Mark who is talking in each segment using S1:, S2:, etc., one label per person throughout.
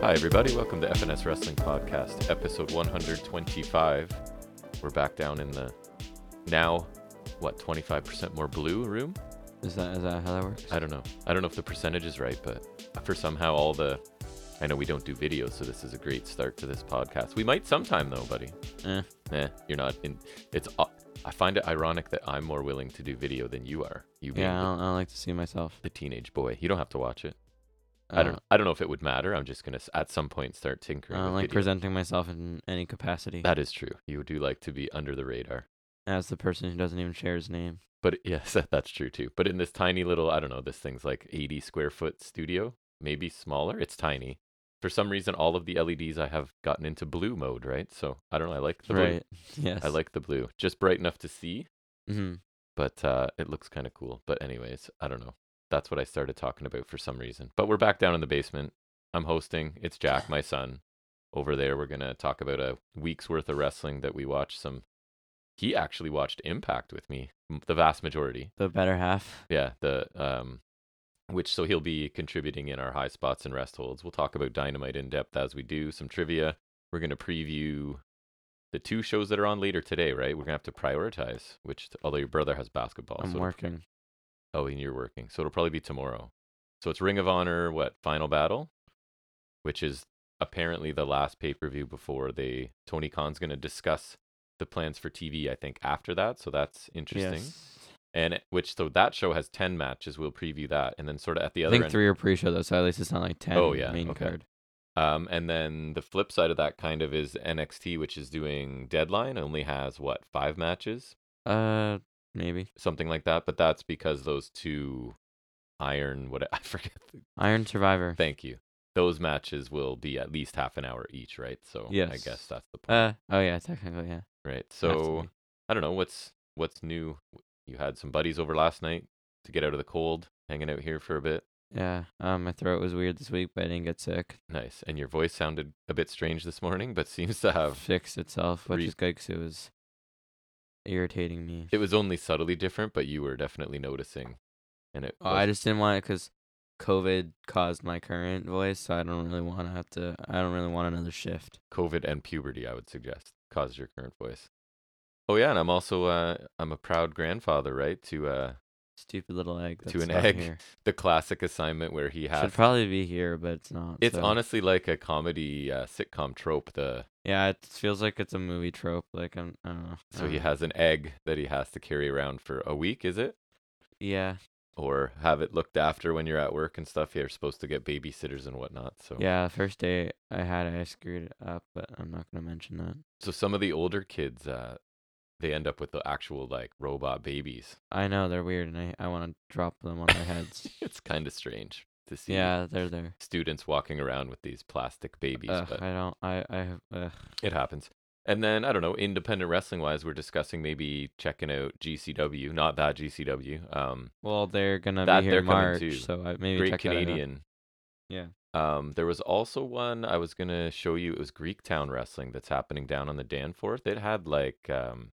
S1: Hi, everybody. Welcome to FNS Wrestling Podcast, episode 125. We're back down in the now, what, 25% more blue room?
S2: Is that is that how that works?
S1: I don't know. I don't know if the percentage is right, but for somehow all the. I know we don't do videos, so this is a great start to this podcast. We might sometime, though, buddy.
S2: Eh.
S1: Eh, you're not in. It's. au- I find it ironic that I'm more willing to do video than you are. You being
S2: Yeah, I
S1: the,
S2: don't, I don't like to see myself. uh,
S1: the teenage boy. You don't have to watch it. I don't. I don't know if it would matter. I'm just gonna s- at some point start
S2: I
S1: tinkering.
S2: don't
S1: with
S2: like
S1: video.
S2: presenting myself in any capacity
S1: That is true. You do like to be under the radar.
S2: as the person who doesn't even share his name.
S1: But it- yes, that- that's true too. But in this tiny little, I don't know, this thing's like 80 square foot studio, maybe smaller. It's tiny. For some reason, all of the LEDs I have gotten into blue mode, right? So I don't know. I like the
S2: Right?
S1: blue.
S2: Yes.
S1: I like the blue. Just bright enough to see,
S2: hmm
S1: but uh, it looks kind of cool. But, anyways, I don't know. That's what I started talking about for some reason. But we're back down in the basement. I'm hosting. It's Jack, my son. Over there, we're going to talk about a week's worth of wrestling that we watched some. He actually watched Impact with me, m- the vast majority.
S2: The better half.
S1: Yeah, the um which so he'll be contributing in our high spots and rest holds. We'll talk about dynamite in depth as we do some trivia. We're going to preview the two shows that are on later today, right? We're going to have to prioritize, which although your brother has basketball.
S2: I'm
S1: so it'll-
S2: working.
S1: Oh, and you're working. So it'll probably be tomorrow. So it's Ring of Honor, what, Final Battle, which is apparently the last pay-per-view before they Tony Khan's going to discuss the plans for TV, I think, after that. So that's interesting
S2: Yes.
S1: and it- which so that show has 10 matches we'll preview that and then sort of at the
S2: I
S1: other
S2: think
S1: end
S2: three are pre-show though, so at least it's not like ten.
S1: Oh, yeah,
S2: Main
S1: okay.
S2: card.
S1: um and then the flip side of that kind of is NXT which is doing deadline only has what five matches
S2: Uh, maybe
S1: something like that but that's because those two iron what I forget
S2: Iron Survivor.
S1: thank you those matches will be at least half an hour each right so I
S2: Yes.
S1: guess that's the point
S2: Uh, oh yeah, technically yeah.
S1: right
S2: Absolutely.
S1: so I don't know what's what's new you had some buddies over last night to get out of the cold hanging out here for a bit
S2: yeah. Um, my throat was weird this week, but I didn't get sick.
S1: Nice. And your voice sounded a bit strange this morning, but seems to have.
S2: Fixed itself, which
S1: re-
S2: is good because it was irritating me.
S1: It was only subtly different, but you were definitely noticing. And it.
S2: Oh, I
S1: was-
S2: just didn't want it because COVID caused my current voice, so I don't really want to have to. I don't really want another shift.
S1: COVID and puberty, I would suggest, caused your current voice. Oh yeah, and I'm also uh, I'm a proud grandfather, right? To uh,
S2: Stupid little egg.
S1: To
S2: that's
S1: an
S2: not
S1: egg,
S2: Here.
S1: the classic assignment where he has.
S2: Should probably be here, but it's not.
S1: it's
S2: so-
S1: honestly like a comedy uh, sitcom trope. The
S2: Yeah, it feels like it's a movie trope. Like I'm. I don't know. I
S1: so
S2: don't
S1: he
S2: know.
S1: has an egg that he has to carry around for a week, is it?
S2: Yeah.
S1: Or have it looked after when you're at work and stuff. You're supposed to get babysitters and whatnot. So
S2: Yeah. the First day I had, it, I screwed it up, but I'm not gonna mention that.
S1: so some of the older kids uh they end up with the actual like robot babies
S2: I know they're weird, and I I want to drop them on their heads.
S1: it's kind of strange to see
S2: yeah, they're there.
S1: students walking around with these plastic babies
S2: Ugh,
S1: but
S2: Uh, I don't. I I. have- Ugh.
S1: it happens and then i don't know independent wrestling wise we're discussing maybe checking out gcw not that gcw um
S2: Well, they're gonna
S1: That
S2: be here
S1: they're
S2: in
S1: coming
S2: March,
S1: too.
S2: so I maybe
S1: great
S2: check that out.
S1: canadian
S2: Yeah.
S1: um there was also one i was gonna show you it was greek town wrestling that's happening down on the danforth it had like um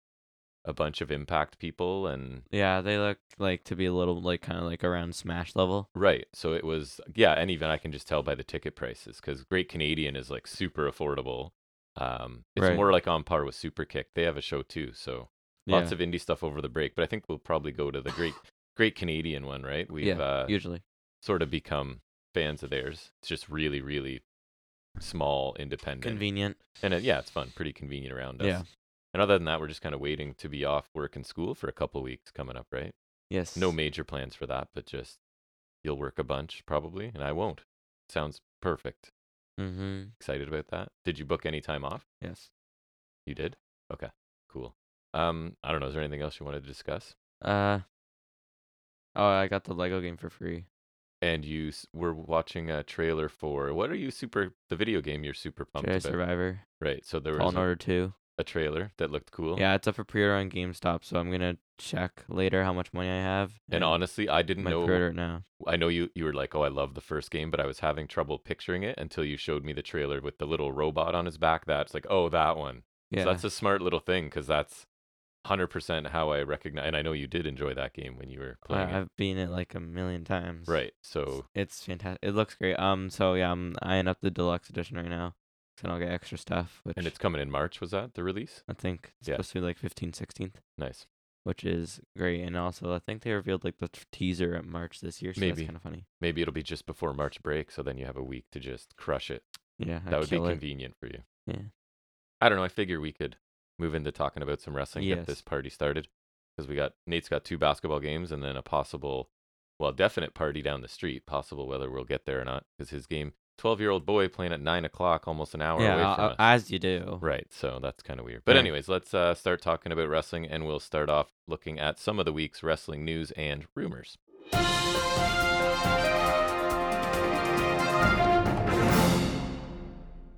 S1: a bunch of impact people and
S2: Yeah, they look like to be a little like kind of like around Smash level.
S1: Right. So it was, yeah, and even I can just tell by the ticket prices because Great Canadian is like super affordable. Um, it's
S2: Right.
S1: more like on par with Super Kick. They have a show too, so lots
S2: yeah,
S1: of indie stuff over the break. But I think we'll probably go to the Great Great Canadian one, right? We've
S2: yeah,
S1: uh,
S2: usually.
S1: sort of become fans of theirs. It's just really, really small, independent,
S2: Convenient.
S1: and it, yeah, it's fun, pretty convenient around us.
S2: Yeah.
S1: And other than that, we're just kind of waiting to be off work and school for a couple weeks coming up, right?
S2: Yes.
S1: no major plans for that, but just you'll work a bunch probably, and I won't. Sounds perfect.
S2: Mm-hmm.
S1: Excited about that. Did you book any time off?
S2: Yes.
S1: You did. Okay, cool. Um, I don't know. Is there anything else you wanted to discuss?
S2: Uh. Oh, I got the Lego game for free.
S1: And you s- were watching a trailer for what are you super the video game you're super pumped
S2: Jedi
S1: about?
S2: Survivor.
S1: Right. So there
S2: All
S1: was
S2: in
S1: a,
S2: Order Two.
S1: a trailer that looked cool.
S2: Yeah, it's up for pre-order on GameStop, so I'm gonna check later how much money I have.
S1: And honestly, I didn't
S2: my
S1: know.
S2: pre-order it now.
S1: I know you you were like, "Oh, I love the first game," but I was having trouble picturing it until you showed me the trailer with the little robot on his back. That's like, "Oh, that one."
S2: Yeah.
S1: So that's a smart little thing because that's hundred percent how I recognize, and I know you did enjoy that game when you were
S2: I,
S1: playing it,
S2: I've been it like a million times.
S1: right? Oh.
S2: It's-
S1: So
S2: it's fantastic. It looks great. Um, so yeah, I'm eyeing up the deluxe edition right now, and I'll get extra stuff, which
S1: and it's coming in March. Was that the release?
S2: I think it's
S1: yeah.
S2: supposed to be like 15th, 16th,
S1: Nice.
S2: which is great. And also, I think they revealed like the t- teaser at March this year, so that's
S1: Maybe.
S2: kind of funny.
S1: Maybe it'll be just before March break, so then you have a week to just crush it.
S2: Yeah, I'd
S1: that would be
S2: kill it.
S1: convenient for you.
S2: Yeah.
S1: I don't know. I figure we could move into talking about some wrestling, get this
S2: Yes.
S1: party started, because we got Nate's got two basketball games and then a possible, well, definite party down the street. Possible whether we'll get there or not, because his game, twelve-year-old boy playing at nine o'clock, almost an hour
S2: Yeah,
S1: away
S2: uh,
S1: from
S2: uh,
S1: us.
S2: as you do.
S1: Right. So that's kind of weird. But
S2: Right.
S1: anyways, let's uh, start talking about wrestling, and we'll start off looking at some of the week's wrestling news and rumors.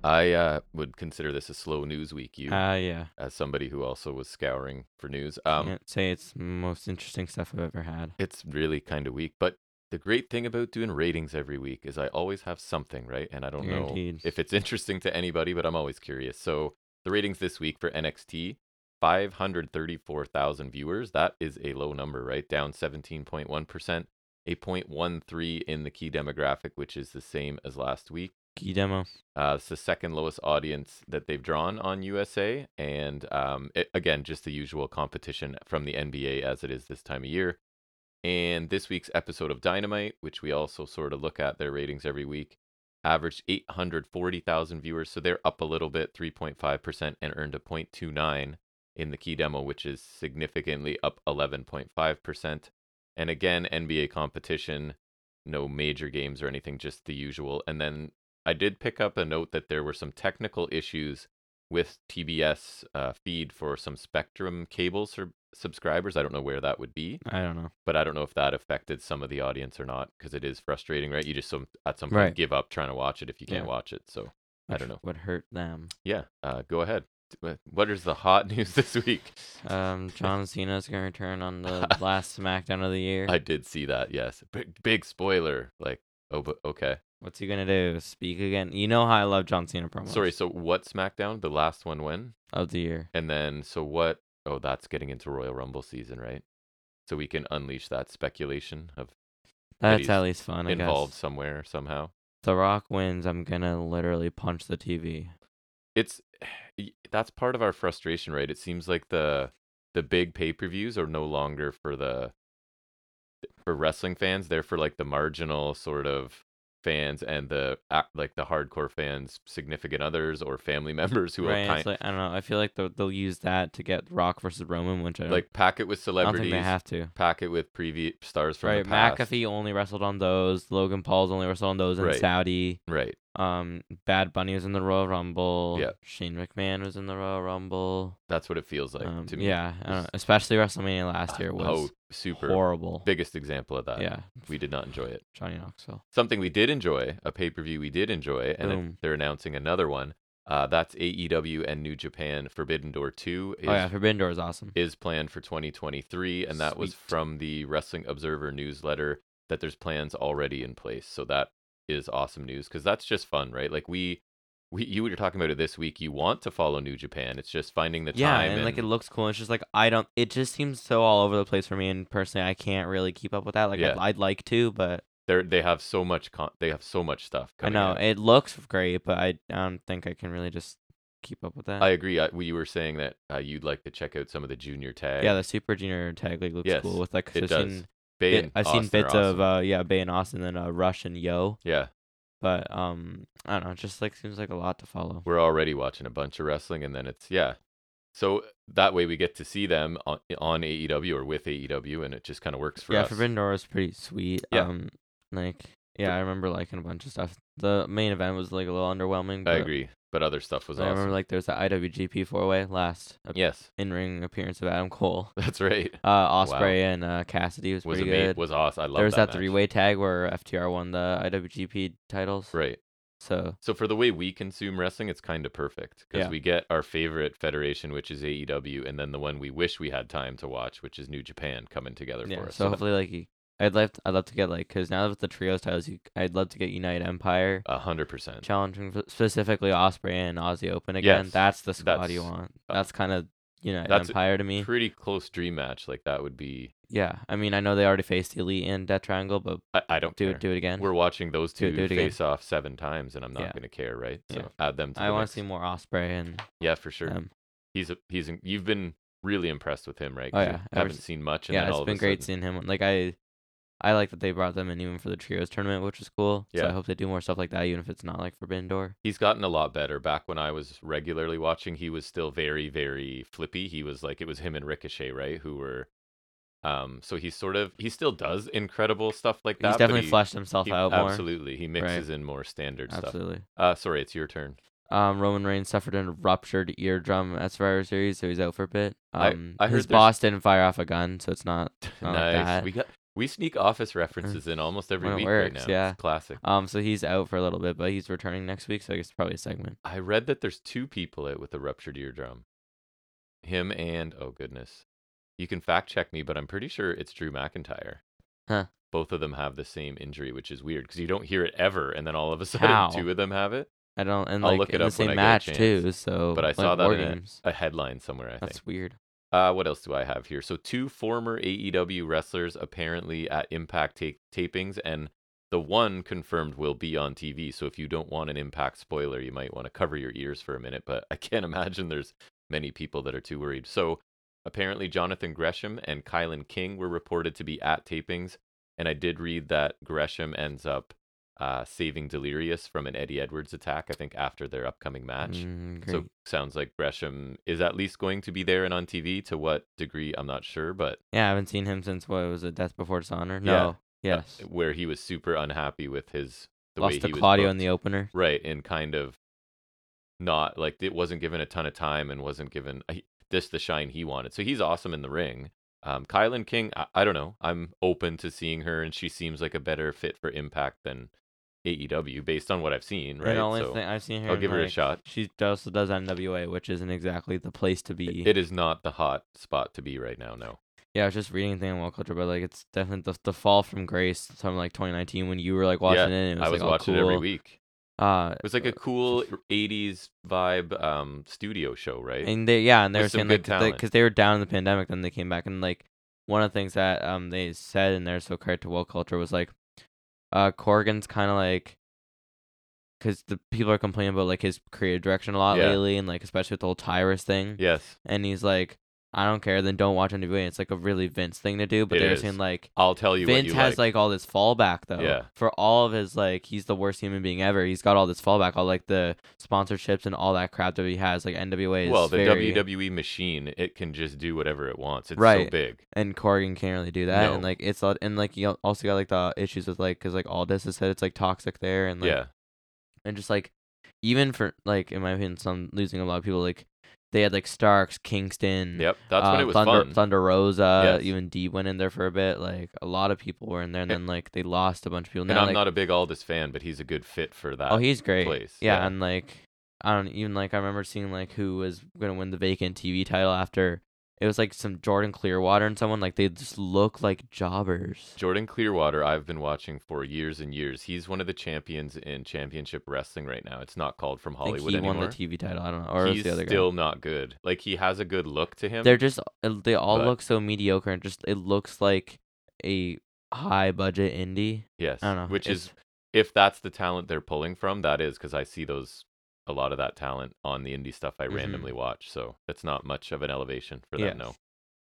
S1: I uh, would consider this a slow news week. You,
S2: Uh, yeah.
S1: as somebody who also was scouring for news, um,
S2: Can't say it's the most interesting stuff I've ever had.
S1: it's really kind of weak. But the great thing about doing ratings every week is I always have something, right? And I don't know
S2: Guaranteed.
S1: if it's interesting to anybody, but I'm always curious. So the ratings this week for NXT 534,000 viewers. That is a low number, right? Down 17.1%, a 0.13 in the key demographic, which is the same as last week.
S2: Key demo.
S1: Uh, it's the second lowest audience that they've drawn on USA. And um, it, again, just the usual competition from the NBA as it is this time of year. And this week's episode of Dynamite, which we also sort of look at their ratings every week, averaged 840,000 viewers. So they're up a little bit, 3.5%, and earned a 0.29 in the key demo, which is significantly up 11.5%. And again, NBA competition, no major games or anything, just the usual. And then I did pick up a note that there were some technical issues with TBS uh, feed for some Spectrum cable sur- subscribers. I don't know where that would be,
S2: I don't know.
S1: but I don't know if that affected some of the audience or not because it is frustrating, right? You just some, at some point
S2: Right.
S1: give up trying to watch it if you can't
S2: Yeah.
S1: watch it. So I
S2: which
S1: don't know.
S2: Would hurt them.
S1: yeah, uh, go ahead. Wha- What is the hot news this week?
S2: Um, John Cena's gonna return on the last SmackDown of the year.
S1: I did see that. Yes, big, big spoiler. Like, oh, but okay.
S2: What's he gonna do? Speak again? You know how I love John Cena promos.
S1: Sorry. So what SmackDown? The last one when?
S2: of the year.
S1: And then so what? Oh, that's getting into Royal Rumble season, right? So we can unleash that speculation of he's
S2: That's at least fun. I
S1: involved
S2: guess.
S1: somewhere somehow.
S2: The Rock wins. I'm gonna literally punch the TV.
S1: It's y- that's part of our frustration, right? It seems like the the big pay-per-views are no longer for the for wrestling fans. They're for like the marginal sort of fans and the ac- like the hardcore fans, significant others or family members who
S2: right?
S1: are
S2: It's
S1: kind,
S2: like I don't know. I feel like they'll, they'll use that to get Rock versus Roman, which I don't,
S1: like pack it with
S2: I don't think
S1: celebrities,
S2: they have to.
S1: pack it with previous stars from
S2: Right?
S1: the past.
S2: McAfee only wrestled on those. Logan Paul's only wrestled on those in
S1: Right.
S2: Saudi.
S1: Right.
S2: Um, Bad Bunny was in the Royal Rumble.
S1: Yeah.
S2: Shane McMahon was in the Royal Rumble.
S1: That's what it feels like
S2: um,
S1: to me.
S2: yeah, I don't
S1: was-
S2: know, especially WrestleMania last year was
S1: oh, super
S2: horrible.
S1: biggest example of that.
S2: yeah,
S1: We did not enjoy it.
S2: Johnny Knoxville. Oh,
S1: Something we did enjoy, a pay per view we did enjoy, and it-
S2: Boom.
S1: they're announcing another one. Uh, that's AEW and New Japan Forbidden Door 2 is,
S2: oh yeah, Forbidden Door is awesome.
S1: is planned for 2023. And that was
S2: Sweet.
S1: from the Wrestling Observer newsletter that there's plans already in place. So that is awesome news because that's just fun, right? Like we, we, you were talking about it this week. You want to follow New Japan. It's just finding the
S2: yeah,
S1: time.
S2: and, like it looks cool. It's just like I don't. It just seems so all over the place for me, and personally, I can't really keep up with that. Like
S1: Yeah.
S2: I'd, I'd like to, but
S1: they're, they have so much, con- they have so much stuff.
S2: I
S1: Coming
S2: know
S1: out.
S2: it looks great, but I don't think I can really just keep up with that.
S1: I agree. I, we were saying that uh, you'd like to check out some of the junior tag.
S2: yeah, the Super Junior Tag League looks
S1: Yes,
S2: cool with like 'cause
S1: it
S2: I've
S1: does.
S2: seen
S1: Bay
S2: bit-
S1: and
S2: I've seen
S1: Austin are
S2: bits of
S1: awesome.
S2: uh, yeah Bay and Austin, then uh, Rush and Yo,
S1: yeah,
S2: but um I don't know. It just like seems like a lot to follow.
S1: we're already watching a bunch of wrestling, and then it's yeah. So uh, that way we get to see them on, on AEW or with AEW, and it just kind of works for
S2: yeah,
S1: us.
S2: Forbidden Door was pretty sweet.
S1: Yeah.
S2: Um, like yeah, I remember liking a bunch of stuff. The main event was like a little underwhelming.
S1: I
S2: But
S1: agree, but other stuff was
S2: I remember
S1: awesome.
S2: like there was the IWGP four way last
S1: yes,
S2: in ring appearance of Adam Cole,
S1: that's right.
S2: uh, Osprey and uh, Cassidy was,
S1: Was
S2: pretty
S1: ama-
S2: good.
S1: was awesome. I love
S2: there was that,
S1: that
S2: three way tag where FTR won the IWGP titles.
S1: Right.
S2: So
S1: So for the way we consume wrestling, it's kind of perfect because
S2: Yeah.
S1: we get our favorite federation, which is AEW, and then the one we wish we had time to watch, which is New Japan, coming together
S2: yeah.
S1: for us.
S2: So
S1: that-
S2: hopefully like you- I'd love I'd love to get like because now with the trios titles you, I'd love to get United Empire
S1: a hundred percent.
S2: challenging f- specifically Osprey and Aussie Open again.
S1: Yes,
S2: That's the squad you
S1: that's-
S2: want.
S1: uh,
S2: That's kind of United
S1: That's a
S2: Empire to me.
S1: Pretty close dream match. Like that would be.
S2: yeah, I mean, I know they already faced Elite and Death Triangle, but
S1: I, I don't
S2: do
S1: care.
S2: it, do it again.
S1: We're watching those
S2: Do it-
S1: two
S2: do it again.
S1: face off seven times, and I'm not
S2: Yeah.
S1: going to care, right? So
S2: Yeah.
S1: add them. to
S2: I
S1: the
S2: want
S1: mix.
S2: to see more Osprey and
S1: Yeah, for sure.
S2: um,
S1: he's a, he's in, you've been really impressed with him, right?
S2: Oh,
S1: 'Cause
S2: yeah.
S1: you
S2: Ever
S1: haven't
S2: s-
S1: seen much. And
S2: yeah,
S1: then
S2: it's
S1: all of a
S2: been great
S1: sudden-
S2: seeing him. Like I, I like that they brought them in even for the trios tournament, which is cool. So I
S1: Yeah.
S2: hope they do more stuff like that, even if it's not like Forbidden Door.
S1: He's gotten a lot better. Back when I was regularly watching, he was still very, very flippy. He was like it was him and Ricochet, right? Who were, um. So he sort of he still does incredible stuff like that.
S2: He's
S1: but
S2: definitely
S1: he-
S2: fleshed himself
S1: he-
S2: out more.
S1: Absolutely, he mixes in more standard stuff.
S2: Absolutely.
S1: Uh, sorry, it's your turn.
S2: Um, Roman Reigns suffered a ruptured eardrum at Survivor Series, so he's out for a bit.
S1: I-
S2: Um,
S1: I
S2: his
S1: heard there's-
S2: boss didn't fire off a gun, so it's not. not like
S1: nice.
S2: that.
S1: We got we sneak office references in almost every
S2: when it
S1: week right
S2: works,
S1: now.
S2: yeah.
S1: It's classic.
S2: Um, so he's out for a little bit, but he's returning next week, so I guess probably a segment.
S1: I read that there's two people out with a ruptured eardrum. Him and oh goodness. You can fact check me, but I'm pretty sure it's Drew McIntyre.
S2: Huh.
S1: Both of them have the same injury, which is weird because you don't hear it ever, and then all of a sudden
S2: How?
S1: two of them have it.
S2: I don't, and
S1: I'll
S2: like
S1: look it
S2: in
S1: up
S2: the
S1: when I
S2: same
S1: get a
S2: match
S1: chance.
S2: too. So,
S1: But I
S2: like,
S1: saw that
S2: war
S1: in a-
S2: games.
S1: A headline somewhere, I think.
S2: That's weird.
S1: Uh, what else do I have here? So two former AEW wrestlers apparently at Impact ta- tapings, and the one confirmed will be on TV. So if you don't want an Impact spoiler, you might want to cover your ears for a minute. But I can't imagine there's many people that are too worried. So apparently Jonathan Gresham and Kylan King were reported to be at tapings, and I did read that Gresham ends up uh, saving Delirious from an Eddie Edwards attack. I think after their upcoming match.
S2: Mm,
S1: So
S2: great.
S1: sounds like Gresham is at least going to be there and on TV. To what degree, I'm not sure, but
S2: yeah, I haven't seen him since what was it, Death Before Dishonor?
S1: Yeah.
S2: No,
S1: uh,
S2: yes,
S1: where he was super unhappy with his the way
S2: lost to
S1: he
S2: Claudio
S1: was
S2: in the opener.
S1: booked. right and kind of not like it wasn't given a ton of time and wasn't given uh, he- this the shine he wanted. So he's awesome in the ring. Um, Kylan King, I, I don't know. I'm open to seeing her, and she seems like a better fit for Impact than AEW based on what I've seen. Right?
S2: And the only
S1: So
S2: thing I've seen her,
S1: I'll
S2: in,
S1: give her a
S2: like,
S1: shot.
S2: She also does NWA, which isn't exactly the place to be.
S1: It is not the hot spot to be right now. No.
S2: Yeah, I was just reading a thing on Wall Culture, but like it's definitely the, the fall from grace from like 2019 when you were like watching it. And it was
S1: I was
S2: like,
S1: watching
S2: oh,
S1: it
S2: cool.
S1: every week.
S2: Uh,
S1: It was like a cool '80s vibe um, studio show, right?
S2: and they yeah, and they
S1: with
S2: were
S1: some
S2: saying
S1: good
S2: like because
S1: talent.
S2: they were down in the pandemic, then they came back and like one of the things that um they said in there, so credit to Wall Culture was like, uh, Corgan's kind of like. Because the people are complaining about like his creative direction a lot
S1: Yeah.
S2: lately, and like especially with the whole Tyrus thing.
S1: yes,
S2: and he's like, I don't care, then don't watch NWA. It's like a really Vince thing to do, but
S1: It
S2: they're
S1: is.
S2: saying like
S1: I'll tell you what
S2: Vince
S1: you
S2: has like. all this fallback though.
S1: Yeah.
S2: For all of his like he's the worst human being ever. He's got all this fallback, all like the sponsorships and all that crap that he has. Like NWA is
S1: well, the
S2: very,
S1: WWE machine, it can just do whatever it wants. It's so
S2: Right.
S1: big.
S2: and Corgan can't really do that. And
S1: No.
S2: like it's all- and like you al- also got like the issues with like because like Aldis has said it's like toxic there and like
S1: yeah,
S2: and just like even for like in my opinion, some losing a lot of people like they had like Starks, Kingston,
S1: yep. That's when
S2: uh,
S1: it was
S2: Thunder,
S1: fun.
S2: Thunder Rosa,
S1: Yes.
S2: even D went in there for a bit. Like a lot of people were in there, and
S1: And-
S2: then like they lost a bunch of people.
S1: and
S2: now,
S1: I'm
S2: like,
S1: not a big Aldis fan, but he's a good fit for that.
S2: oh, he's great.
S1: place,
S2: Yeah,
S1: yeah.
S2: and like I don't even like I remember seeing like who was gonna win the vacant TV title after it was like some Jordan Clearwater and someone like they just look like jobbers.
S1: Jordan Clearwater, I've been watching for years and years. He's one of the champions in Championship Wrestling right now. It's not called from
S2: I think
S1: Hollywood
S2: he
S1: anymore.
S2: won the TV title. I don't know, or it was
S1: he's
S2: the other guy.
S1: still not good. Like he has a good look to him.
S2: They're just uh, they all
S1: but-
S2: look so mediocre and just it looks like a high budget indie.
S1: yes,
S2: I don't know,
S1: which
S2: it's-
S1: is if that's the talent they're pulling from, that is because I see those a lot of that talent on the indie stuff I
S2: Mhm.
S1: randomly watch. So that's not much of an elevation for
S2: Yeah.
S1: them. No.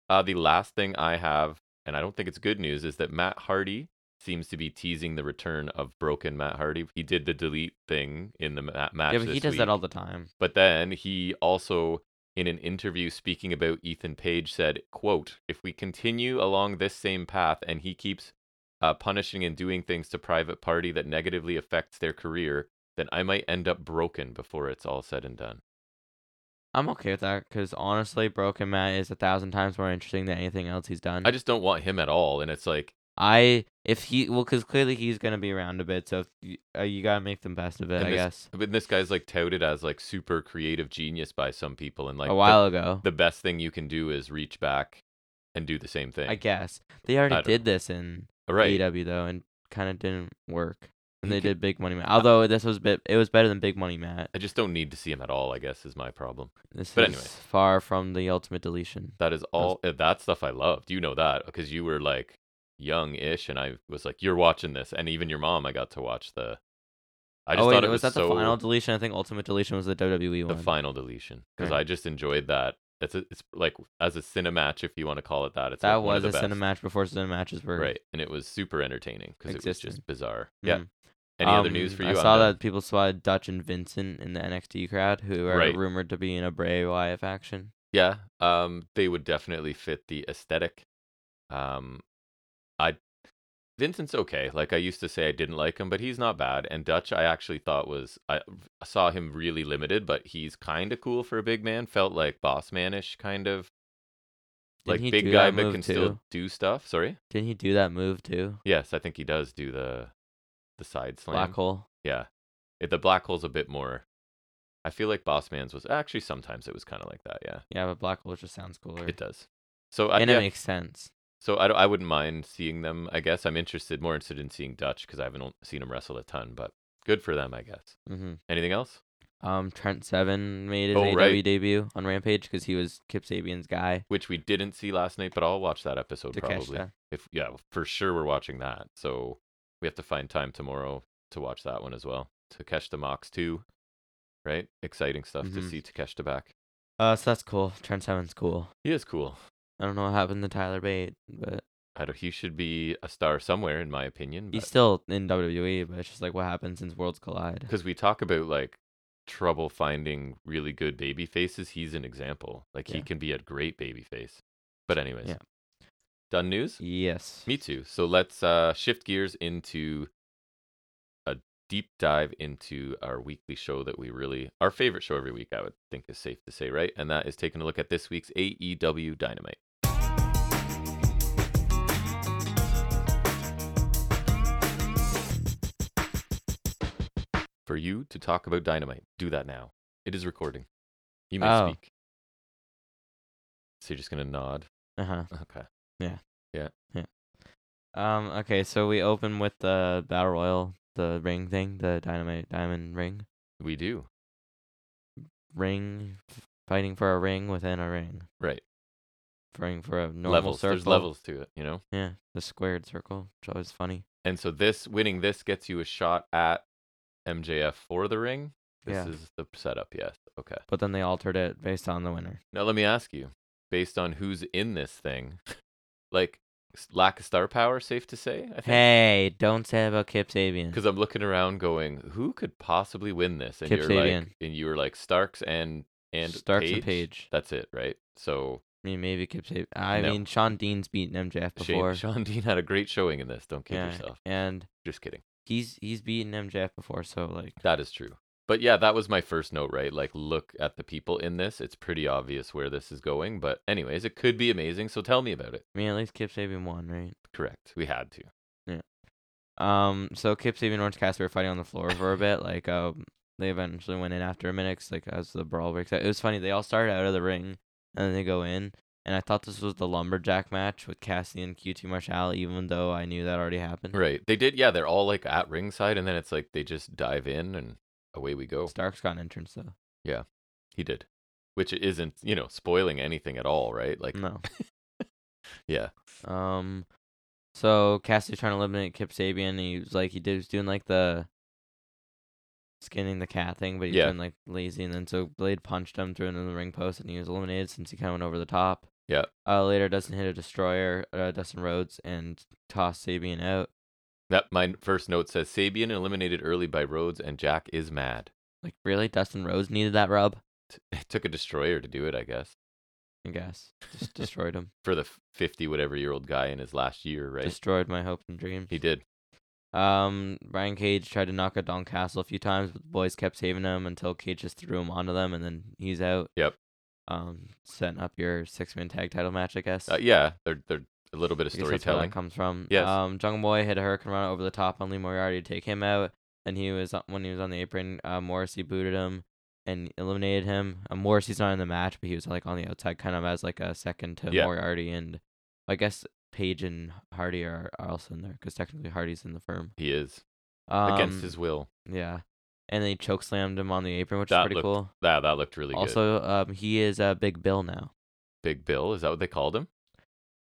S1: Uh, the last thing I have, and I don't think it's good news, is that Matt Hardy seems to be teasing the return of broken Matt Hardy. He did the delete thing in the ma- match.
S2: Yeah, but he
S1: this
S2: does that
S1: week.
S2: all the time.
S1: But then he also, in an interview speaking about Ethan Page, said, "quote If we continue along this same path and he keeps uh, punishing and doing things to Private Party that negatively affects their career, then I might end up broken before it's all said and done."
S2: I'm okay with that because honestly, Broken Matt is a thousand times more interesting than anything else he's done.
S1: I just don't want him at all, and it's like,
S2: I if he well, because clearly he's gonna be around a bit, so if you, uh, you gotta make the best of it,
S1: And
S2: I guess.
S1: I mean, this guy's like touted as like super creative genius by some people, and like
S2: a
S1: the-
S2: while ago,
S1: the, best thing you can do is reach back and do the same thing.
S2: I guess they
S1: I
S2: already
S1: don't
S2: did this in
S1: right? Mm-hmm.
S2: AEW though, and kind of didn't work. and
S1: He
S2: they
S1: could-
S2: did Big Money
S1: Uh-huh.
S2: Matt. Although this was bit, it was better than Big Money Matt.
S1: I just don't need to see him at all. I guess is my problem.
S2: This
S1: But
S2: is
S1: anyway.
S2: far from the ultimate deletion.
S1: That is all. uh, That stuff I loved. You know that because you were like young-ish, and I was like, "You're watching this," and even your mom. I got to watch the. I just
S2: oh, wait,
S1: thought it was,
S2: was, that
S1: so
S2: the final deletion? I think Ultimate Deletion was the WWE
S1: the
S2: one.
S1: final deletion because
S2: Right.
S1: I just enjoyed that. It's a, it's like as a cinematch, if you want to call it that. It's
S2: that
S1: like one of
S2: was a
S1: the best.
S2: cinematch before cinematches were
S1: right? And it was super entertaining because it was
S2: Existed.
S1: just bizarre. Yeah.
S2: Mhm.
S1: Any other news
S2: Um,
S1: for you?
S2: I
S1: I'm
S2: saw
S1: done.
S2: that people saw Dutch and Vincent in the NXT crowd, who are
S1: Right.
S2: rumored to be in a Bray Wyatt faction.
S1: Yeah, um, they would definitely fit the aesthetic. Um, I Vincent's okay. Like I used to say, I didn't like him, but he's not bad. And Dutch, I actually thought was I v- saw him really limited, but he's kind of cool for a big man. Felt like boss manish kind of
S2: Didn't he
S1: like big
S2: do
S1: guy,
S2: that
S1: but
S2: move
S1: can
S2: too?
S1: still do stuff. Sorry.
S2: Didn't he do that move too?
S1: Yes, I think he does do the the side slam.
S2: Black hole.
S1: Yeah, it, the black hole's a bit more. I feel like Boss Man's was actually sometimes it was kind of like that. Yeah,
S2: Yeah, but black hole just sounds cooler,
S1: it does. So I,
S2: and it
S1: yeah,
S2: makes sense.
S1: So I, don't- I wouldn't mind seeing them. I guess I'm interested, more interested in seeing Dutch because I haven't o- seen him wrestle a ton. But good for them, I guess.
S2: hmm
S1: Anything else?
S2: Um, Trent Seven made his
S1: Oh,
S2: AEW
S1: right.
S2: debut on Rampage because he was Kip Sabian's guy
S1: Which we didn't see last night, but I'll watch that episode
S2: to catch
S1: probably.
S2: that.
S1: If yeah, for sure we're watching that. So we have to find time tomorrow to watch that one as well. Takesh the Mox too, right? Exciting stuff to
S2: Mhm.
S1: see Takesh the back.
S2: Uh, so that's cool. Trent Seven's cool.
S1: He is cool.
S2: I don't know what happened to Tyler Bate, but
S1: I don't, he should be a star somewhere, in my opinion.
S2: he's
S1: but-
S2: still in WWE. But it's just like what happened since worlds collide.
S1: because we talk about like trouble finding really good baby faces he's an example like he
S2: Yeah.
S1: can be a great baby face but anyways
S2: Yeah.
S1: done news
S2: Yes.
S1: me too so let's uh shift gears into a deep dive into our weekly show that we really our favorite show every week i would think is safe to say right and that is taking a look at this week's aew dynamite for you to talk about dynamite do that now it is recording you may
S2: Oh.
S1: speak so you're just gonna nod
S2: Uh huh.
S1: okay
S2: Um. Okay. So we open with the battle royal, the ring thing, the dynamite diamond ring,
S1: we do
S2: ring, f- fighting for a ring within a ring,
S1: right
S2: ring for a normal
S1: levels
S2: circle.
S1: there's levels to it you know
S2: Yeah, the squared circle, which always funny.
S1: And so this winning this gets you a shot at MJF for the ring. This
S2: Yeah.
S1: is the setup, yes. Okay.
S2: But then they altered it based on the winner.
S1: Now let me ask you, based on who's in this thing, like s- lack of star power, safe to say, I think.
S2: Hey, don't say that about Kip Sabian.
S1: Because I'm looking around, going, who could possibly win this? And
S2: Kip
S1: you're like,
S2: Sabian.
S1: and you were like Starks and and
S2: Starks
S1: Page?
S2: and Page.
S1: That's it, right? So
S2: I mean, maybe Kip Sabian. I
S1: No.
S2: mean, Sean Dean's beaten MJF
S1: Shane,
S2: before.
S1: Sean Dean had a great showing in this. Don't kid
S2: yeah,
S1: yourself.
S2: and
S1: Just kidding.
S2: he's he's beaten MJF before, so like,
S1: That is true. But yeah, that was my first note, right? Like, look at the people in this. It's pretty obvious where this is going. But, anyways, it could be amazing. So tell me about it.
S2: I mean, at least Kip Sabian won, right?
S1: Correct. We had to.
S2: Um, so Kip Sabian and Orange Cassidy were fighting on the floor for a bit. Like, um, they eventually went in after a minute, 'cause, like as the brawl breaks out. It was funny. They all started out of the ring, and then they go in. And I thought this was the lumberjack match with Cassidy and QT Marshall, even though I knew that already happened.
S1: Right. They did. Yeah, they're all like at ringside. And then it's like they just dive in and away we go.
S2: Stark's got an entrance though.
S1: He did. Which isn't, you know, spoiling anything at all, right? Like,
S2: No.
S1: yeah.
S2: Um, so Cassidy's trying to eliminate Kip Sabian. And he was like, he did, was doing like the skinning the cat thing, but he's
S1: Yeah.
S2: been like lazy. And then so Blade punched him through another ring post, and he was eliminated since he kind of went over the top.
S1: Yeah.
S2: Uh, later, Dustin hit a destroyer, uh, Dustin Rhodes, and tossed Sabian out.
S1: That my first note says Sabian eliminated early by Rhodes and Jack is mad.
S2: Like, really, Dustin Rhodes needed that rub?
S1: T- It took a destroyer to do it, I guess.
S2: I guess just destroyed him.
S1: For the 50 whatever year old guy in his last year, right?
S2: Destroyed my hopes and dreams.
S1: He did.
S2: Um, Brian Cage tried to knock out Don Castle a few times, but the boys kept saving him until Cage just threw him onto them, and then he's out.
S1: Yep.
S2: Um, setting up your six-man tag title match, I guess.
S1: Uh, yeah, they're they're a little bit of
S2: I guess that's where
S1: storytelling.
S2: that comes from.
S1: Yes.
S2: Um, Jungle Boy hit a Hurricane Run over the top on Lee Moriarty to take him out, and he was uh, when he was on the apron, uh, Morrissey booted him and eliminated him. Uh, Morrissey's not in the match, but he was like on the outside, kind of as like a second to
S1: Yeah.
S2: Moriarty, and I guess Page and Hardy are, are also in there because technically Hardy's in the firm.
S1: He is. against
S2: Um,
S1: his will.
S2: Yeah. And they choke slammed him on the apron, which
S1: That
S2: is pretty
S1: looked
S2: cool.
S1: That that looked really good.
S2: also, um, he is uh, Big Bill now.
S1: Big Bill, is that what they called him?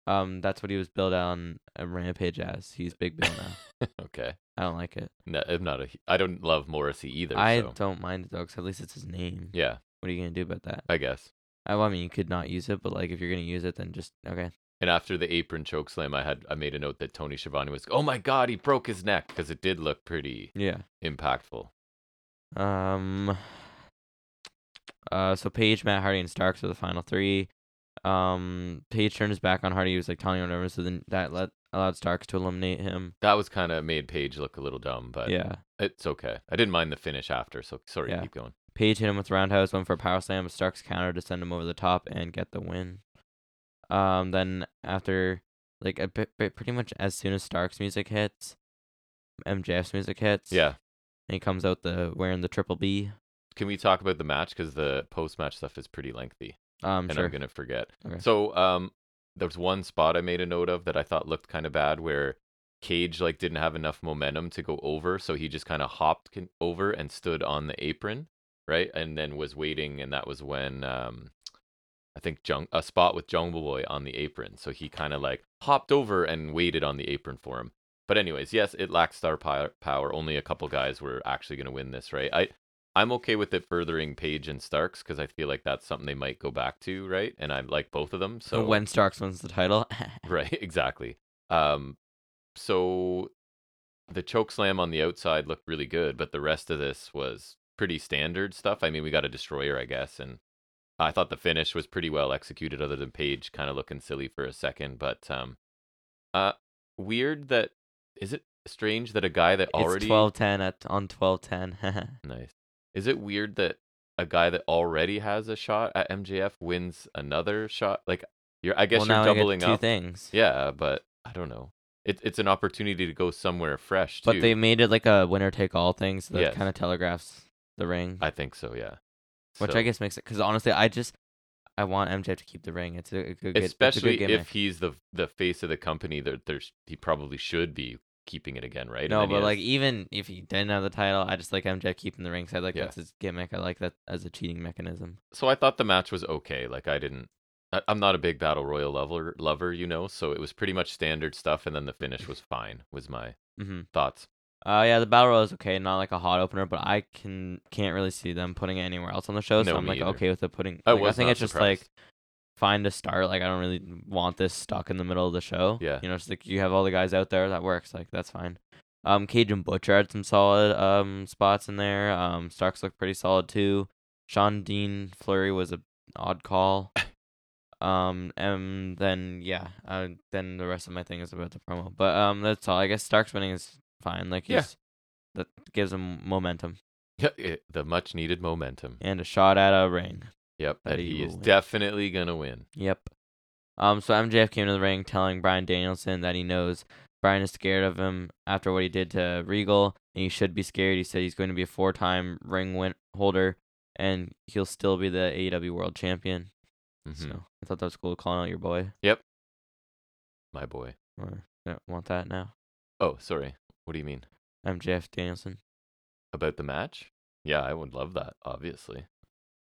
S2: Um, that's what he was billed on uh, Rampage as. He's Big Bill now.
S1: okay.
S2: I don't like it.
S1: No, I'm not a. I don't love Morrissey either.
S2: I
S1: so.
S2: don't mind it though, 'cause at least it's his name.
S1: Yeah,
S2: What are you gonna do about that?
S1: I guess.
S2: I, well, I mean, you could not use it, but like if you're gonna use it, then just okay.
S1: And after the apron choke slam, I had I made a note that Tony Schiavone was. Oh my God, he broke his neck because it did look pretty
S2: Yeah.
S1: impactful.
S2: Um. Uh, so Paige, Matt Hardy, and Starks are the final three. Um, Paige turned his back on Hardy. He was like telling him whatever, so then that let allowed Starks to eliminate him.
S1: That was kind of made Paige look a little dumb, but
S2: yeah.
S1: it's okay. I didn't mind the finish after, so sorry.
S2: Yeah.
S1: Keep going.
S2: Page hit him with a roundhouse, went for a power slam, but Starks countered to send him over the top and get the win. Um, then after like a bit, bit- pretty much as soon as Starks' music hits, MJF's music hits.
S1: Yeah.
S2: and he comes out the wearing the triple B.
S1: Can we talk about the match because the post match stuff is pretty lengthy,
S2: Um,
S1: and
S2: sure.
S1: I'm gonna forget.
S2: Okay.
S1: So um, there's one spot I made a note of that I thought looked kind of bad where. Cage like didn't have enough momentum to go over, so he just kind of hopped con- over and stood on the apron, right? And then was waiting, and that was when um, I think Jung- a spot with Jungle Boy on the apron. So he kind of like hopped over and waited on the apron for him. But anyways, yes, it lacks star pow- power. Only a couple guys were actually going to win this, right? I I'm okay with it furthering Page and Starks because I feel like that's something they might go back to, right? And I like both of them. So
S2: And when Starks wins the title,
S1: Right, exactly. Um, so the choke slam on the outside looked really good, but the rest of this was pretty standard stuff. I mean, we got a destroyer, I guess, and I thought the finish was pretty well executed, other than Paige kind of looking silly for a second. But um, uh, weird that is it strange that a guy that
S2: it's
S1: already
S2: twelve ten at on twelve ten.
S1: nice is it weird that a guy that already has a shot at MJF wins another shot? Like you're, I guess
S2: well, now
S1: you're
S2: I get
S1: doubling
S2: two
S1: up.
S2: things.
S1: Yeah, but I don't know. It, it's an opportunity to go somewhere fresh too.
S2: but they made it like a winner take all thing, so that
S1: Yes.
S2: kind of telegraphs the ring.
S1: I think so. Yeah.
S2: which
S1: So-
S2: I guess makes it because honestly, I just I want MJF to keep the ring. It's a, a good, it's a good
S1: especially
S2: gimmick.
S1: if he's the the face of the company, that there's he probably should be keeping it again, right? And
S2: no,
S1: then he
S2: but
S1: has-
S2: like even if he didn't have the title, I just like MJF keeping the ring. 'cause I like
S1: Yeah.
S2: that's his gimmick. I like that as a cheating mechanism.
S1: so I thought the match was okay. Like I didn't. I, I'm not a big battle royal lover, lover, you know. So it was pretty much standard stuff, and then the finish was fine. Was my
S2: Mm-hmm.
S1: thoughts.
S2: Uh, yeah, the battle royal is okay, not like a hot opener, but I can can't really see them putting it anywhere else on the show, so
S1: No,
S2: I'm
S1: me
S2: like
S1: either.
S2: okay with the putting.
S1: I
S2: like,
S1: was
S2: I think
S1: not
S2: it's just
S1: surprised.
S2: like fine to start. Like I don't really want this stuck in the middle of the show.
S1: Yeah.
S2: you know, just like you have all the guys out there that works. Like that's fine. Um, Cajun Butcher had some solid um spots in there. Um, Starks looked pretty solid too. Sean Dean Flurry was a odd call. Um and then yeah, uh, then the rest of my thing is about the promo. But um that's all. I guess Starks winning is fine. Like
S1: Yeah.
S2: he's that gives him momentum
S1: Yeah, it- Eh, the much needed momentum.
S2: and a shot at a ring.
S1: Yep,
S2: That
S1: that
S2: he
S1: he
S2: will
S1: is
S2: win.
S1: definitely gonna win.
S2: Yep. Um so MJF came to the ring telling Brian Danielson that he knows Brian is scared of him after what he did to Regal and he should be scared. He said he's going to be a four-time ring win- holder and he'll still be the AEW World Champion.
S1: Mhm.
S2: So I thought that was cool calling out your boy.
S1: My boy.
S2: Or yeah, want that now.
S1: Oh, sorry. What do you mean?
S2: MJF Danielson.
S1: about the match? Yeah, I would love that. Obviously,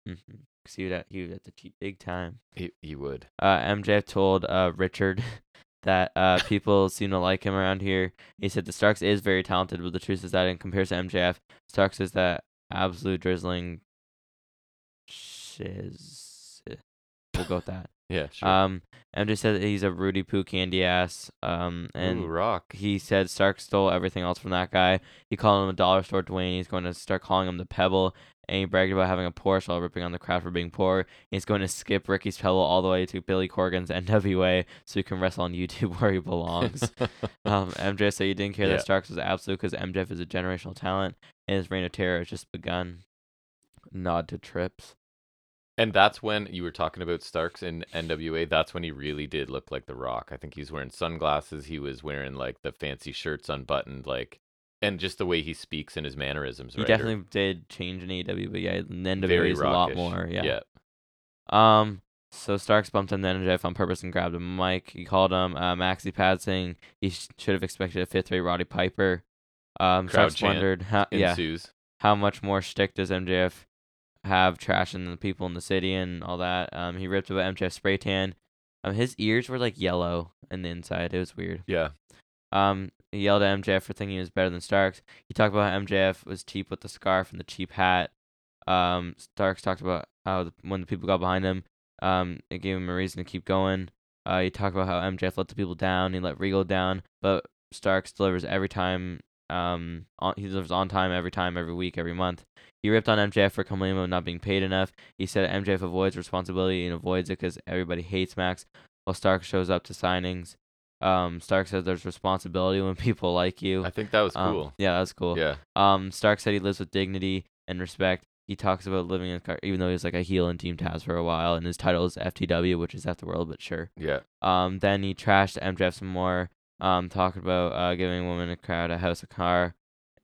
S2: Mm-hmm. Cause he would at, he would at the cheap big time.
S1: he, he would.
S2: Uh, MJF told uh Richard that uh people seem to like him around here. He said the Starks is very talented, but the truth is that in comparison to MJF, Starks is that absolute drizzling shiz. We'll go with that.
S1: Yeah, sure.
S2: um, MJF said that he's a Rudy Poo candy ass. Um, and
S1: Ooh, rock.
S2: he said Stark stole everything else from that guy. He called him a dollar store Dwayne. He's going to start calling him the Pebble. And he bragged about having a Porsche while ripping on the crowd for being poor. He's going to skip Ricky's Pebble all the way to Billy Corgan's NWA so he can wrestle on YouTube where he belongs. um, MJF said he didn't care
S1: Yeah.
S2: that Starks was absolute because MJF is a generational talent and his reign of terror has just begun. Nod to Trips.
S1: and that's when you were talking about Starks in NWA. That's when he really did look like the Rock. I think he's wearing sunglasses. He was wearing like the fancy shirts unbuttoned, like, and just the way he speaks and his mannerisms.
S2: He
S1: right, are
S2: definitely did change in AEW, but yeah, in NWA
S1: very
S2: is a lot
S1: rockish.
S2: more.
S1: yeah.
S2: Um, so Starks bumped into NJF on purpose and grabbed a mic. He called him uh, Maxi Pad, saying he sh- should have expected a fifth rate Roddy Piper. Um, so
S1: Crowd
S2: I've just
S1: chant
S2: wondered how yeah
S1: ensues.
S2: how much more shtick does MJF have trashing the people in the city and all that. Um, he ripped about MJF spray tan. Um, his ears were like yellow in the inside. It was weird.
S1: Yeah.
S2: Um, he yelled at MJF for thinking he was better than Starks. He talked about how MJF was cheap with the scarf and the cheap hat. Um, Starks talked about how the, when the people got behind him, um, it gave him a reason to keep going. Uh, he talked about how MJF let the people down. He let Regal down, but Starks delivers every time. Um, on, he delivers on time every time, every week, every month. He ripped on MJF for complaining about not being paid enough. He said MJF avoids responsibility and avoids it because everybody hates Max. While Starks shows up to signings, um, Stark says there's responsibility when people like you.
S1: I think that was
S2: Um,
S1: cool.
S2: yeah, that's cool.
S1: Yeah.
S2: Um, Stark said he lives with dignity and respect. He talks about living in a car, even though he was like a heel in Team Taz for a while, and his title is FTW, which is after world, but sure.
S1: Yeah.
S2: Um, then he trashed MJF some more, um, talking about uh, giving women a crowd, a house, a car,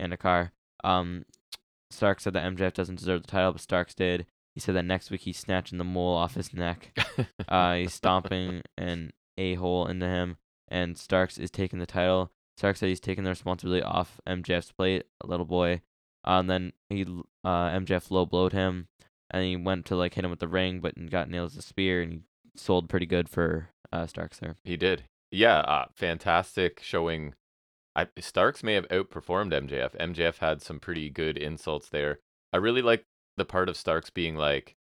S2: and a car. Um, Stark said that MJF doesn't deserve the title, but Starks did. He said that next week he's snatching the mole off his neck. Uh, he's stomping an a hole into him, and Starks is taking the title. Starks said he's taking the responsibility off MJF's plate, a little boy. Uh, and then he l- uh, MJF low blowed him, and he went to like hit him with the ring, but got nailed with a spear, and he sold pretty good for uh, Starks there.
S1: He did. Yeah, uh, fantastic showing. I Starks may have outperformed MJF. MJF had some pretty good insults there. I really like the part of Starks being like,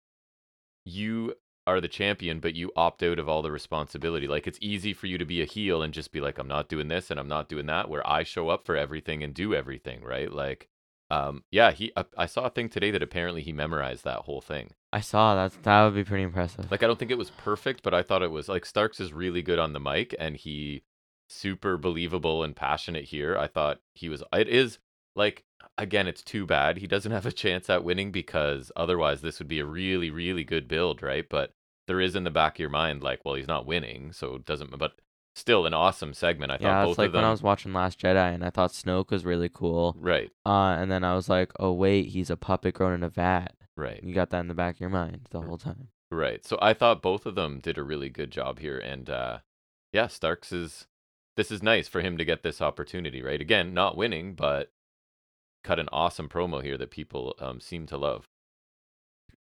S1: "You are the champion, but you opt out of all the responsibility. Like it's easy for you to be a heel and just be like, I'm not doing this and I'm not doing that. Where I show up for everything and do everything, right? Like, um, yeah. He, I, I saw a thing today that apparently he memorized that whole thing.
S2: I saw that. That would be pretty impressive.
S1: Like I don't think it was perfect, but I thought it was like Starks is really good on the mic and he super believable and passionate here. I thought he was it is like again, it's too bad he doesn't have a chance at winning because otherwise this would be a really really good build, right? But there is in the back of your mind like, well, he's not winning, so it doesn't but still an awesome segment. I
S2: yeah,
S1: thought
S2: it's
S1: both
S2: like
S1: of them
S2: when I was watching Last Jedi, and I thought Snoke was really cool.
S1: right,
S2: Uh, and then I was like, oh wait, he's a puppet grown in a vat.
S1: right.
S2: You got that in the back of your mind the whole time.
S1: Right. So I thought both of them did a really good job here, and uh, yeah, Starks is this is nice for him to get this opportunity. Right. Again, not winning, but cut an awesome promo here that people um, seem to love.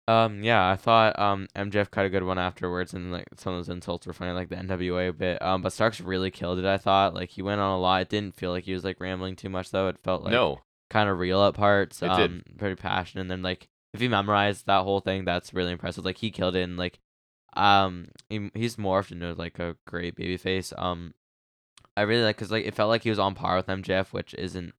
S2: Um, yeah, I thought um MJF cut a good one afterwards, and like some of those insults were funny, like the NWA bit. Um, but Starks really killed it. I thought like he went on a lot. It didn't feel like he was like rambling too much though. It felt like
S1: no.
S2: kind of real at parts.
S1: It
S2: um,
S1: did.
S2: pretty passionate. And then like if he memorized that whole thing, that's really impressive. Like he killed it. And like, um, he, he's morphed into like a great baby face. Um, I really like because like it felt like he was on par with MJF, which isn't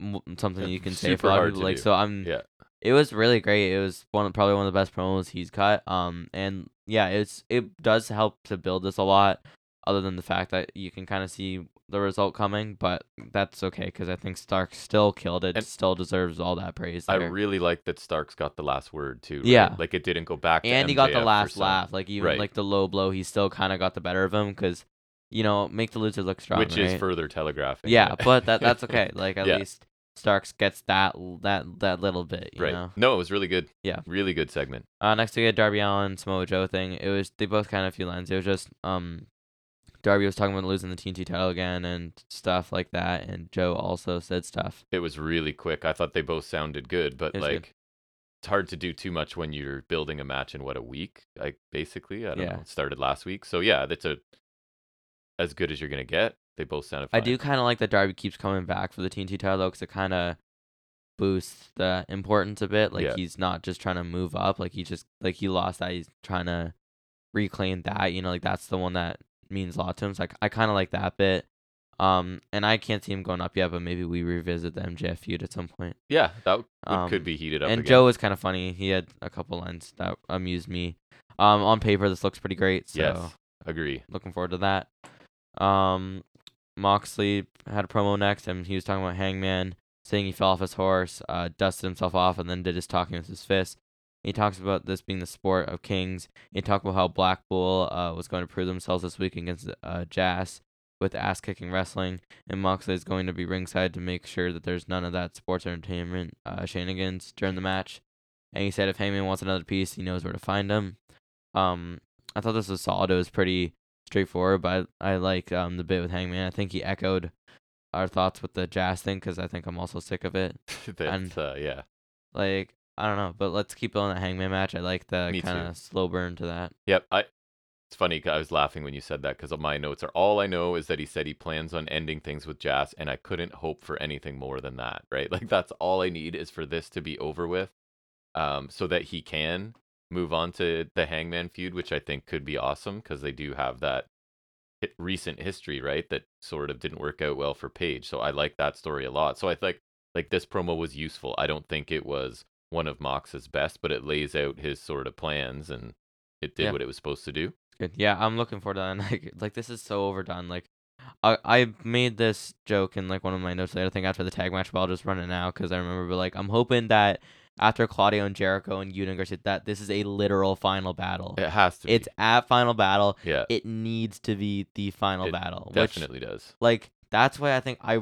S2: m- something you can say for
S1: Super
S2: a lot of
S1: hard
S2: people.
S1: to
S2: Like
S1: do.
S2: so, I'm
S1: Yeah.
S2: It was really great. It was one of- probably one of the best promos he's cut. Um, and yeah, it's it does help to build this a lot other than the fact that you can kind of see the result coming, but that's okay because I think Stark still killed it,
S1: And-
S2: still deserves all that praise.
S1: I
S2: there.
S1: really like that Starks got the last word too. right?
S2: Yeah.
S1: Like it didn't go back. to
S2: and he got
S1: MJF
S2: the
S1: for
S2: last
S1: some-
S2: laugh, like even
S1: Right.
S2: like the low blow, he still kind of got the better of him because you know make the loser look strong,
S1: which is
S2: right?
S1: further telegraphing.
S2: yeah, but that that's okay. Like at
S1: Yeah.
S2: least Starks gets that l- that that little bit, you
S1: right.
S2: know.
S1: No, it was really good.
S2: Yeah.
S1: Really good segment.
S2: Uh, next we had Darby Allen Samoa Joe thing. It was they both kind of a few lines. It was just um, Darby was talking about losing the TNT title again and stuff like that, and Joe also said stuff.
S1: It was really quick. I thought they both sounded good, but
S2: It was
S1: like
S2: good.
S1: it's hard to do too much when you're building a match in what a week. Like basically, I don't
S2: Yeah.
S1: know. It started last week, so yeah, that's a as good as you're gonna get. They both sounded.
S2: I
S1: fine.
S2: do kind of like that Darby keeps coming back for the TNT title though, because it kind of boosts the importance a bit. Like
S1: Yeah.
S2: he's not just trying to move up. Like he just like he lost that. He's trying to reclaim that. You know, like that's the one that means a lot to him. So like I kind of like that bit. Um, and I can't see him going up yet, but maybe we revisit the MJF feud at some point.
S1: Yeah, that would-
S2: Um,
S1: could be heated up.
S2: And
S1: again.
S2: Joe was kind of funny. He had a couple lines that amused me. Um, on paper this looks pretty great. So
S1: yes, agree.
S2: looking forward to that. Um, Moxley had a promo next, and he was talking about Hangman saying he fell off his horse, uh, dusted himself off, and then did his talking with his fist. He talks about this being the sport of kings. He talked about how Black Bull uh, was going to prove themselves this week against uh, Jazz with ass kicking wrestling, and Moxley is going to be ringside to make sure that there's none of that sports entertainment uh, shenanigans during the match. And he said if Hangman wants another piece, he knows where to find him. Um, I thought this was solid. It was pretty straightforward, but I, I like um the bit with Hangman. I think he echoed our thoughts with the jazz thing because I think I'm also sick of it.
S1: That's, uh, yeah.
S2: Like I don't know, but let's keep on the Hangman match. I like the
S1: Me too.
S2: kind of slow burn to that.
S1: Yep. I. It's funny. 'cause I was laughing when you said that because my notes are all I know is that he said he plans on ending things with Jazz, and I couldn't hope for anything more than that. Right. Like that's all I need is for this to be over with, um, so that he can move on to the Hangman feud, which I think could be awesome because they do have that hit recent history, right? That sort of didn't work out well for Paige. So I like that story a lot. So I think like this promo was useful. I don't think it was one of Mox's best, but it lays out his sort of plans and it did
S2: Yeah.
S1: what it was supposed to do.
S2: Good. Yeah, I'm looking forward to that. And like, like this is so overdone. Like, I I made this joke in like one of my notes later. I think after the tag match, but I'll just run it now because I remember. But like, I'm hoping that after Claudio and Jericho and Yuna and Garcia, that this is a literal final battle.
S1: It has to.
S2: It's at final battle.
S1: be. yeah,
S2: It needs to be the final
S1: It
S2: battle. Which,
S1: definitely does.
S2: like that's why I think I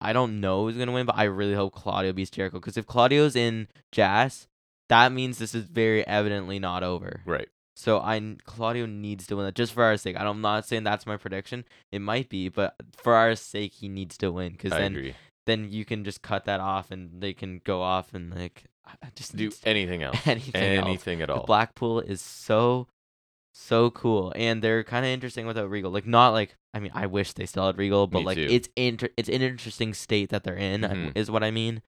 S2: I don't know who's gonna win, but I really hope Claudio beats Jericho because if Claudio's in Jazz, that means this is very evidently not over.
S1: Right.
S2: So I n- Claudio needs to win that just for our sake. I don't- I'm not saying that's my prediction. It might be, but for our sake, he needs to win because
S1: I
S2: then
S1: agree.
S2: then you can just cut that off and they can go off and like I I just
S1: Do
S2: need to-
S1: anything else.
S2: anything, else.
S1: Anything at all.
S2: The Blackpool is so so cool and they're kind of interesting without Regal. Like not like I mean I wish they still had Regal, but
S1: Me
S2: like
S1: too.
S2: it's inter- it's an interesting state that they're in I-
S1: Mhm.
S2: is what I mean.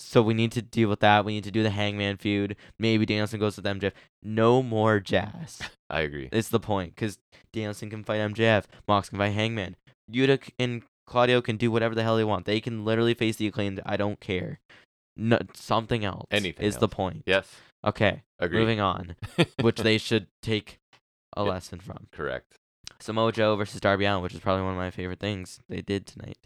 S2: So we need to deal with that. We need to do the Hangman feud. Maybe Danielson goes with MJF. No more jazz.
S1: I agree.
S2: It's the point because Danielson can fight MJF. Mox can fight Hangman. Yuta c- and Claudio can do whatever the hell they want. They can literally face the acclaimed. I don't care. No, something else.
S1: Anything
S2: is the
S1: else.
S2: point.
S1: Yes.
S2: Okay,
S1: Agree.
S2: moving on, which they should take a
S1: Yeah.
S2: lesson from
S1: correct.
S2: Samoa Joe versus Darby Allin, which is probably one of my favorite things they did tonight.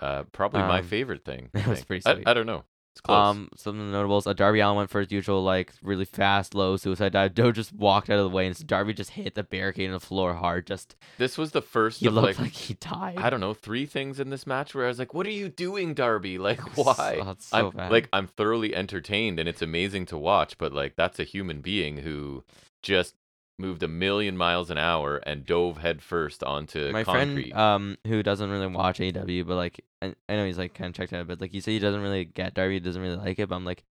S1: Uh, probably my
S2: Um,
S1: favorite thing.
S2: that
S1: I
S2: was
S1: think.
S2: pretty sweet.
S1: I, I don't know. It's close.
S2: Um, some of the notables: uh, Darby Allen went for his usual like really fast, low suicide dive. Joe just walked out of the way, and so Darby just hit the barricade on the floor hard. Just
S1: this was the first
S2: he
S1: of
S2: looked
S1: like,
S2: like, he died.
S1: I don't know three things in this match where I was like, "What are you doing, Darby? Like,
S2: It was
S1: why?"
S2: so- Oh, it's so
S1: I'm
S2: bad.
S1: like I'm thoroughly entertained and it's amazing to watch, but like that's a human being who just moved a million miles an hour and dove headfirst onto
S2: my
S1: concrete.
S2: friend um who doesn't really watch AW, but like I, I know he's like kind of checked out, but like he said he doesn't really get Darby, doesn't really like it. But I'm like,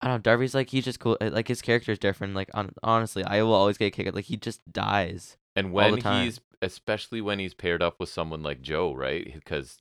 S2: I don't know. Darby's like he's just cool. uh, Like his character's different. Like on, honestly, I will always get kicked. Like he just dies.
S1: and
S2: all the
S1: when
S2: time.
S1: he's especially when he's paired up with someone like Joe, right? Because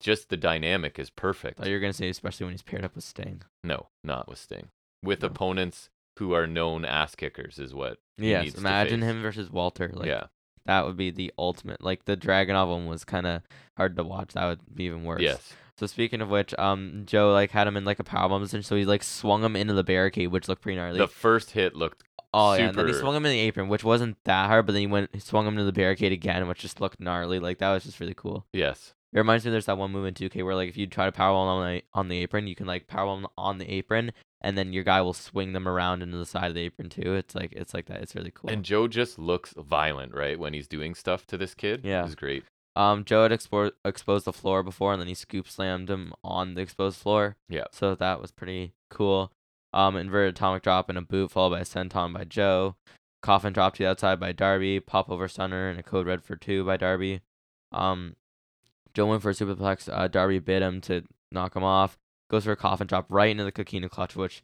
S1: just the dynamic is perfect.
S2: Thought you were gonna say especially when he's paired up with Sting.
S1: No, not with Sting. With
S2: No.
S1: opponents who are known ass kickers is what. he needs
S2: Yes,
S1: to
S2: imagine
S1: face.
S2: him versus Walter. Like
S1: yeah.
S2: that would be the ultimate. Like the Dragonov one was kind of hard to watch. That would be even worse.
S1: Yes.
S2: So speaking of which, um, Joe like had him in like a power bomb, and so he like swung him into the barricade, which looked pretty gnarly.
S1: the first hit looked
S2: oh yeah, and then he
S1: super-
S2: swung him in the apron, which wasn't that hard, but then he went he swung him to the barricade again, which just looked gnarly. Like that was just really cool.
S1: yes.
S2: It reminds me there's that one move in 2K where like if you try to powerbomb on the on the apron, you can like powerbomb on the apron, and then your guy will swing them around into the side of the apron too. It's like it's like that. It's really cool.
S1: And Joe just looks violent, right? When he's doing stuff to this kid.
S2: Yeah.
S1: It's great.
S2: Um, Joe had expo- exposed the floor before, and then he scoop slammed him on the exposed floor.
S1: Yeah.
S2: So that was pretty cool. Um, inverted atomic drop and a boot followed by a senton by Joe. Coffin drop to the outside by Darby. Pop over stunner and a code red for two by Darby. Um, Joe went for a superplex. Uh, Darby bit him to knock him off. Goes for a coffin drop right into the coquina clutch, which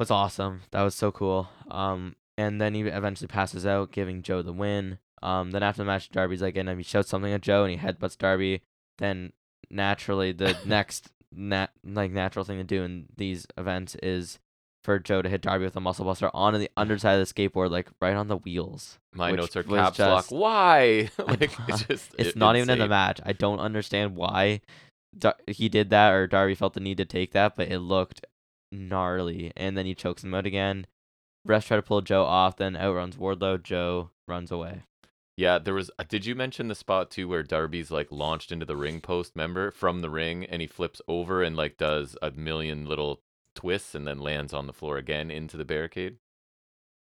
S2: was awesome. That was so cool. Um, and then he eventually passes out, giving Joe the win. Um, then after the match, Darby's like, and he shouts something at Joe, and he headbutts Darby. Then naturally, the next nat- like natural thing to do in these events is for Joe to hit Darby with a muscle buster onto the underside of the skateboard, like right on the wheels.
S1: My
S2: which
S1: notes are
S2: was
S1: caps
S2: just-
S1: lock. Why? like it's just
S2: It's
S1: i-
S2: not even in the
S1: insane.
S2: match. I don't understand why Dar- he did that or Darby felt the need to take that, but it looked gnarly. And then he chokes him out again. Refs try to pull Joe off, then outruns Wardlow. Joe runs away.
S1: Yeah, there was. uh, Did you mention the spot too where Darby's like launched into the ring post, member from the ring, and he flips over and like does a million little twists and then lands on the floor again into the barricade?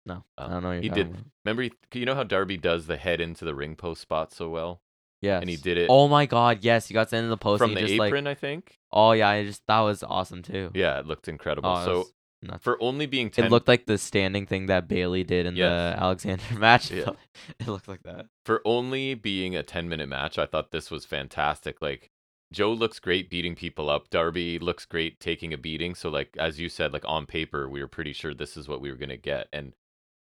S2: No,
S1: Oh,
S2: I don't know. What you're
S1: he
S2: talking
S1: did-
S2: about.
S1: Remember, he- you know how Darby does the head into the ring post spot so well,
S2: Yes.
S1: and he did it
S2: Oh my God! Yes, he got sent into the post.
S1: from
S2: and
S1: the
S2: he just,
S1: apron, I
S2: Like,
S1: think.
S2: oh yeah, I just that was awesome too.
S1: Yeah, it looked incredible.
S2: Oh, that
S1: so
S2: was nuts.
S1: for only being ten,
S2: it looked like the standing thing that Bailey did in
S1: Yes.
S2: the Alexander match.
S1: Yeah.
S2: it looked like that.
S1: for only being a ten minute match, I thought this was fantastic. Like Joe looks great beating people up. Darby looks great taking a beating. So like as you said, like on paper, we were pretty sure this is what we were gonna get. And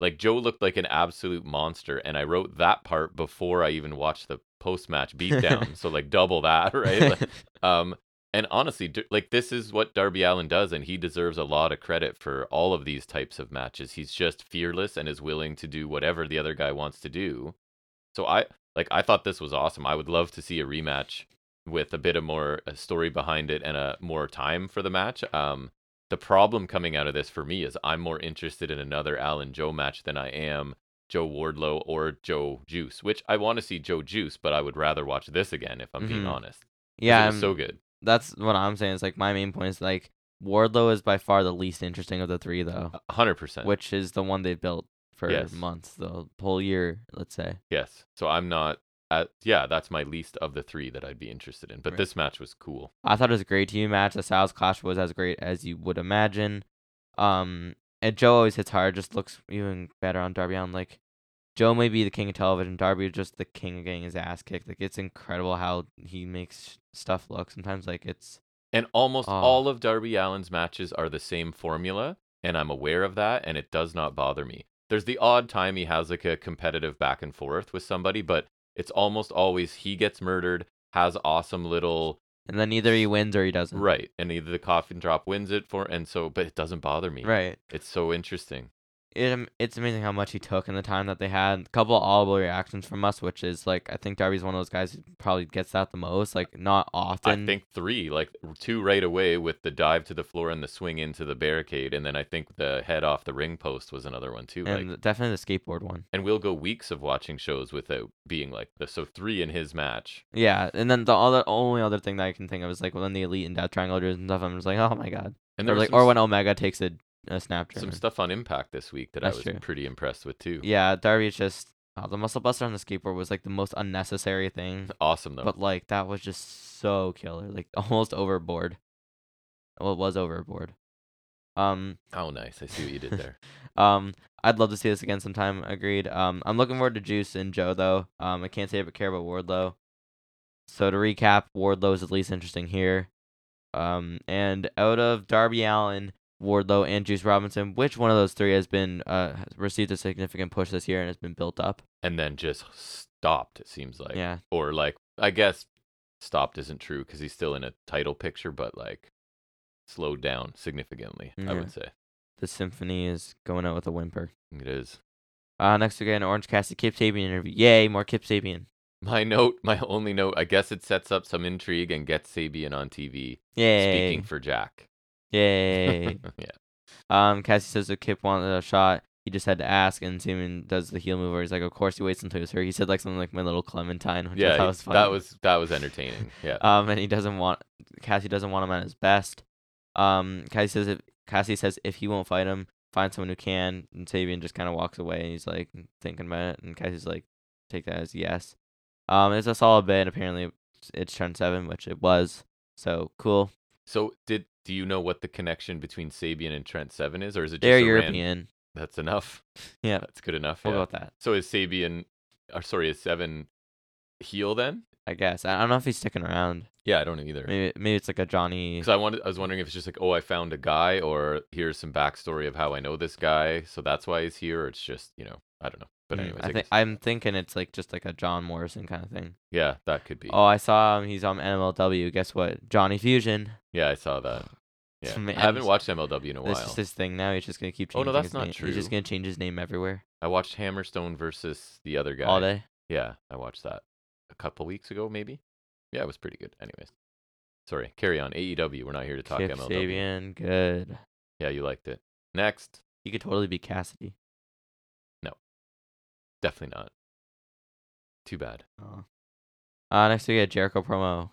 S1: like Joe looked like an absolute monster. And I wrote that part before I even watched the post match beatdown. so like double that, right? Like, um, and honestly, d- like this is what Darby Allen does, and he deserves a lot of credit for all of these types of matches. He's just fearless and is willing to do whatever the other guy wants to do. So I like I thought this was awesome. I would love to see a rematch with a bit of more a story behind it and a more time for the match. Um, the problem coming out of this for me is I'm more interested in another Allen Joe match than I am Joe Wardlow or Joe Juice, which I want to see Joe Juice, but I would rather watch this again if I'm being
S2: Mhm.
S1: honest. 'Cause
S2: yeah,
S1: it was
S2: I'm-
S1: so good.
S2: that's what I'm saying. It's like my main point is like Wardlow is by far the least interesting of the three, though,
S1: A hundred percent.
S2: Uh, which is the one they've built for
S1: Yes.
S2: months, the whole year, let's say.
S1: Yes. So I'm not. At, yeah, that's my least of the three that I'd be interested in. But
S2: Right.
S1: this match was cool.
S2: I thought it was a great team match. The Styles Clash was as great as you would imagine. Um, and Joe always hits hard. Just looks even better on Darby Allen. Like Joe may be the king of television. Darby is just the king of getting his ass kicked. Like it's incredible how he makes stuff look. Sometimes like it's
S1: And almost
S2: Ah.
S1: all of Darby Allen's matches are the same formula, and I'm aware of that, and it does not bother me. There's the odd time he has like a competitive back and forth with somebody, but it's almost always he gets murdered, has awesome little
S2: and then either he wins or he doesn't.
S1: right, and either the coffin drop wins it for, and so, but it doesn't bother me.
S2: Right.
S1: It's so interesting.
S2: it, am- it's amazing how much he took in the time that they had. A couple of audible reactions from us, which is like I think Darby's one of those guys who probably gets that the most. Like not often.
S1: I think three, like two right away with the dive to the floor and the swing into the barricade, and then I think the head off the ring post was another one too.
S2: and
S1: like,
S2: definitely the skateboard one.
S1: and we'll go weeks of watching shows without being like this. So three in his match.
S2: Yeah, and then the other only other thing that I can think of is like when the elite and Death Triangle does and stuff. I'm just like, oh my god.
S1: And there
S2: or
S1: was
S2: like,
S1: some,
S2: or
S1: s-
S2: when Omega takes a, a snap
S1: some
S2: German.
S1: stuff on Impact this week that I
S2: That's
S1: was
S2: true.
S1: pretty impressed with too.
S2: Yeah, Darby is just oh, the muscle buster on the skateboard was like the most unnecessary thing,
S1: Awesome though.
S2: but like that was just so killer, like almost overboard. Well, it was overboard. Um,
S1: oh, nice. I see what you did there.
S2: um, I'd love to see this again sometime. Agreed. Um, I'm looking forward to Juice and Joe though. Um, I can't say I care about Wardlow. So to recap, Wardlow is the least interesting here. Um, and out of Darby Allen, Wardlow, and Juice Robinson, which one of those three has been uh has received a significant push this year and has been built up?
S1: and then just stopped. It seems like.
S2: yeah,
S1: Or like I guess stopped isn't true because he's still in a title picture, but like slowed down significantly. I
S2: Yeah.
S1: would say
S2: the symphony is going out with a whimper.
S1: it is.
S2: Uh, next we got an Orange Cassidy Kip Sabian interview. Yay, more Kip Sabian.
S1: My note, my only note, I guess it sets up some intrigue and gets Sabian on TV
S2: Yay.
S1: speaking for Jack.
S2: Yay.
S1: yeah.
S2: Um, Cassie says if Kip wanted a shot, he just had to ask, and Simon does the heel move where he's like, "Of course he waits until he's hurt." He said like something like "My little Clementine," which I
S1: Yeah.
S2: thought was funny.
S1: that was that was entertaining. Yeah.
S2: Um, and he doesn't want Cassie doesn't want him at his best. Um, Cassie says if Cassie says if he won't fight him, find someone who can. And Sabian just kind of walks away, and he's like thinking about it. And Cassie's like, take that as yes. Um, it's a solid bit. and Apparently, it's- it's turn seven, which it was. So cool.
S1: so did do you know what the connection between Sabian and Trent Seven is, or is it just
S2: They're
S1: a ran-
S2: European.
S1: That's enough.
S2: Yeah,
S1: That's good enough.
S2: we'll
S1: yeah.
S2: go with that.
S1: So is Sabian, or sorry, is Seven heel then?
S2: I guess. I I don't know if he's sticking around.
S1: Yeah, I don't know either.
S2: Maybe maybe it's like a Johnny.
S1: Because I wanted, I was wondering if it's just like, oh, I found a guy, or here's some backstory of how I know this guy, so that's why he's here. Or it's just, you know, I don't know. But
S2: Mm,
S1: anyways, I
S2: I think
S1: guess-
S2: I'm thinking it's like just like a John Morrison kind of thing.
S1: yeah, that could be.
S2: Oh, I saw him. He's on MLW. Guess what? Johnny Fusion.
S1: Yeah, I saw that. Yeah.
S2: Man,
S1: I haven't
S2: this-
S1: watched MLW in a
S2: This
S1: while.
S2: is his thing now. He's just gonna keep
S1: Oh,
S2: changing.
S1: no,
S2: his
S1: that's not
S2: name. He's just
S1: true.
S2: gonna change his name everywhere
S1: I watched Hammerstone versus the other guy.
S2: all day.
S1: Yeah, I watched that a couple weeks ago, maybe. Yeah, it was pretty good. Anyways, sorry. Carry on. AEW. We're not here to talk
S2: Kip
S1: MLW.
S2: Sabian, good.
S1: Yeah, you liked it. Next,
S2: He could totally be Cassidy.
S1: definitely not. Too bad.
S2: Oh. Uh, next we got Jericho promo.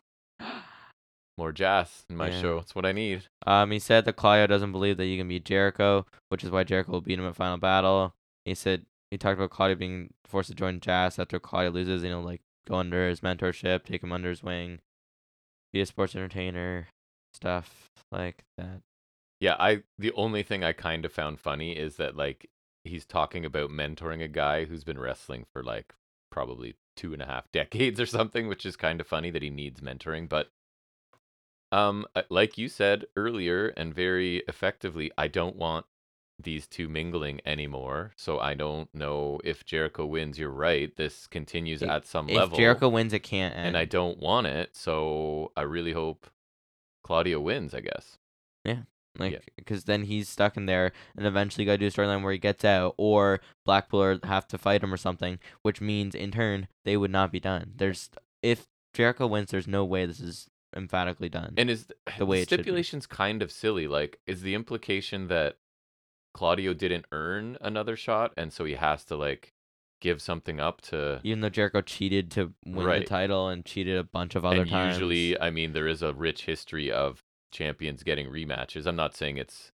S1: More jazz in my
S2: Yeah.
S1: show. It's what I need.
S2: Um, he said that Claudio doesn't believe that you can beat Jericho, which is why Jericho will beat him at Final Battle. He said he talked about Claudio being forced to join Jazz after Claudio loses, you know, like go under his mentorship, take him under his wing, be a sports entertainer, stuff like that.
S1: Yeah, I the only thing I kind of found funny is that like he's talking about mentoring a guy who's been wrestling for like probably two and a half decades or something, which is kind of funny that he needs mentoring, but Um, uh, like you said earlier and very effectively, I don't want these two mingling anymore. So I don't know if Jericho wins. You're right. This continues
S2: If-
S1: at some
S2: If
S1: level.
S2: Jericho wins, it can't end.
S1: and I don't want it. So I really hope Claudio wins. I guess.
S2: Like, because then he's stuck in there, and eventually you gotta do a storyline where he gets out, or Blackpool or have to fight him or something, which means in turn they would not be done. There's if Jericho wins, there's no way this is emphatically done.
S1: And is th-
S2: The way it should be.
S1: stipulation's kind of silly. Like, is the implication that Claudio didn't earn another shot, and so he has to like give something up to?
S2: even though Jericho cheated to win the
S1: Right.
S2: title and cheated a bunch of other
S1: and
S2: times,
S1: usually, I mean, there is a rich history of champions getting rematches. I'm not saying it's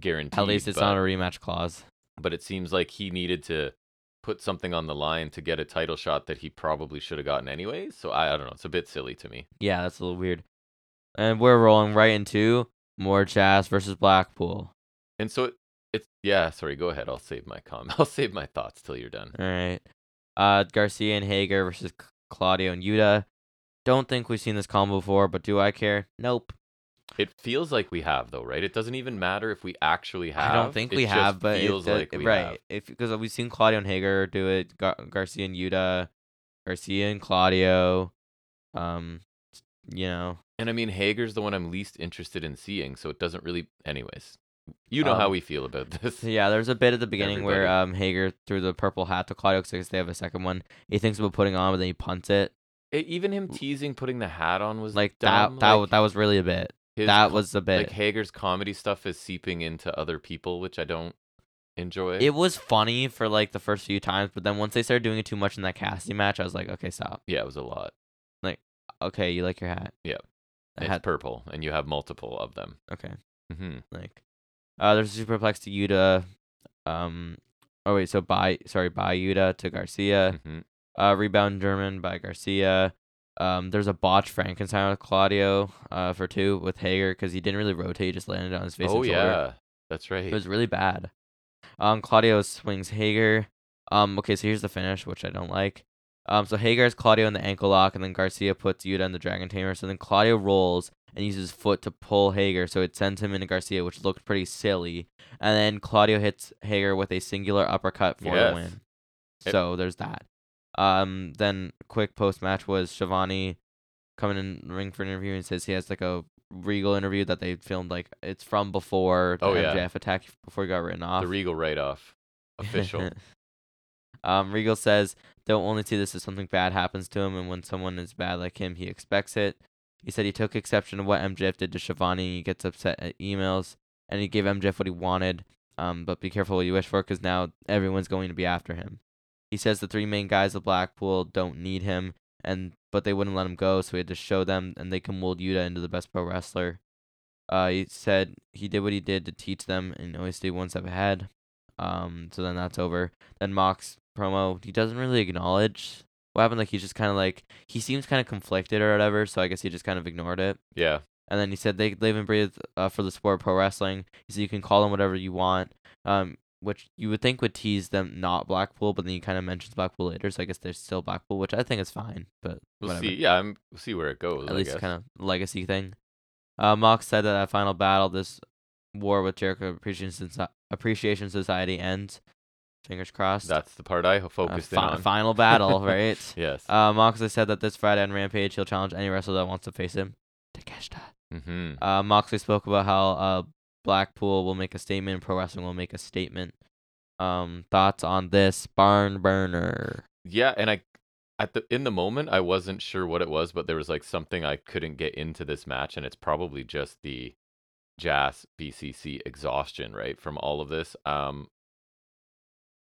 S1: guaranteed.
S2: at least it's
S1: but,
S2: not a rematch clause.
S1: But it seems like he needed to put something on the line to get a title shot that he probably should have gotten anyways. So I, I don't know. It's a bit silly to me.
S2: Yeah, that's a little weird. And we're rolling right into more Jazz versus Blackpool.
S1: And so it, it's yeah. Sorry, go ahead. I'll save my com. I'll save my thoughts till you're done.
S2: All right. Uh, Garcia and Hager versus C- Claudio and Yuta. Don't think we've seen this combo before, but do I care? Nope.
S1: It feels like we have though, right? It doesn't even matter if we actually have.
S2: I don't think
S1: It
S2: we
S1: just
S2: have, but it
S1: feels
S2: does-
S1: like we
S2: right.
S1: have.
S2: If because we've seen Claudio and Hager do it, Gar- Garcia and Yuta, Garcia and Claudio. Um, you know,
S1: And I mean, Hager's the one I'm least interested in seeing, so it doesn't really. Anyways, you know how
S2: Um,
S1: we feel about this.
S2: So yeah, there's a bit at the beginning where
S1: Everybody.
S2: um Hager threw the purple hat to Claudio because they have a second one. He thinks about putting on, but then he punts it.
S1: E- even him teasing putting the hat on was
S2: Like
S1: dumb.
S2: that, that,
S1: like,
S2: that was really a bit.
S1: his
S2: that
S1: co-
S2: was a
S1: like
S2: bit.
S1: Hager's comedy stuff is seeping into other people, which I don't enjoy.
S2: it was funny for like the first few times, but then once they started doing it too much in that casting match, I was like, okay, stop.
S1: yeah, it was a lot.
S2: Okay, you like your hat.
S1: Yeah.
S2: The
S1: It's
S2: hat.
S1: purple, and you have multiple of them.
S2: okay.
S1: hmm
S2: Like, uh, there's a superplex to Yuta. Um, oh wait, so by sorry by Yuta to Garcia.
S1: hmm
S2: Uh, rebound German by Garcia. Um, there's a botch Frankenstein with Claudio uh, for two with Hager because he didn't really rotate, he just landed on his face.
S1: Oh
S2: and shoulder.
S1: yeah, that's right.
S2: it was really bad. Um, Claudio swings Hager. Um, okay, so here's the finish, which I don't like. Um, so Hager has Claudio in the ankle lock, and then Garcia puts Yuta in the Dragon Tamer. So then Claudio rolls and uses his foot to pull Hager, so it sends him into Garcia, which looked pretty silly. And then Claudio hits Hager with a singular uppercut for
S1: Yes.
S2: the win.
S1: It-
S2: So there's that. Um, then quick post match was Shivani coming in the ring for an interview and says he has like a regal interview that they filmed like it's from before the
S1: Oh, yeah.
S2: MJF attack before he got written off.
S1: the Regal write-off, official.
S2: um, Regal says they'll only see this if something bad happens to him, and when someone is bad like him, he expects it. He said he took exception to what MJF did to Shivani. He gets upset at emails, and he gave MJF what he wanted. Um, but be careful what you wish for, because now everyone's going to be after him. He says the three main guys of Blackpool don't need him, and but they wouldn't let him go, so he had to show them, and they can mold Yuta into the best pro wrestler. Uh, he said he did what he did to teach them and always stay one step ahead. Um, so then that's over. Then Mox promo, he doesn't really acknowledge what happened. Like he's just kind of like he seems kind of conflicted or whatever. So I guess he just kind of ignored it.
S1: yeah,
S2: And then he said they live and breathe uh, for the sport of pro wrestling. He said you can call them whatever you want. Um, which you would think would tease them not Blackpool, but then he kind of mentions Blackpool later. So I guess they're still Blackpool, which I think is fine. But
S1: we'll
S2: whatever
S1: see. Yeah, I'm, we'll see where it goes.
S2: at
S1: I
S2: least
S1: guess.
S2: kind of legacy thing. Uh, Mox said that at Final Battle, this war with Jericho Appreciation, Soci- Appreciation Society ends. Fingers crossed.
S1: That's the part I ho-
S2: Uh,
S1: focused
S2: fi-
S1: in on.
S2: Final Battle, right?
S1: Yes.
S2: Uh, Mox has said that this Friday on Rampage, he'll challenge any wrestler that wants to face him. Takeshita.
S1: hmm
S2: Uh, Moxley spoke about how uh, Blackpool will make a statement, and pro wrestling will make a statement. Um, thoughts on this barn burner?
S1: Yeah, and I at the in the moment I wasn't sure what it was, but there was like something I couldn't get into this match, and it's probably just the Jazz BCC exhaustion, right, from all of this. Um,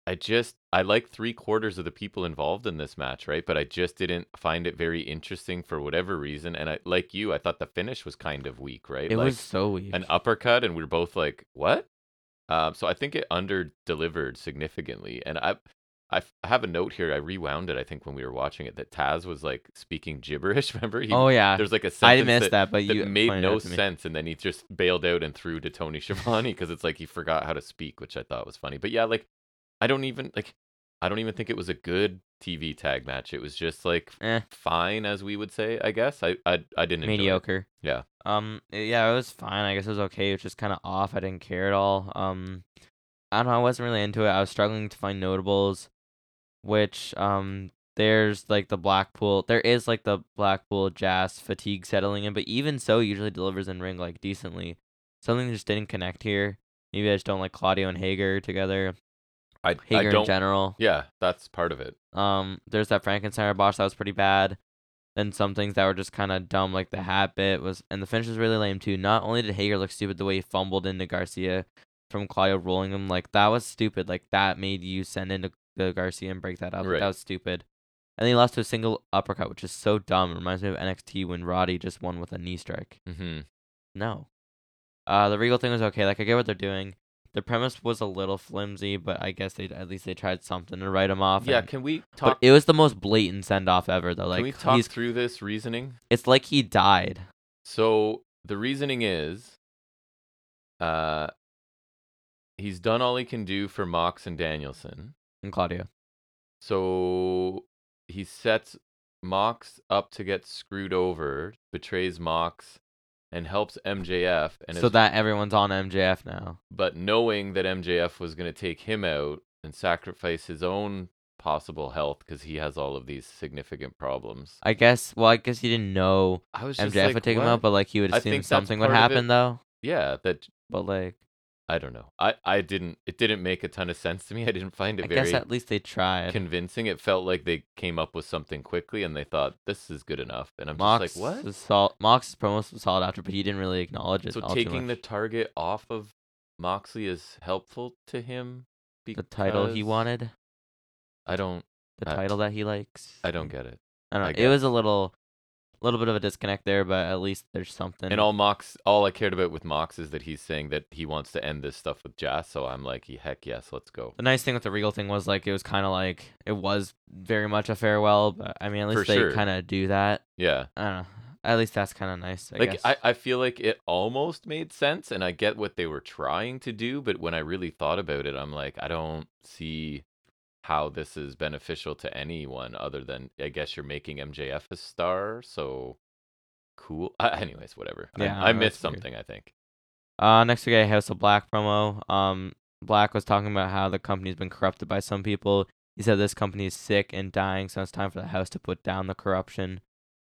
S1: I just I like three quarters of the people involved in this match, right? But I just didn't find it very interesting for whatever reason. And I like you, I thought the finish was kind of weak, right?
S2: It
S1: like,
S2: was so weird.
S1: an uppercut, and we were both like, "What?" Um, so I think it under delivered significantly, and I, I f- I have a note here. I rewound it. I think when we were watching it, that Taz was like speaking gibberish. Remember? He,
S2: oh yeah,
S1: there's like a
S2: I
S1: sentence
S2: missed
S1: that,
S2: that, but
S1: that
S2: you
S1: made
S2: pointed it
S1: no
S2: out to me.
S1: sense, and then he just bailed out and threw to Tony Schiavone because it's like he forgot how to speak, which I thought was funny. But yeah, like I don't even like I don't even think it was a good TV tag match. It was just like
S2: Eh.
S1: fine, as we would say, I guess. I I, I didn't enjoy it.
S2: mediocre.
S1: Yeah.
S2: Um. Yeah, it was fine. I guess it was okay. It was just kind of off. I didn't care at all. Um. I don't know. I wasn't really into it. I was struggling to find notables, which um. There's like the Blackpool. There is like the Blackpool Jazz fatigue settling in, but even so, he usually delivers in ring like decently. Something just didn't connect here. Maybe I just don't like Claudio and Hager together.
S1: I, I
S2: Hager in
S1: don't.
S2: general.
S1: Yeah, that's part of it.
S2: Um, there's that Frankensteiner botch that was pretty bad. Then some things that were just kind of dumb, like the hat bit was, and the finish was really lame too. Not only did Hager look stupid the way he fumbled into Garcia from Claudio rolling him, like that was stupid. Like that made you send into the Garcia and break that up. Like,
S1: Right.
S2: That was stupid. And then he lost to a single uppercut, which is so dumb. It reminds me of NXT when Roddy just won with a knee strike.
S1: hmm
S2: No. Uh, the Regal thing was okay. Like I get what they're doing. The premise was a little flimsy, but I guess they at least they tried something to write him off.
S1: Yeah,
S2: and-
S1: can we talk?
S2: but it was the most blatant send off ever, though. Like
S1: can we talk
S2: he's,
S1: through this reasoning?
S2: it's like he died.
S1: So the reasoning is, uh, he's done all he can do for Mox and Danielson.
S2: And Claudio,
S1: So he sets Mox up to get screwed over, betrays Mox, and helps MJF. And
S2: so
S1: is-
S2: that everyone's on MJF now.
S1: but knowing that MJF was going to take him out and sacrifice his own possible health because he has all of these significant problems.
S2: I guess. Well, I guess he didn't know
S1: I was just
S2: MJF
S1: like,
S2: would take
S1: what?
S2: him out, but like he would
S1: I
S2: assume
S1: think that's
S2: something would
S1: part of it.
S2: happen, though.
S1: yeah, that
S2: But like,
S1: I don't know. I I didn't. It didn't make a ton of sense to me. I didn't find it
S2: I
S1: very
S2: guess at least they tried.
S1: convincing. It felt like they came up with something quickly and they thought this is good enough. And I'm
S2: Mox
S1: just like, what?
S2: was sol- Mox's promo was solid after, but he didn't really acknowledge it.
S1: So
S2: all too
S1: taking the
S2: much.
S1: target off of Moxley is helpful to him.
S2: the title he
S1: because-
S2: wanted,
S1: I don't.
S2: the
S1: I-
S2: title that he likes.
S1: I don't get it.
S2: I
S1: I
S2: don't know.
S1: guess.
S2: it was a little, little bit of a disconnect there, but at least there's something.
S1: And all Mox, all I cared about with Mox is that he's saying that he wants to end this stuff with Jazz. So I'm like, "Ye- heck yes, let's go.
S2: the nice thing with the regal thing was like it was kind of like it was very much a farewell but i mean at least
S1: For
S2: they
S1: sure.
S2: kind of do that
S1: Yeah.
S2: i don't know at least that's kind of nice I
S1: like
S2: guess.
S1: I, I feel like it almost made sense and I get what they were trying to do, but when I really thought about it, I'm like, I don't see how this is beneficial to anyone other than I guess you're making MJF a star, so cool. Uh, anyways, whatever. I-
S2: Yeah,
S1: I,
S2: I know,
S1: missed
S2: it's weird.
S1: something, I think.
S2: uh next we got a house of black promo um black was talking about how the company's been corrupted by some people he said this company is sick and dying so it's time for the house to put down the corruption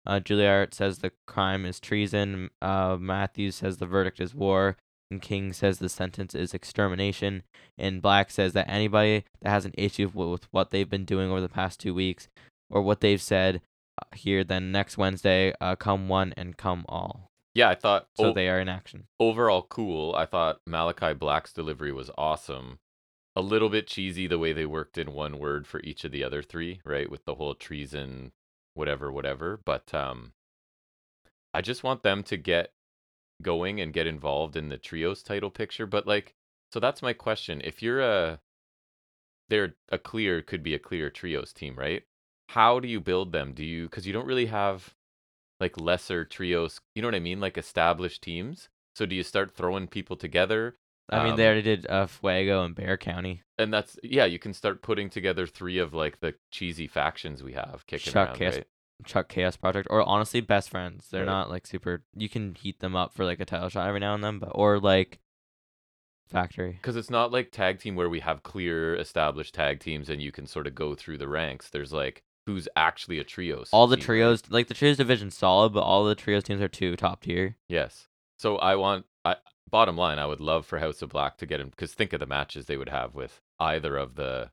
S2: uh juilliard says the crime is treason uh matthews says the verdict is war and King says the sentence is extermination, and Black says that anybody that has an issue w- with what they've been doing over the past two weeks or what they've said uh, here, then next Wednesday, uh, come one and come all.
S1: Yeah, I thought oh,
S2: So
S1: o-
S2: they are in action.
S1: overall cool. I thought Malachi Black's delivery was awesome. A little bit cheesy the way they worked in one word for each of the other three, right? With the whole treason, whatever, whatever. But um, I just want them to get going and get involved in the trios title picture. But like, so that's my question. If you're a, they're a clear could be a clear trios team, right? How do you build them? Do you because you don't really have like lesser trios, you know what I mean? Like established teams. So do you start throwing people together?
S2: I mean, they
S1: Um,
S2: already did uh, Fuego and Bear County.
S1: and that's yeah, you can start putting together three of like the cheesy factions we have kicking
S2: Chuck
S1: around,
S2: Chaos-
S1: right?
S2: Chuck Chaos Project, or honestly, best friends. They're
S1: Right.
S2: not like super. You can heat them up for like a title shot every now and then, but or like Factory.
S1: Because it's not like tag team where we have clear established tag teams and you can sort of go through the ranks. There's like who's actually a trios.
S2: All the
S1: team, right?
S2: trios, like the trios division, solid, but all the trios teams are two top tier.
S1: Yes. So I want I bottom line, I would love for House of Black to get him because think of the matches they would have with either of the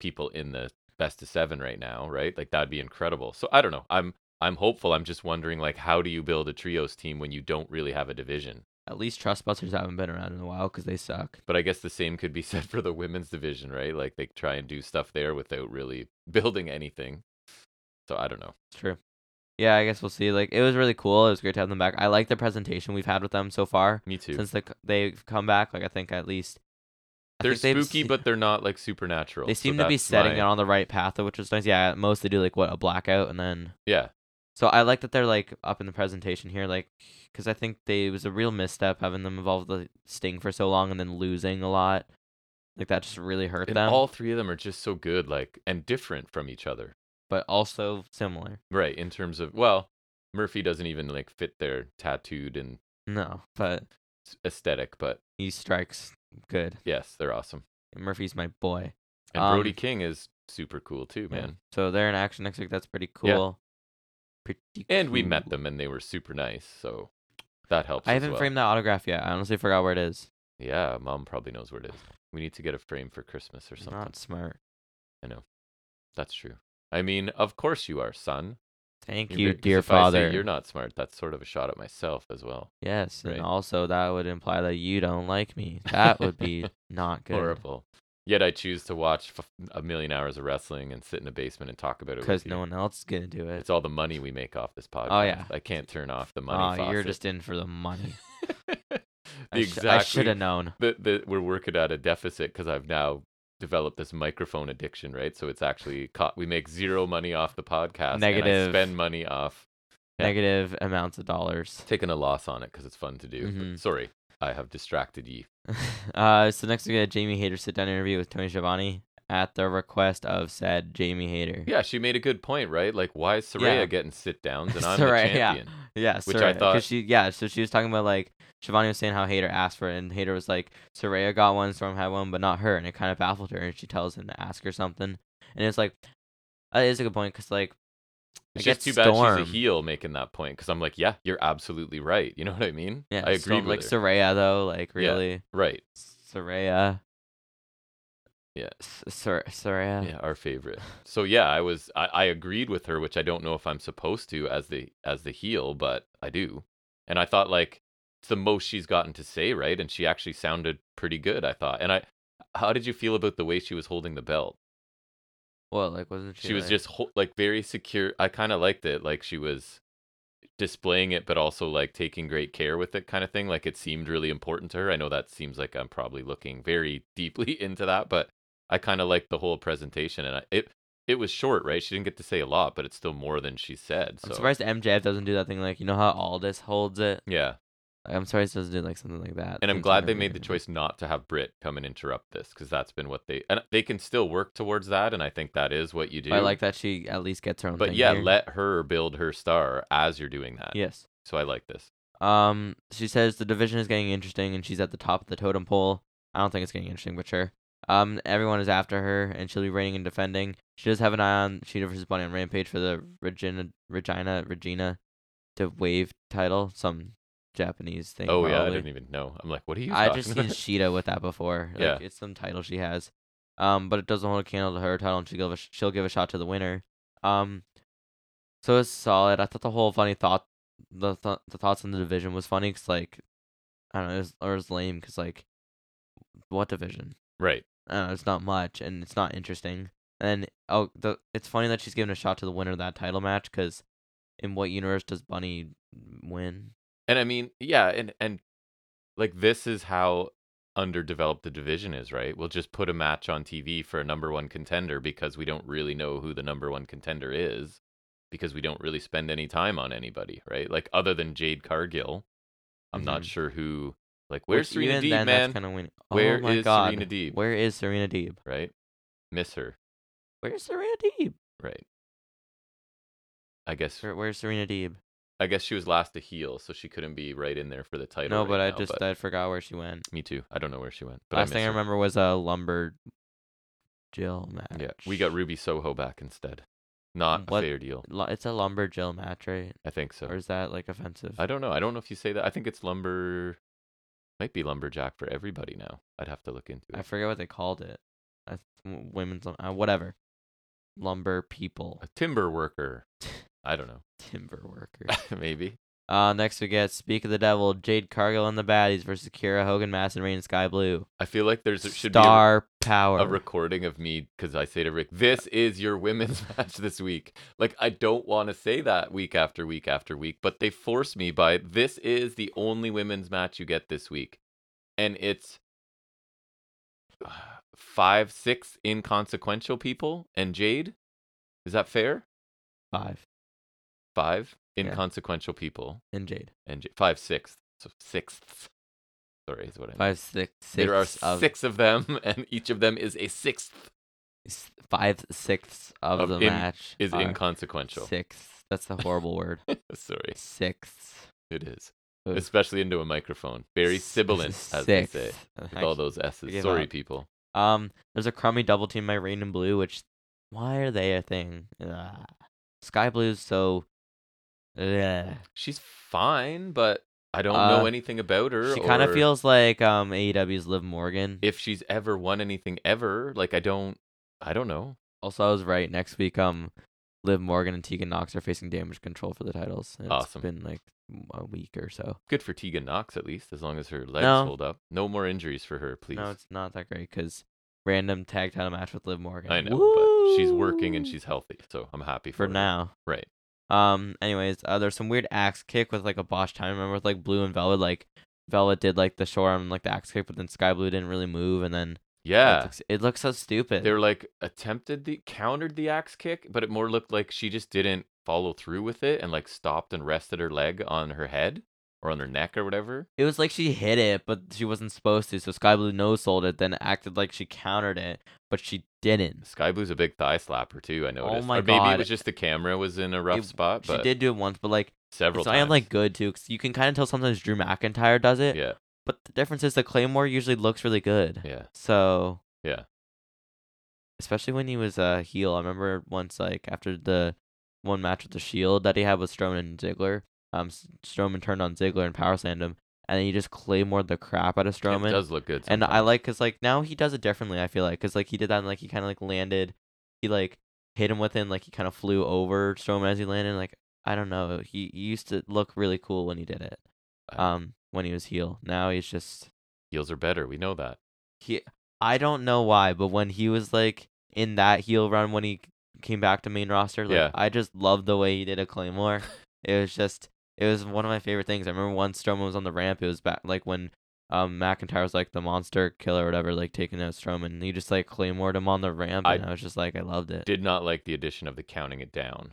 S1: people in the best of seven right now, right? Like that'd be incredible. So I don't know. I'm I'm hopeful. I'm just wondering like how do you build a trios team when you don't really have a division?
S2: At least Trustbusters haven't been around in a while because they suck.
S1: But I guess the same could be said for the women's division, right? Like they try and do stuff there without really building anything. So I don't know.
S2: It's true. Yeah, I guess we'll see. Like, it was really cool. It was great to have them back. I like the presentation we've had with them so far
S1: Me too.
S2: since the, c- they've come back. Like, I think at least I
S1: they're
S2: think they've
S1: spooky,
S2: se-
S1: but they're not like supernatural.
S2: they
S1: So
S2: seem to be
S1: that's
S2: setting
S1: my-
S2: it on the right path, which was nice. Yeah, at most they do like what a blackout and then
S1: Yeah.
S2: So I like that they're like up in the presentation here, like because I think they it was a real misstep having them involved with Sting for so long and then losing a lot. Like that just really hurt
S1: And
S2: them,
S1: all three of them are just so good, like and different from each other.
S2: but also similar.
S1: Right, in terms of well, Murphy doesn't even like fit their tattooed and
S2: No, but
S1: s- aesthetic, but
S2: he strikes good.
S1: yes, they're awesome.
S2: Murphy's my boy.
S1: And
S2: Um,
S1: Brody King is super cool too,
S2: Yeah.
S1: man.
S2: So they're in action next week. That's pretty cool.
S1: Yeah.
S2: Pretty
S1: And we met
S2: cool.
S1: them and they were super nice, so that helps.
S2: I
S1: as
S2: haven't
S1: well.
S2: framed that autograph yet. I honestly forgot where it is.
S1: Yeah, mom probably knows where it is. We need to get a frame for Christmas or something.
S2: Not smart.
S1: That's true. I mean, of course you are, son.
S2: Thank
S1: ver-
S2: you,
S1: 'cause
S2: dear
S1: if I say
S2: father.
S1: you're not smart. That's sort of a shot at myself as well.
S2: Yes,
S1: Right.
S2: and also that would imply that you don't like me. That would be not good.
S1: Horrible. Yet I choose to watch f- a million hours of wrestling and sit in a basement and talk about it.
S2: Because
S1: with
S2: no
S1: you.
S2: one else is gonna do it.
S1: It's all the money we make off this podcast.
S2: yeah.
S1: I can't turn off the
S2: Oh,
S1: money.
S2: you're
S1: faucet.
S2: just in for the money.
S1: the
S2: I, sh- I should have known.
S1: that that we're working at a deficit because I've now developed this microphone addiction, right? So it's actually caught. We make zero money off the podcast. And I
S2: Negative.
S1: spend money off Yeah.
S2: Negative amounts of dollars.
S1: taking a loss on it because it's fun to do. but
S2: Mhm.
S1: Sorry, I have distracted ye.
S2: uh, so next we get a Jamie Hader sit down interview with Tony Giovanni at the request of said Jamie Hader.
S1: Yeah, she made a good point, right? Like, why is Soraya
S2: Yeah.
S1: getting sit downs and I'm
S2: Soraya,
S1: the
S2: yeah.
S1: champion?
S2: Yeah,
S1: Which I
S2: Soraya, 'cause
S1: thought-
S2: she yeah, so she was talking about like Shivani was saying how Hater asked for it, and Hater was like, Soraya got one, Storm had one, but not her, and it kind of baffled her, and she tells him to ask her something, and it's like, that is a good point, cause like,
S1: It's
S2: I
S1: just too
S2: get
S1: bad
S2: Storm.
S1: she's a heel making that point because I'm like, yeah, you're absolutely right. You know what I mean?
S2: Yeah,
S1: I agree
S2: Storm-
S1: with
S2: like
S1: her.
S2: Soraya though, like
S1: Yeah.
S2: really,
S1: right.
S2: Soraya.
S1: Yeah.
S2: S- Sor- Soraya.
S1: yeah our favorite so yeah i was I, I agreed with her which i don't know if i'm supposed to as the as the heel but i do and i thought like it's the most she's gotten to say right and she actually sounded pretty good i thought and i how did you feel about the way she was holding the belt
S2: Well, like wasn't she?
S1: she was
S2: like-
S1: just hol- like very secure i kind of liked it like she was displaying it but also like taking great care with it kind of thing like it seemed really important to her i know that seems like i'm probably looking very deeply into that but i kind of liked the whole presentation and I, it it was short right she didn't get to say a lot but it's still more than she said so
S2: I'm surprised MJF doesn't do that thing like you know how Aldis holds it.
S1: yeah
S2: Like, I'm surprised he doesn't do like something like that.
S1: and i'm
S2: Seems
S1: glad they
S2: kinda
S1: made the
S2: weird.
S1: choice not to have brit come and interrupt this because that's been what they and they can still work towards that and i think that is what you do
S2: But I like that she at least gets her own.
S1: but
S2: thing
S1: yeah
S2: here.
S1: let her build her star as you're doing that
S2: yes.
S1: so i like this
S2: Um, she says the division is getting interesting, and she's at the top of the totem pole. I don't think it's getting interesting, but sure. Um, everyone is after her, and she'll be reigning and defending. She does have an eye on Sheeta versus Bunny on Rampage for the Regina, Regina, Regina, to wave title, some Japanese thing.
S1: Oh yeah, I
S2: probably.
S1: didn't even know. I'm like, what are you?
S2: I
S1: talking
S2: just
S1: about?
S2: seen Sheeta with that before. Like,
S1: Yeah.
S2: it's some title she has. Um, but it doesn't hold a candle to her title, and she'll give a sh- she'll give a shot to the winner. Um, so it's solid. I thought the whole funny thought, the th- the thoughts in the division was funny because like, I don't know, it was, or it was lame because like, what division?
S1: right.
S2: I don't know, it's not much and it's not interesting. And oh, the it's funny that she's giving a shot to the winner of that title match because, in what universe does Bunny win?
S1: And I mean, yeah, and and like this is how underdeveloped the division is, right? We'll just put a match on TV for a number one contender because we don't really know who the number one contender is because we don't really spend any time on anybody, right? Like other than Jade Cargill, I'm not
S2: Mhm.
S1: sure who. Like, where's Serena Deeb, man?
S2: then, That's kinda win-
S1: Where
S2: oh my
S1: is
S2: God.
S1: Serena Deeb?
S2: Where is Serena Deeb?
S1: Right? Miss her,
S2: Where's Serena Deeb?
S1: right? I guess
S2: Where, where's Serena Deeb?
S1: I guess she was last to heel, so she couldn't be right in there for the title.
S2: No,
S1: right
S2: but I
S1: now,
S2: just I forgot where she went.
S1: Me too. I don't know where she went. But
S2: Last thing I
S1: miss her.
S2: remember was a lumber Jill match.
S1: Yeah, we got Ruby Soho back instead. Not
S2: What-
S1: a fair deal.
S2: Lu- it's a lumber Jill match, right?
S1: I think so.
S2: Or is that like offensive?
S1: I don't know. I don't know if you say that. I think it's lumber. Might be lumberjack for everybody now. I'd have to look into
S2: I
S1: it.
S2: forget what they called it. I th- w- women's lum- uh, whatever. Lumber people,
S1: A timber worker. I don't know.
S2: timber workers.
S1: Maybe.
S2: uh, next we get Speak of the Devil, Jade Cargill and the Baddies versus Kira Hogan, Mass and Rain, and Sky Blue.
S1: I feel like there's there should
S2: Star
S1: be
S2: power.
S1: a- a, recording of me because I say to Rick, "This is your women's match this week." Like I don't want to say that week after week after week, but they force me by, "This is the only women's match you get this week," and it's uh, five, six inconsequential people and Jade. Is that fair?
S2: five
S1: Five
S2: Yeah.
S1: inconsequential people
S2: and Jade.
S1: and J- five sixths, so sixths Sorry, is what I meant.
S2: Five, six, six.
S1: there are
S2: of,
S1: six of them, and each of them is a sixth.
S2: s- Five sixths of,
S1: Of
S2: the
S1: in-
S2: match
S1: Is
S2: are
S1: inconsequential.
S2: Sixths. That's the horrible word.
S1: Sorry,
S2: Sixths.
S1: it is,
S2: Ugh.
S1: especially into a microphone. Very
S2: S-
S1: sibilant, as they
S2: sixth.
S1: say,
S2: Uh,
S1: with all those
S2: give
S1: s's. Sorry,
S2: up.
S1: people.
S2: Um, there's a crummy double team by Rain and Blue, which why are they a thing? Ugh. Sky Blue's so. Ugh.
S1: She's fine, but I don't
S2: Uh,
S1: know anything about her.
S2: She kind of
S1: or
S2: feels like um AEW's Liv Morgan.
S1: if she's ever won anything ever. Like I don't, I don't know.
S2: also, I was right. Next week, um, Liv Morgan and Tegan Knox are facing Damage Control for the titles. and
S1: Awesome.
S2: It's been like a week or so.
S1: Good for Tegan Knox at least, as long as her legs
S2: No.
S1: hold up. No more injuries for her, please.
S2: No, it's not that great because random tag title match with Liv Morgan.
S1: I know, but she's working and
S2: Woo!
S1: she's healthy, so I'm happy for,
S2: for
S1: her.
S2: now.
S1: Right.
S2: Um. Anyways, uh, there's some weird axe kick with like a Bosch time. Remember with like Blue and Velvet, like Velvet did like the shorearm, like the axe kick, but then Sky Blue didn't really move, and then it
S1: Yeah.
S2: looks, it looks so stupid.
S1: They're like attempted the countered the axe kick, but it more looked like she just didn't follow through with it and like stopped and rested her leg on her head or on her neck or whatever.
S2: It was like she hit it, but she wasn't supposed to. So Sky Blue no sold it, then acted like she countered it, but she didn't.
S1: Sky Blue's a big thigh slapper too, I noticed.
S2: Oh my
S1: or maybe it
S2: God.
S1: was just the camera was in a rough
S2: It-
S1: spot, but
S2: she did do it once, but like
S1: several
S2: so
S1: times.
S2: I am like good too, because you can kind of tell sometimes Drew McIntyre does it.
S1: Yeah,
S2: But the difference is the Claymore usually looks really good.
S1: yeah.
S2: So
S1: Yeah.
S2: especially when he was a uh, heel. I remember once like after the one match with the Shield that he had with Strowman and Ziggler. Um, S- Strowman turned on Ziggler and power slammed him, and he just Claymored the crap out of Strowman.
S1: It does look good.
S2: and I
S1: sometimes.
S2: like because like now he does it differently. I feel like because like he did that and like he kind of like landed, he like hit him with him like he kind of flew over Strowman as he landed. Like I don't know, he, he used to look really cool when he did it.
S1: I-
S2: Um, when he was heel, now he's just
S1: heels are better. We know that.
S2: he I don't know why, but when he was like in that heel run when he came back to main roster, like
S1: Yeah.
S2: I just loved the way he did a claymore. it was just it was one of my favorite things. I remember once Strowman was on the ramp, it was back like when um McIntyre was like the monster killer or whatever, like taking out Strowman. and He just like claymored him on the ramp
S1: I
S2: and I was just like I loved it.
S1: Did not like the addition of the counting it down.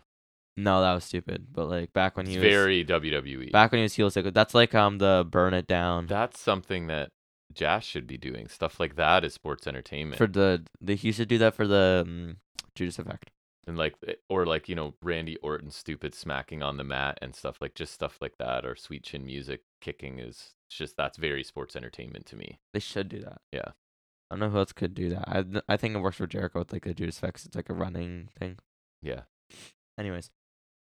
S2: no, that was stupid. But like back when
S1: It's
S2: he was
S1: very WWE.
S2: back when he was heel sick that's like um the burn it down.
S1: That's something that Jazz should be doing. Stuff like that is sports entertainment.
S2: for the, the he should do that for the um, Judas effect.
S1: and like eh, or like, you know, Randy Orton stupid smacking on the mat and stuff like just stuff like that or sweet chin music kicking is it's just that's very sports entertainment to me.
S2: They should do that.
S1: Yeah.
S2: I don't know who else could do that. I, th- I think it works for Jericho with like the Judas Effects. It's like a running thing.
S1: Yeah.
S2: Anyways,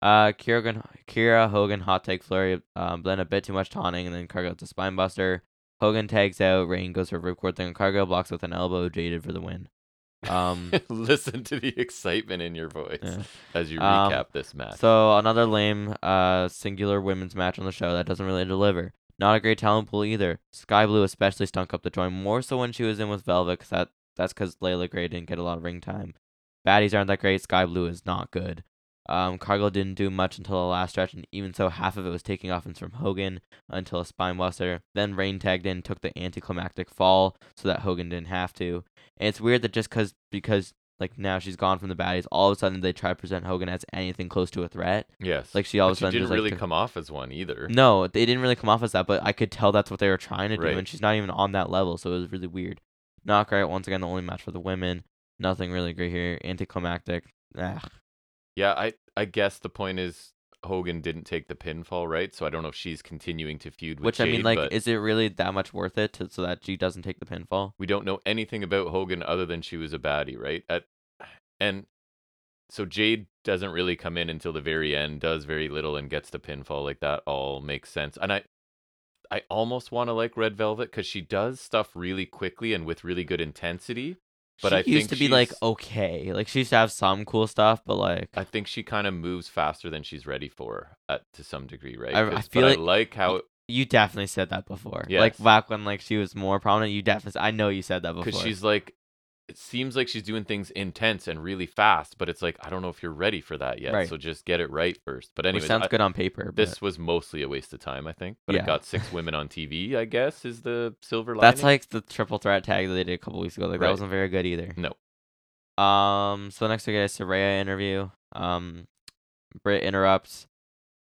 S2: uh, Kira, Hogan, Kira Hogan hot take flurry. Um, blend a bit too much taunting and then Cargo gets a spine buster. Hogan tags out. Rain goes for a ripcord thing. Cargo blocks with an elbow. Jaded for the win. Um,
S1: Listen to the excitement in your voice
S2: yeah.
S1: as you
S2: Um,
S1: recap this match.
S2: So another lame, uh, singular women's match on the show that doesn't really deliver. Not a great talent pool either. Sky Blue especially stunk up the joint more so when she was in with Velvet, 'cause that that's because Layla Gray didn't get a lot of ring time. Baddies aren't that great. Sky Blue is not good. Um, Cargill didn't do much until the last stretch, and even so, half of it was taking offense from Hogan until a spine buster. Then Rain tagged in, took the anticlimactic fall so that Hogan didn't have to. And it's weird that just cause because like now she's gone from the baddies, all of a sudden they try to present Hogan as anything close to a threat.
S1: yes.
S2: Like she all
S1: But
S2: of a
S1: she
S2: sudden
S1: didn't
S2: just, like,
S1: really
S2: took-
S1: come off as one either.
S2: No, they didn't really come off as that, but I could tell that's what they were trying to do,
S1: Right.
S2: and she's not even on that level, so it was really weird. Not great. Once again, the only match for the women. Nothing really great here. Anticlimactic. Ugh.
S1: Yeah, I I guess the point is Hogan didn't take the pinfall, right? So I don't know if she's continuing to feud with
S2: Which I mean,
S1: Jade,
S2: like,
S1: but
S2: is it really that much worth it to, so that she doesn't take the pinfall?
S1: we don't know anything about Hogan other than she was a baddie, right? At, and so Jade doesn't really come in until the very end, does very little and gets the pinfall like that all makes sense. And I I almost want to like Red Velvet cuz she does stuff really quickly and with really good intensity. But
S2: she
S1: I think
S2: used to be like oh
S1: she's-
S2: okay, like she used to have some cool stuff, but like
S1: I think she kind of moves faster than she's ready for uh, to some degree, right?
S2: I- I
S1: 'Cause- but
S2: feel
S1: I
S2: like-
S1: like how
S2: you definitely said that before.
S1: Yes.
S2: Like back when like she was more prominent, you definitely. I know you said that before.
S1: because she's like it seems like she's doing things intense and really fast but it's like i don't know if you're ready for that yet
S2: Right.
S1: so just get it right first but anyway
S2: which sounds good on paper. But
S1: this was mostly a waste of time i think but
S2: Yeah.
S1: it got six women on tv i guess is the silver lining
S2: That's like the triple threat tag that they did a couple weeks ago. Like
S1: Right.
S2: that wasn't very good either.
S1: No.
S2: Um. So next we get a Soraya interview. Um, Britt interrupts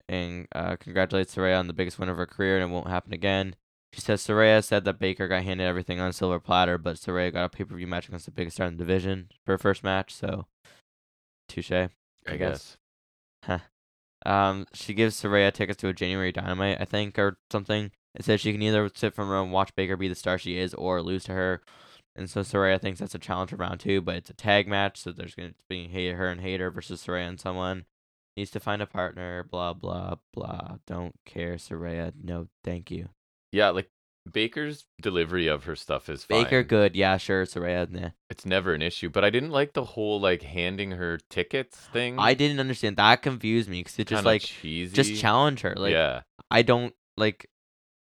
S2: and uh, congratulates Soraya on the biggest win of her career, and it won't happen again. She says Soraya said that Baker got handed everything on a silver platter, but Soraya got a pay per view match against the biggest star in the division for her first match, so touche.
S1: I,
S2: I
S1: guess.
S2: guess. Um, she gives Soraya tickets to a January Dynamite, I think, or something. It says she can either sit from her and watch Baker be the star she is, or lose to her. And so Soraya thinks that's a challenge for round two, but it's a tag match, so there's gonna be hate her and hater versus Soraya and someone needs to find a partner. Blah blah blah. Don't care, Soraya. No, thank you.
S1: Yeah, like Baker's delivery of her stuff is fine. Mm-hmm.
S2: Baker, good. Yeah, sure. Soraya, nah.
S1: It's never an issue, but I didn't like the whole like handing her tickets thing.
S2: I didn't understand that. Confused me because it just
S1: Kinda
S2: like
S1: cheesy.
S2: just challenge her. Like
S1: yeah.
S2: I don't like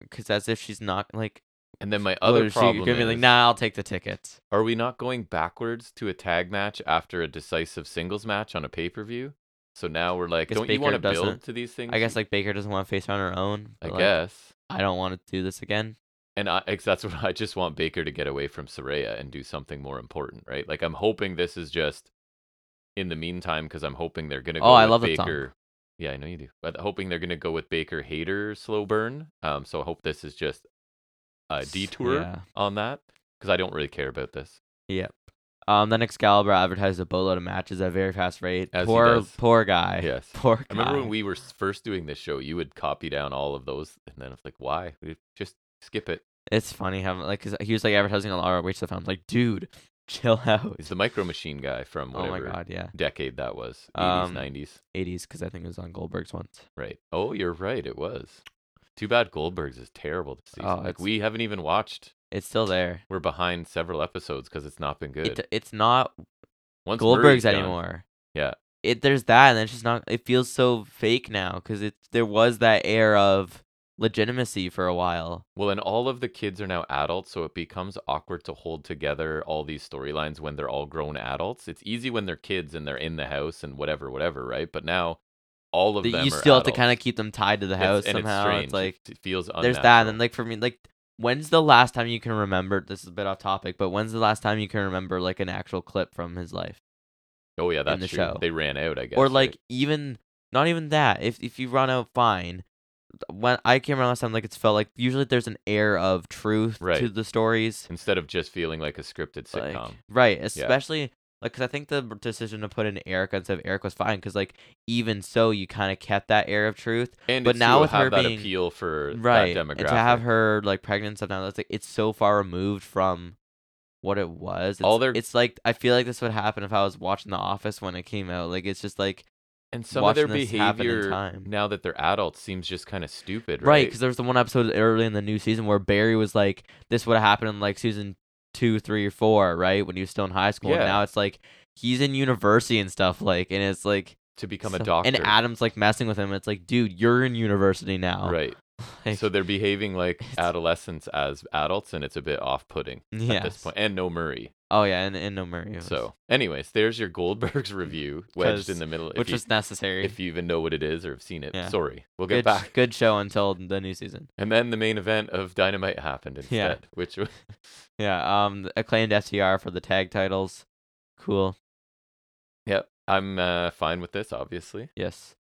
S2: because as if she's not like
S1: And then my
S2: what
S1: other
S2: is she-
S1: problem
S2: You're gonna be like,
S1: is-
S2: nah, I'll take the tickets.
S1: Are we not going backwards to a tag match after a decisive singles match on a pay per view? So now we're like,
S2: Guess
S1: don't you
S2: Baker
S1: want to
S2: doesn't-
S1: build to these things?
S2: I guess like Baker doesn't want to face on her own.
S1: I
S2: but, like,
S1: guess.
S2: I don't want to do this again.
S1: And I, ex- that's what I just want Baker to get away from Soraya and do something more important, right? Like I'm hoping this is just in the meantime because I'm hoping they're gonna. Go
S2: Oh, I
S1: with
S2: love that song.
S1: Baker. Yeah, I know you do. But hoping they're gonna go with Baker hater slow burn. Um, so I hope this is just a
S2: S-
S1: detour
S2: yeah.
S1: on that because I don't really care about this.
S2: Yep. Um, then Excalibur advertised a boatload of matches at a very fast rate.
S1: As he
S2: poor,
S1: does.
S2: poor guy.
S1: Yes.
S2: Poor guy.
S1: I remember when we were s- first doing this show, you would copy down all of those, and then it's like, why? We just skip it.
S2: It's funny how like 'cause he was like advertising on ROH stuff. and I'm like, dude, chill out.
S1: It's the Micro Machine guy from
S2: oh
S1: whatever
S2: my god, yeah,
S1: decade that was, 80s,
S2: Um,
S1: 90s.
S2: 80s because I think it was on Goldberg's once.
S1: Right. Oh, you're right. It was. Too bad Goldberg's is terrible this season.
S2: Oh,
S1: like
S2: it's-
S1: we haven't even watched.
S2: It's still there.
S1: We're behind several episodes because it's not been good.
S2: It, it's not
S1: Once Murray's
S2: Goldberg's
S1: gone-
S2: anymore.
S1: Yeah.
S2: It there's that, and then it's just not. It feels so fake now because it there was that air of legitimacy for a while.
S1: Well, and all of the kids are now adults, so it becomes awkward to hold together all these storylines when they're all grown adults. It's easy when they're kids and they're in the house and whatever, whatever, right? But now, all of
S2: that
S1: them
S2: you
S1: are
S2: still have to
S1: adults.
S2: kind of keep them tied to the
S1: It's-
S2: house
S1: and
S2: somehow.
S1: It's,
S2: It's, like
S1: strange. It feels unnatural.
S2: there's that, and like for me, like when's the last time you can remember? This is a bit off topic, but when's the last time you can remember like an actual clip from his life,
S1: oh yeah, that's
S2: the
S1: true.
S2: show.
S1: They ran out, I guess.
S2: or
S1: right?
S2: like even not even that? If if you run out, fine. When I can't remember last time, like it's felt like usually there's an air of truth to
S1: Right.
S2: the stories.
S1: instead of just feeling like a scripted
S2: like-
S1: sitcom.
S2: right, especially like 'cause I think the b- decision to put in Erica instead of Eric was fine because like even so you kind of kept that air of truth,
S1: and
S2: but
S1: it's
S2: now
S1: to
S2: with
S1: have
S2: her
S1: that
S2: being-
S1: appeal for
S2: right?
S1: that demographic.
S2: And to have her like pregnant and stuff now that's like it's so far removed from what it was. It's,
S1: All their-
S2: it's like I feel like this would happen if I was watching The Office when it came out. Like it's just like
S1: and some of their
S2: watching this happen in
S1: behavior
S2: time.
S1: now that they're adults seems just kind of stupid,
S2: right
S1: right?
S2: because there was the one episode early in the new season where Barry was like this would have happened in like season two, three, or four, right when he was still in high school.
S1: Yeah.
S2: And now it's like he's in university and stuff like, and it's like.
S1: to become a
S2: So-
S1: doctor,
S2: And Adam's like messing with him. It's like, dude, you're in university now.
S1: right?
S2: Like,
S1: so they're behaving like
S2: It's-
S1: adolescents as adults, and it's a bit off-putting
S2: yes.
S1: at this point. And no Murray.
S2: Oh yeah, and, and no Murray. was-
S1: So, anyways, there's your Goldberg's review wedged in
S2: 'Cause-
S1: the middle.
S2: which
S1: if
S2: was
S1: you,
S2: necessary.
S1: if you even know what it is or have seen it,
S2: Yeah.
S1: sorry, we'll get
S2: good,
S1: back.
S2: good show until the new season.
S1: And then the main event of Dynamite happened instead,
S2: Yeah.
S1: which was
S2: Yeah. Um, the acclaimed FTR for the tag titles. Cool.
S1: yep. I'm uh, fine with this, obviously.
S2: Yes.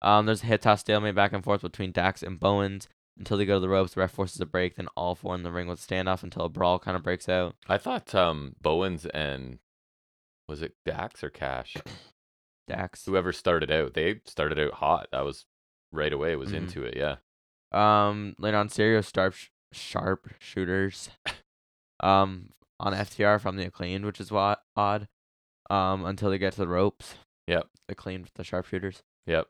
S2: Um, there's a hit toss stalemate back and forth between Dax and Bowens until they go to the ropes. The ref forces a break. Then all four in the ring with a standoff until a brawl kind of breaks out.
S1: I thought um Bowens and was it Dax or Cash?
S2: Dax.
S1: Whoever started out, they started out hot. That was right away was
S2: Mhm.
S1: into it, yeah.
S2: Um, later on, stereo sharp sharp shooters. Um, on FTR from the acclaimed, which is wa- odd. Um, until they get to the ropes.
S1: Yep.
S2: Acclaimed with the sharpshooters.
S1: Yep.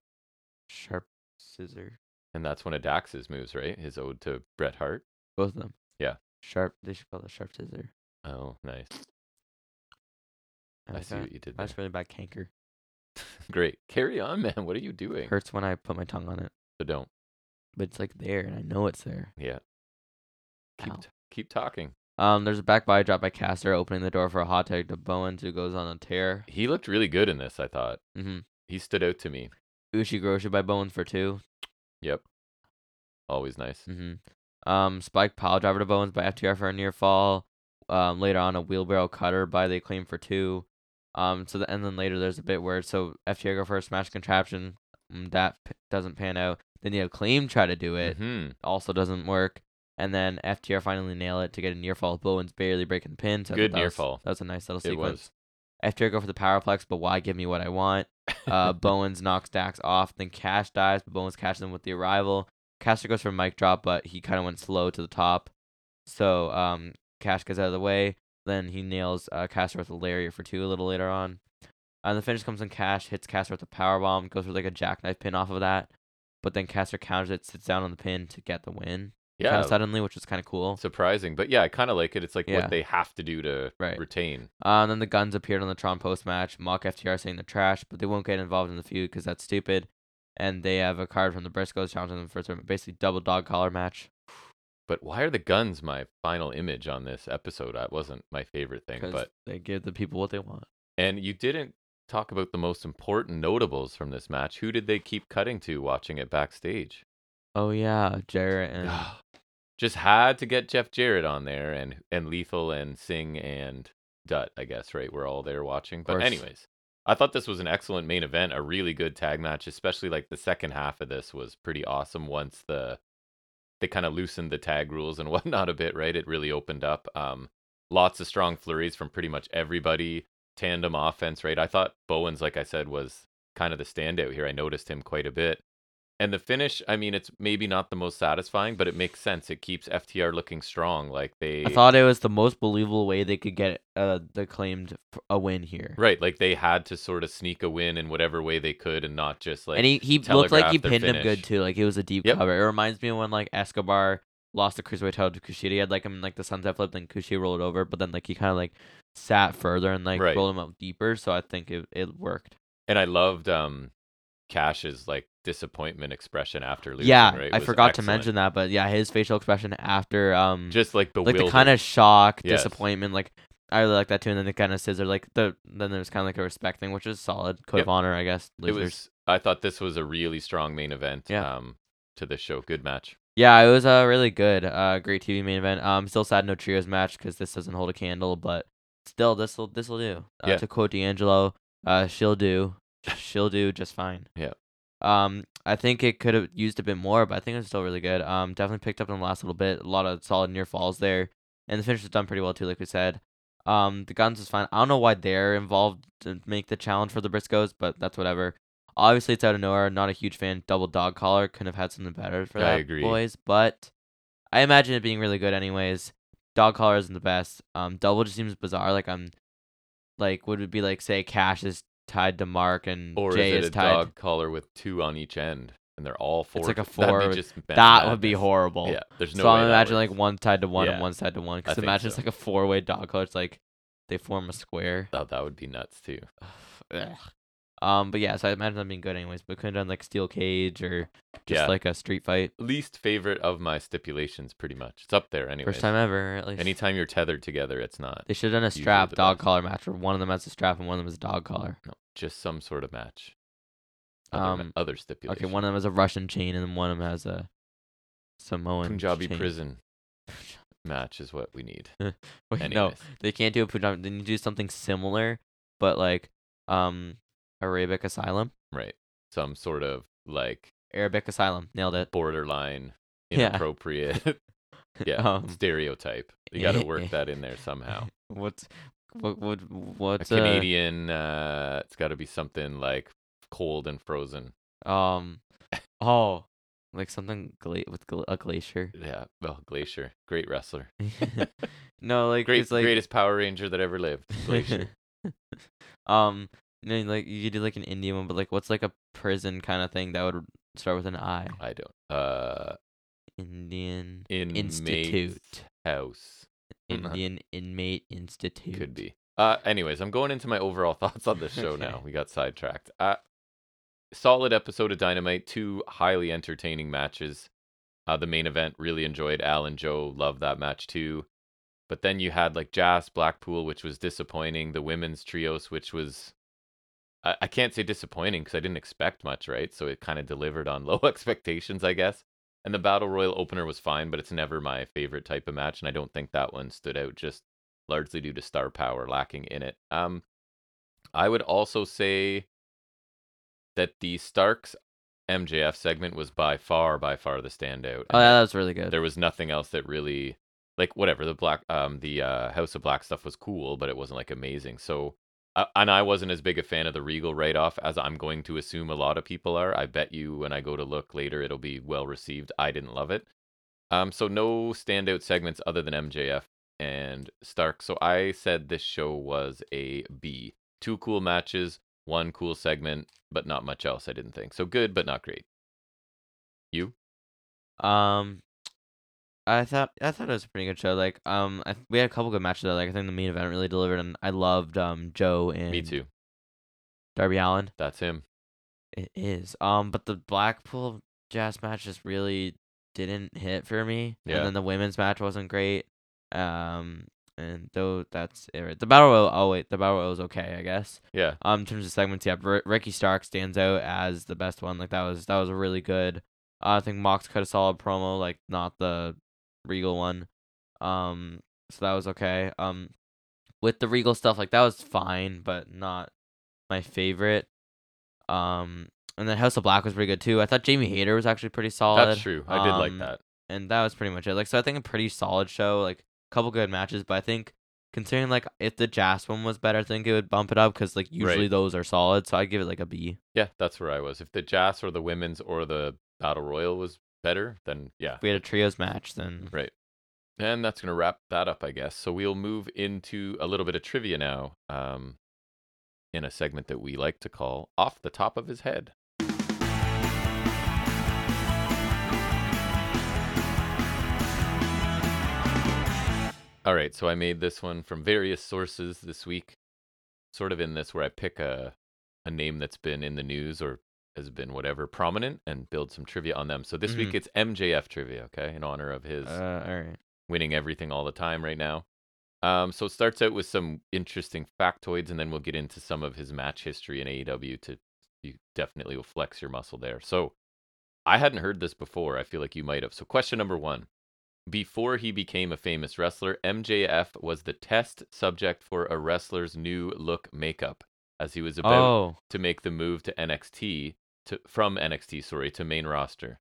S2: Sharp scissor.
S1: And that's one of Dax's moves, right? His ode to Bret Hart.
S2: Both of them.
S1: Yeah.
S2: Sharp. They should call it sharp scissor.
S1: Oh, nice.
S2: Oh
S1: I
S2: my
S1: see
S2: God,
S1: what you did there.
S2: That's really bad canker.
S1: Great. Carry on, man. What are you doing?
S2: Hurts when I put my tongue on it,
S1: So don't.
S2: but it's like there, and I know it's there.
S1: Yeah. Keep
S2: Ow.
S1: t- keep talking.
S2: Um, there's a back body drop by Caster, opening the door for a hot tag to Bowens, who goes on a tear.
S1: He looked really good in this, I thought.
S2: Mm-hmm.
S1: He stood out to me.
S2: Ushigroshi by Bowens for two.
S1: Yep. Always nice.
S2: Mm-hmm. Um, Spike pile driver to Bowens by FTR for a near fall. Um, later on, a wheelbarrow cutter by they claim for two. Um, so the, and then later there's a bit where so FTR go for a smash contraption mm, that p- doesn't pan out. Then you have claim try to do it,
S1: Mhm.
S2: also doesn't work. And then FTR finally nail it to get a near fall. Bowens barely breaking the pin. So I thought
S1: Good
S2: that
S1: near
S2: was-
S1: fall.
S2: That was a nice little
S1: It
S2: sequence.
S1: was.
S2: FTR go for the powerplex, but why give me what I want? Uh, Bowens knocks Dax off. Then Cash dies, but Bowens catches him with the arrival. Caster goes for a mic drop, but he kind of went slow to the top. So um, Cash gets out of the way. Then he nails uh, Caster with a lariat for two a little later on. And the finish comes when Cash hits Caster with a powerbomb, goes for like a jackknife pin off of that. But then Caster counters it, sits down on the pin to get the win. Kind
S1: yeah,
S2: of suddenly, which was kind of cool.
S1: surprising, but yeah, I kind of like it. It's like
S2: Yeah.
S1: what they have to do to
S2: Right.
S1: retain.
S2: Uh, and then the guns appeared on the Tron post match. Mock FTR saying they're trash, but they won't get involved in the feud because that's stupid. And they have a card from the Briscoes challenging them for a tournament. Basically, double dog collar match
S1: But why are the guns my final image on this episode? That wasn't my favorite thing,
S2: because
S1: but
S2: they give the people what they want.
S1: and you didn't talk about the most important notables from this match. Who did they keep cutting to watching it backstage?
S2: Oh yeah, Jarrett and
S1: Just had to get Jeff Jarrett on there and and Lethal and Singh and Dutt, I guess, right? We're all there watching. But
S2: course.
S1: anyways, I thought this was an excellent main event, a really good tag match, especially like the second half of this was pretty awesome once the they kind of loosened the tag rules and whatnot a bit, right? It really opened up. Um lots of strong flurries from pretty much everybody. Tandem offense, right? I thought Bowens, like I said, was kind of the standout here. I noticed him quite a bit. And the finish, I mean, it's maybe not the most satisfying, but it makes sense. It keeps FTR looking strong. Like they
S2: I thought it was the most believable way they could get uh the claimed f- a win here.
S1: Right, like they had to sort of sneak a win in whatever way they could and not just like
S2: and he, he looked like he
S1: telegraph their
S2: pinned him good
S1: finish.
S2: too. Like it was a deep
S1: Yep.
S2: cover. It reminds me of when like Escobar lost the cruiserweight title to Kushida. He had like him in, like the sunset flip, then Kushida rolled over, but then like he kind of like sat further and like
S1: Right.
S2: rolled him up deeper. So I think it it worked.
S1: and I loved um Cash's like disappointment expression after losing,
S2: yeah,
S1: right?
S2: I
S1: was
S2: forgot to
S1: excellent.
S2: mention that, but yeah, his facial expression after um
S1: Just like the
S2: like the
S1: will
S2: kind of shock,
S1: Yes.
S2: disappointment, like. I really like that too, and then the kind of scissor, like the then there's kind of like a respect thing, which is solid code
S1: Yep.
S2: of honor, I guess.
S1: it
S2: Losers.
S1: was I thought this was a really strong main event
S2: Yeah.
S1: um to this show. Good match.
S2: Yeah, it was uh, really good. Uh, great TV main event. Um, still sad no trios match because this doesn't hold a candle, but still this will this will do. Uh,
S1: Yeah.
S2: To quote D'Angelo, uh, she'll do, she'll do just fine.
S1: Yeah.
S2: Um, I think it could have used a bit more, but I think it was still really good. Um, definitely picked up in the last little bit. A lot of solid near falls there, and the finish was done pretty well too, like we said. Um, the guns was fine. I don't know why they're involved to make the challenge for the Briscoes, but that's whatever. Obviously, it's out of nowhere. Not a huge fan. Double dog collar could have had something better for
S1: I
S2: that
S1: agree.
S2: boys, but I imagine it being really good anyways. Dog collar isn't the best. Um, double just seems bizarre. Like I'm, like would it be like say Cash is tied to Mark and
S1: Or
S2: Jay
S1: is
S2: is,
S1: it a
S2: tied.
S1: dog collar with two on each end and they're all four?
S2: like a
S1: That'd
S2: four-
S1: be just
S2: that would be
S1: madness.
S2: horrible.
S1: Yeah, there's no
S2: so
S1: way
S2: I'm
S1: that
S2: imagining
S1: works.
S2: like one tied to one
S1: Yeah.
S2: and one side to one.
S1: I
S2: Because
S1: think
S2: imagine it's
S1: so.
S2: like a four way dog collar. It's like they form a square.
S1: Oh, that would be nuts too.
S2: Ugh. um, but yeah, so I imagine them being good anyways. But could have done like steel cage or just
S1: Yeah.
S2: like a street fight.
S1: Least favorite of my stipulations, pretty much. It's up there anyway.
S2: First time ever, at least.
S1: Anytime you're tethered together, it's not.
S2: They should have done a
S1: Usually
S2: strap
S1: the
S2: dog
S1: best.
S2: collar match where one of them has a strap and one of them has a dog collar.
S1: No, just some sort of match. Other, ma-
S2: Um,
S1: other stipulation.
S2: Okay, one of them has a Russian chain and then one of them has a Samoan
S1: Punjabi
S2: chain.
S1: prison match is what we need.
S2: Wait, no,
S1: Anyways,
S2: they can't do a Punjabi. They need to do something similar, but like um, Arabic asylum,
S1: right. Some sort of like
S2: Arabic asylum. Nailed it.
S1: borderline
S2: Yeah.
S1: inappropriate yeah,
S2: Um,
S1: stereotype. You got to work that in there somehow.
S2: What's what what what's
S1: a Canadian, uh, it's got to be something like cold and frozen.
S2: uh, um oh like something gla- with gla- a glacier.
S1: Yeah, well, Glacier, great wrestler,
S2: no, like
S1: great
S2: it's like
S1: greatest Power Ranger that ever lived. Glacier.
S2: um, no, like you could do like an Indian one, but like what's like a prison kind of thing that would start with an I?
S1: I don't. Uh,
S2: Indian
S1: in
S2: Institute.
S1: house Mhm.
S2: Indian inmate institute.
S1: could be. Uh, anyways, I'm going into my overall thoughts on this show now.
S2: Okay.
S1: We got sidetracked. Uh, solid episode of Dynamite. Two highly entertaining matches. Uh, the main event really enjoyed. Al and Joe loved that match too. But then you had like Jazz Blackpool, which was disappointing. The women's trios, which was I, I can't say disappointing because I didn't expect much, right? So it kind of delivered on low expectations, I guess. And the battle royal opener was fine, but it's never my favorite type of match, and I don't think that one stood out just largely due to star power lacking in it. Um, I would also say that the Starks MJF segment was by far, by far the standout.
S2: Oh,
S1: and
S2: yeah, that was really good.
S1: there was nothing else that really like whatever the black um the uh house of black stuff was cool but it wasn't like amazing so uh, and i wasn't as big a fan of the regal write-off as i'm going to assume a lot of people are i bet you when i go to look later it'll be well received i didn't love it um so no standout segments other than mjf and stark so i said this show was a b two cool matches one cool segment but not much else i didn't think so good but not great you
S2: Um, I thought I thought it was a pretty good show. Like, um, I, th- we had a couple good matches though. Like, I think the main event really delivered, and I loved um Joe and
S1: me too
S2: Darby Allen.
S1: that's him
S2: It is. Um, but the Blackpool Jazz match just really didn't hit for me.
S1: Yeah.
S2: And then the women's match wasn't great. Um, and though that's it. right- The battle royal. Oh wait, the battle royal was okay, I guess.
S1: Yeah,
S2: Um, in terms of segments, yeah, R- Ricky Stark stands out as the best one. Like that was that was a really good. Uh, I think Mox cut a solid promo, like not the Regal one. Um, so that was okay. Um, with the Regal stuff, like that was fine, but not my favorite. Um, and then House of Black was pretty good too. I thought Jamie Hayter was actually pretty solid.
S1: that's true. I did like
S2: Um,
S1: that.
S2: and that was pretty much it. Like, so I think a pretty solid show, like a couple good matches, but I think considering like if the Jazz one was better, I think it would bump it up because like usually
S1: Right.
S2: those are solid. So I give it like a B.
S1: Yeah, that's where I was. If the Jazz or the women's or the Battle Royal was better, then yeah,
S2: If we had a trios match, then
S1: right. And that's gonna wrap that up, I guess. So we'll move into a little bit of trivia now, um, in a segment that we like to call "Off the Top of His Head." All right, so I made this one from various sources this week. Sort of in this where I pick a a name that's been in the news or has been whatever prominent and build some trivia on them. So this week it's MJF trivia, okay, in honor of his
S2: uh, all right.
S1: winning everything all the time right now. Um, so it starts out with some interesting factoids, and then we'll get into some of his match history in AEW. To you definitely will flex your muscle there. So I hadn't heard this before. I feel like you might have. So question number one: Before he became a famous wrestler, MJF was the test subject for a wrestler's new look makeup, as he was about
S2: Oh,
S1: to make the move to NXT to from NXT, sorry, to main roster.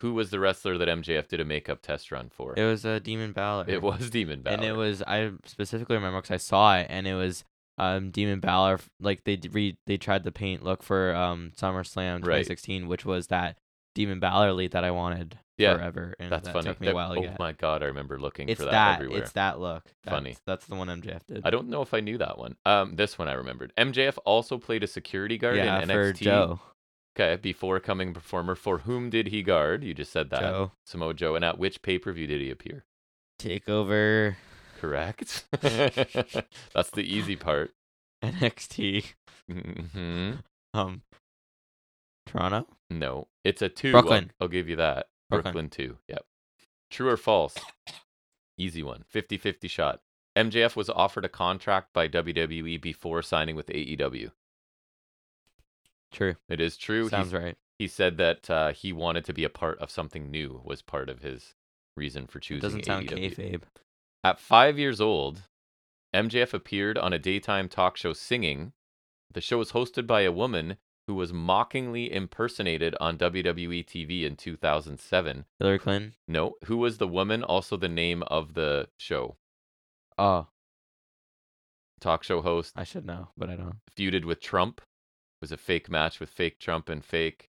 S1: Who was the wrestler that MJF did a makeup test run for?
S2: it was a uh, Demon Balor.
S1: It was Demon Balor.
S2: and it was I specifically remember because I saw it, and it was um Demon Balor. f- Like they d- re they tried the paint look for um SummerSlam
S1: Right.
S2: 2016, which was that Demon Balor lead that I wanted
S1: Yeah,
S2: forever, and
S1: that's
S2: that
S1: funny.
S2: took me
S1: That-
S2: a while to
S1: oh
S2: get.
S1: my god, I remember looking
S2: it's
S1: for that,
S2: that,
S1: everywhere.
S2: it's that look.
S1: Funny.
S2: That's, that's the one MJF did.
S1: I don't know if I knew that one. Um, this one I remembered. MJF also played a security guard
S2: yeah,
S1: in
S2: for
S1: NXT.
S2: Joe.
S1: Okay, before coming performer, for whom did he guard? You just said that.
S2: Joe
S1: Samoa Joe. And at which pay per view did he appear?
S2: takeover
S1: Correct. That's the easy part.
S2: NXT.
S1: hmm
S2: Um, Toronto.
S1: No, it's a two.
S2: Brooklyn.
S1: I'll, I'll give you that.
S2: Brooklyn.
S1: Brooklyn. two. Yep. True or false? Easy one. 50 50 shot. MJF was offered a contract by WWE before signing with AEW.
S2: True.
S1: It is true. He-
S2: Sounds right.
S1: He said that uh, he wanted to be a part of something new was part of his reason for choosing.
S2: It doesn't sound
S1: AEW.
S2: kayfabe.
S1: At five years old, MJF appeared on a daytime talk show singing. The show was hosted by a woman who was mockingly impersonated on WWE TV in 2007.
S2: Hillary Clinton.
S1: No, who was the woman? Also, the name of the show.
S2: Oh,
S1: Talk show host
S2: I should know, but I don't.
S1: feuded with Trump. It was a fake match with fake Trump and fake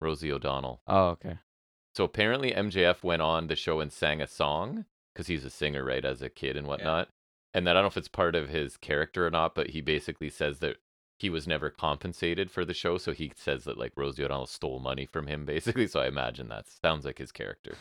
S1: Rosie O'Donnell.
S2: Oh, okay.
S1: So apparently MJF went on the show and sang a song because he's a singer, right, as a kid and whatnot. And then I don't know if it's part of his character or not, but he basically says that he was never compensated for the show. So he says that like Rosie O'Donnell stole money from him, basically. So I imagine that sounds like his character.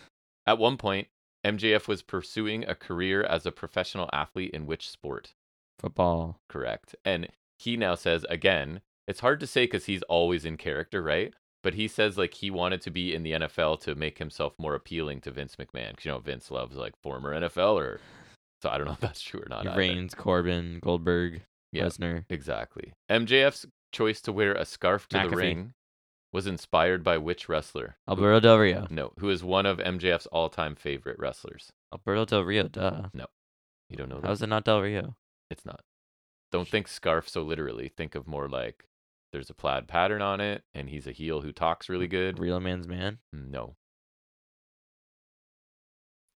S1: At one point, MJF was pursuing a career as a professional athlete in which sport?
S2: Football.
S1: correct. And he now says again, it's hard to say because he's always in character, right? But he says like he wanted to be in the NFL to make himself more appealing to Vince McMahon because you know Vince loves like former NFLer. So I don't know if that's true or not. either.
S2: Reigns, Corbin, Goldberg,
S1: Yeah.
S2: Lesnar.
S1: Exactly. MJF's choice to wear a scarf to the
S2: McAfee.
S1: ring was inspired by which wrestler?
S2: Alberto Del Rio.
S1: No, who is one of MJF's all-time favorite wrestlers?
S2: Alberto Del Rio. Duh.
S1: You don't know that?
S2: How's it not Del Rio?
S1: It's not. Don't think scarf so literally. Think of more like There's a plaid pattern on it, and he's a heel who talks really good. Mm,
S2: Real man's man.
S1: No.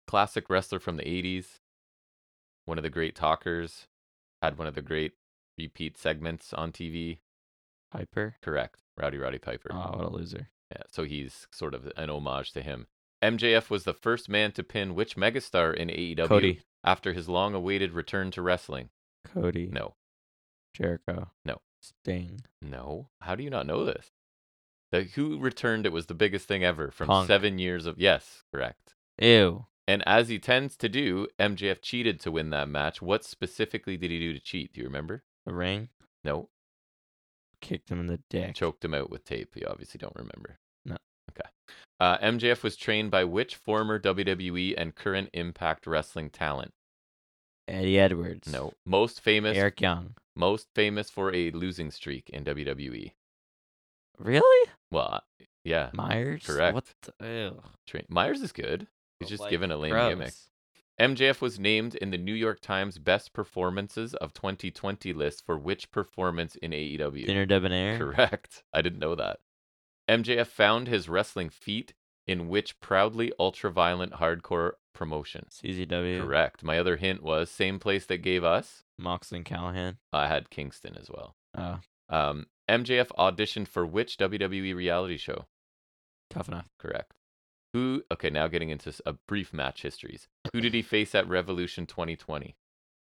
S1: Classic wrestler from the 80s. One of the great talkers. Had one of the great repeat segments on TV.
S2: Piper.
S1: Correct. Rowdy Roddy Piper.
S2: Oh, what a loser.
S1: Yeah, so he's sort of an homage to him. MJF was the first man to pin which megastar in AEW
S2: Cody.
S1: after his long awaited return to wrestling?
S2: Cody.
S1: No.
S2: Jericho.
S1: No.
S2: Sting.
S1: No. How do you not know this? The who returned it was the biggest thing ever from
S2: Punk.
S1: 7 years of Yes, correct.
S2: Ew.
S1: And as he tends to do, MJF cheated to win that match. What specifically did he do to cheat? Do you remember?
S2: The ring.
S1: No.
S2: Kicked him in the dick.
S1: Choked him out with tape. You obviously don't remember.
S2: No.
S1: Okay. Uh, MJF was trained by which former WWE and current Impact Wrestling talent?
S2: Eddie Edwards.
S1: No. Most famous
S2: Eric Young.
S1: most famous for a losing streak in WWE.
S2: Really?
S1: Well, yeah,
S2: Myers.
S1: Correct.
S2: What? The, ew.
S1: Tra- Myers is good. He's
S2: But,
S1: just
S2: like,
S1: given a lame gimmick.
S2: gross.
S1: MJF was named in the New York Times Best Performances of 2020 list for which performance in AEW?
S2: Dinner debonair.
S1: Correct. I didn't know that. MJF found his wrestling feat in which proudly ultra-violent hardcore promotion?
S2: CZW.
S1: Correct. My other hint was same place that gave us.
S2: Moxley and Callahan.
S1: I had Kingston as well.
S2: Oh,
S1: Um, MJF auditioned for which WWE reality show?
S2: tough enough.
S1: Correct. Who? Okay, now getting into s- a brief match histories. Who did he face at Revolution 2020?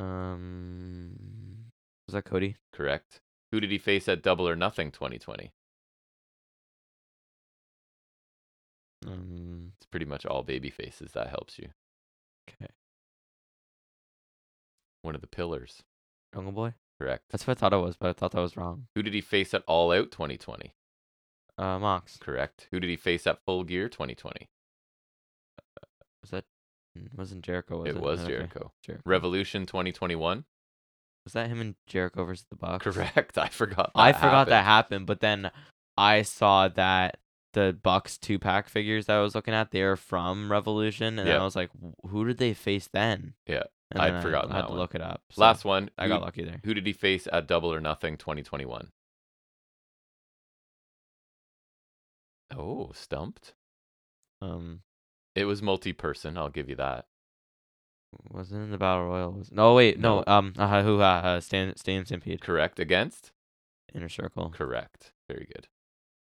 S2: Um, was that Cody?
S1: Correct. Who did he face at Double or Nothing 2020?
S2: Um,
S1: It's pretty much all baby faces. That helps you.
S2: okay.
S1: One of the pillars.
S2: Jungle Boy.
S1: Correct.
S2: That's what I thought it was, but I thought that was wrong.
S1: Who did he face at All Out 2020?
S2: Uh, Mox.
S1: Correct. Who did he face at Full Gear 2020?
S2: Was that? mm, Wasn't Jericho? Was it,
S1: it was
S2: Okay,
S1: Jericho.
S2: Jericho.
S1: Revolution 2021?
S2: was that him and Jericho versus the Bucks?
S1: Correct. I forgot.
S2: I forgot that happened, but then I saw that the Bucks two pack figures that I was looking at, they were from Revolution, and then
S1: Yeah.
S2: I was like, "Wh- who did they face then?
S1: Yeah,
S2: and
S1: I'd
S2: then
S1: forgotten
S2: I, had
S1: that
S2: to
S1: one.
S2: look it up. so
S1: Last one.
S2: I
S1: who-
S2: got lucky there.
S1: Who did he face at Double or Nothing 2021? Oh, stumped.
S2: Um,
S1: It was multi person, I'll give you that.
S2: wasn't in the battle royal. Was no wait no,
S1: No.
S2: um uh, hoo ha uh, stand stand stampede
S1: Correct against?
S2: inner circle.
S1: Correct. Very good.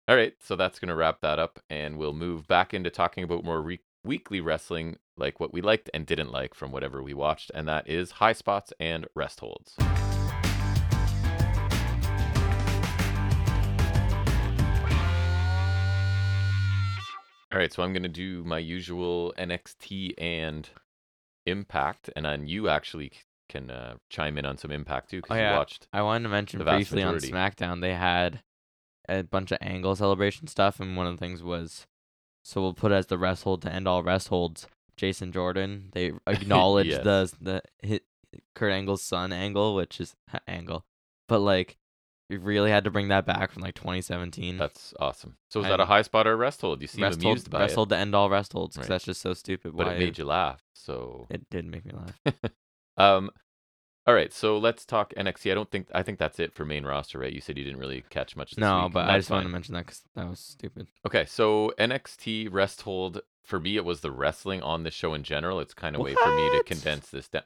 S1: All right, so that's going to wrap that up and we'll move back into talking about more re- weekly wrestling like what we liked and didn't like from whatever we watched and that is high spots and rest holds. All right, so I'm going to do my usual NXT and Impact, and then you actually c- can uh, chime in on some Impact too because
S2: Oh,
S1: you
S2: yeah.
S1: watched.
S2: I wanted to mention
S1: The vast
S2: briefly on
S1: majority.
S2: SmackDown they had a bunch of angle celebration stuff, and one of the things was so we'll put it as the rest hold to end all rest holds. Jason Jordan they acknowledged
S1: Yes.
S2: the the hit Kurt Angle's son angle, which is angle, but like we really had to bring that back from like 2017.
S1: That's awesome. So was that a
S2: Mm-hmm. And-
S1: high spot or a rest hold? You seem
S2: rest hold,
S1: amused by
S2: rest
S1: it,
S2: hold to end all rest holds because
S1: Right.
S2: that's just so stupid.
S1: but
S2: why
S1: it made you laugh. So
S2: it did make me laugh.
S1: Um, all right, so let's talk NXT. I don't think I think that's it for main roster, right? You said you didn't really catch much. This
S2: No,
S1: week.
S2: but I
S1: That's
S2: just wanted to
S1: fine.
S2: mention that because that was stupid.
S1: Okay, so NXT rest hold for me, it was the wrestling on the show in general. It's kind of way for me to
S2: What?
S1: condense this down.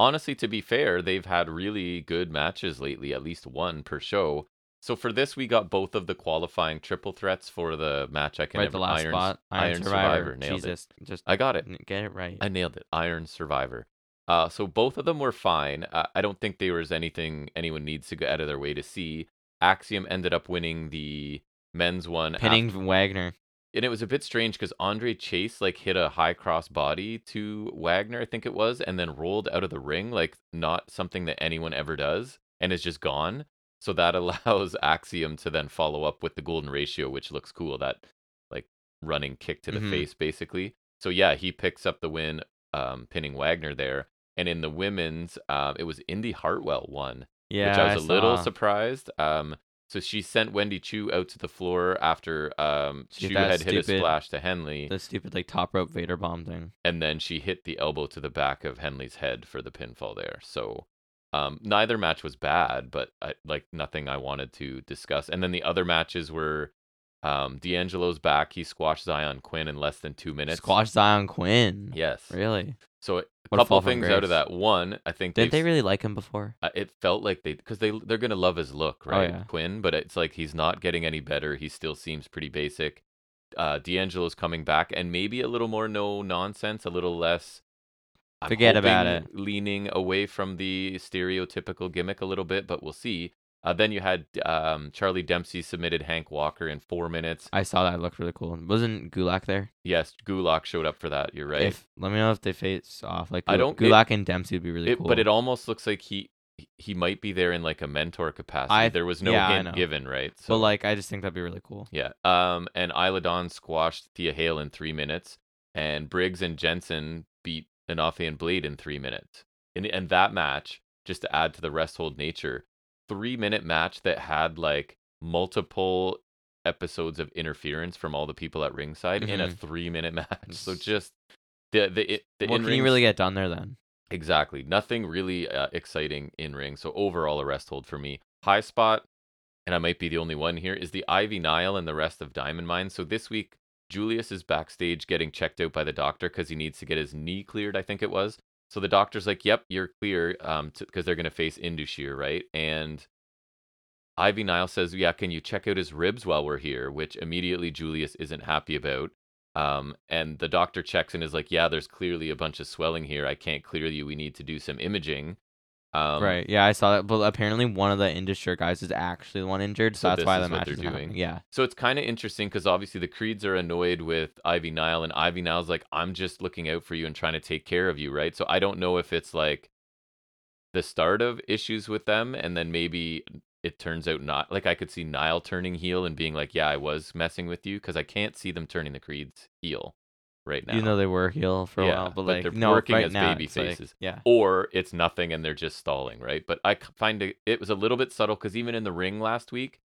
S1: Honestly, to be fair, they've had really good matches lately, at least one per show. So for this, we got both of the qualifying triple threats for the match. I can
S2: right,
S1: never
S2: the last
S1: Iron,
S2: spot,
S1: Iron, Survivor. Nailed it.
S2: Jesus, just
S1: I got it.
S2: n- get it right.
S1: I nailed it. Iron Survivor. Uh, so both of them were fine. Uh, I don't think there was anything anyone needs to go out of their way to see. Axiom ended up winning the men's one, af-
S2: Pinning Wagner.
S1: and it was a bit strange because Andre Chase like hit a high cross body to Wagner, I think it was, and then rolled out of the ring like not something that anyone ever does, and is just gone. So that allows Axiom to then follow up with the golden ratio, which looks cool. That like running kick to the
S2: Mhm.
S1: face, basically. So yeah, he picks up the win, um, pinning Wagner there. And in the women's, um, it was Indy Hartwell won
S2: Yeah,
S1: which I was
S2: a
S1: a little surprised. Um, so she sent Wendy Chu out to the floor after um,
S2: She
S1: Chu
S2: hit that
S1: had hit a
S2: stupid-
S1: splash to Henley,
S2: The stupid like top rope Vader bomb thing.
S1: and then she hit the elbow to the back of Henley's head for the pinfall there. So Um, neither match was bad, but I, like nothing I wanted to discuss. And then the other matches were um, D'Angelo's back. He squashed Zion Quinn in less than two minutes.
S2: Squash Zion Quinn.
S1: Yes.
S2: Really?
S1: So a
S2: What a
S1: couple
S2: fall from
S1: things out
S2: grace.
S1: of that. One, I think
S2: Didn't
S1: they've-
S2: they really like him before?
S1: uh, it felt like they because they they're gonna love his look,
S2: Oh,
S1: right,
S2: yeah.
S1: Quinn? But it's like he's not getting any better. He still seems pretty basic. Uh, D'Angelo's coming back, and maybe a little more no nonsense, a little less. I'm
S2: Forget about
S1: hoping Leaning away from the stereotypical gimmick a little bit, but we'll see. Uh, then you had um, Charlie Dempsey submitted Hank Walker in four minutes.
S2: I saw that. It looked really cool. Wasn't Gulak there?
S1: Yes, Gulak showed up for that. You're right.
S2: If let me know if they face off. Like
S1: I
S2: Gul-
S1: don't- it-
S2: Gulak and Dempsey would be really
S1: It-
S2: cool.
S1: But it almost looks like he he might be there in like a mentor capacity.
S2: I-
S1: there was no
S2: yeah, I know.
S1: hint given, right?
S2: But like I just think that'd be really cool.
S1: Yeah. Um, and Isla Dawn squashed Thea Hale in three minutes, and Briggs and Jensen beat Anafe and Blade in three minutes. And and that match, just to add to the rest hold nature, three minute match that had like multiple episodes of interference from all the people at ringside in a
S2: Mhm.
S1: three minute match. So
S2: It's-
S1: just the the it- the
S2: what
S1: in
S2: can you
S1: ring
S2: really get done there then?
S1: Exactly. Nothing really uh, exciting in ring. So overall, a rest hold for me. High spot, and I might be the only one here, is the Ivy Nile and the rest of Diamond Mine. So this week, Julius is backstage getting checked out by the doctor because he needs to get his knee cleared. I think it was. So the doctor's like, "Yep, you're clear," um, because they're gonna face Indushir, right? And Ivy Nile says, "Yeah, can you check out his ribs while we're here?" Which immediately Julius isn't happy about. Um, and the doctor checks and is like, "Yeah, there's clearly a bunch of swelling here. I can't clear you. We need to do some imaging." Um,
S2: right. Yeah, I saw that. But apparently one of the industry guys is actually the one injured, so,
S1: So
S2: that's
S1: this
S2: why
S1: is
S2: the
S1: what
S2: match
S1: they're
S2: is doing.
S1: doing.
S2: Yeah.
S1: So it's kind of interesting because obviously the creeds are annoyed with Ivy Nile, and Ivy Nile's like, "I'm just looking out for you and trying to take care of you, right?" So I don't know if it's like the start of issues with them, and then maybe it turns out not. Like I could see Nile turning heel and being like, "Yeah, I was messing with you," because I can't see them turning the creeds heel right now.
S2: Even though they were heel for a
S1: Yeah,
S2: while, but
S1: but
S2: like
S1: they're
S2: no,
S1: working
S2: right
S1: as
S2: now
S1: baby
S2: it's like-
S1: faces.
S2: yeah.
S1: or it's nothing and they're just stalling, right? But I c- find it, it was a little bit subtle because even in the ring last week,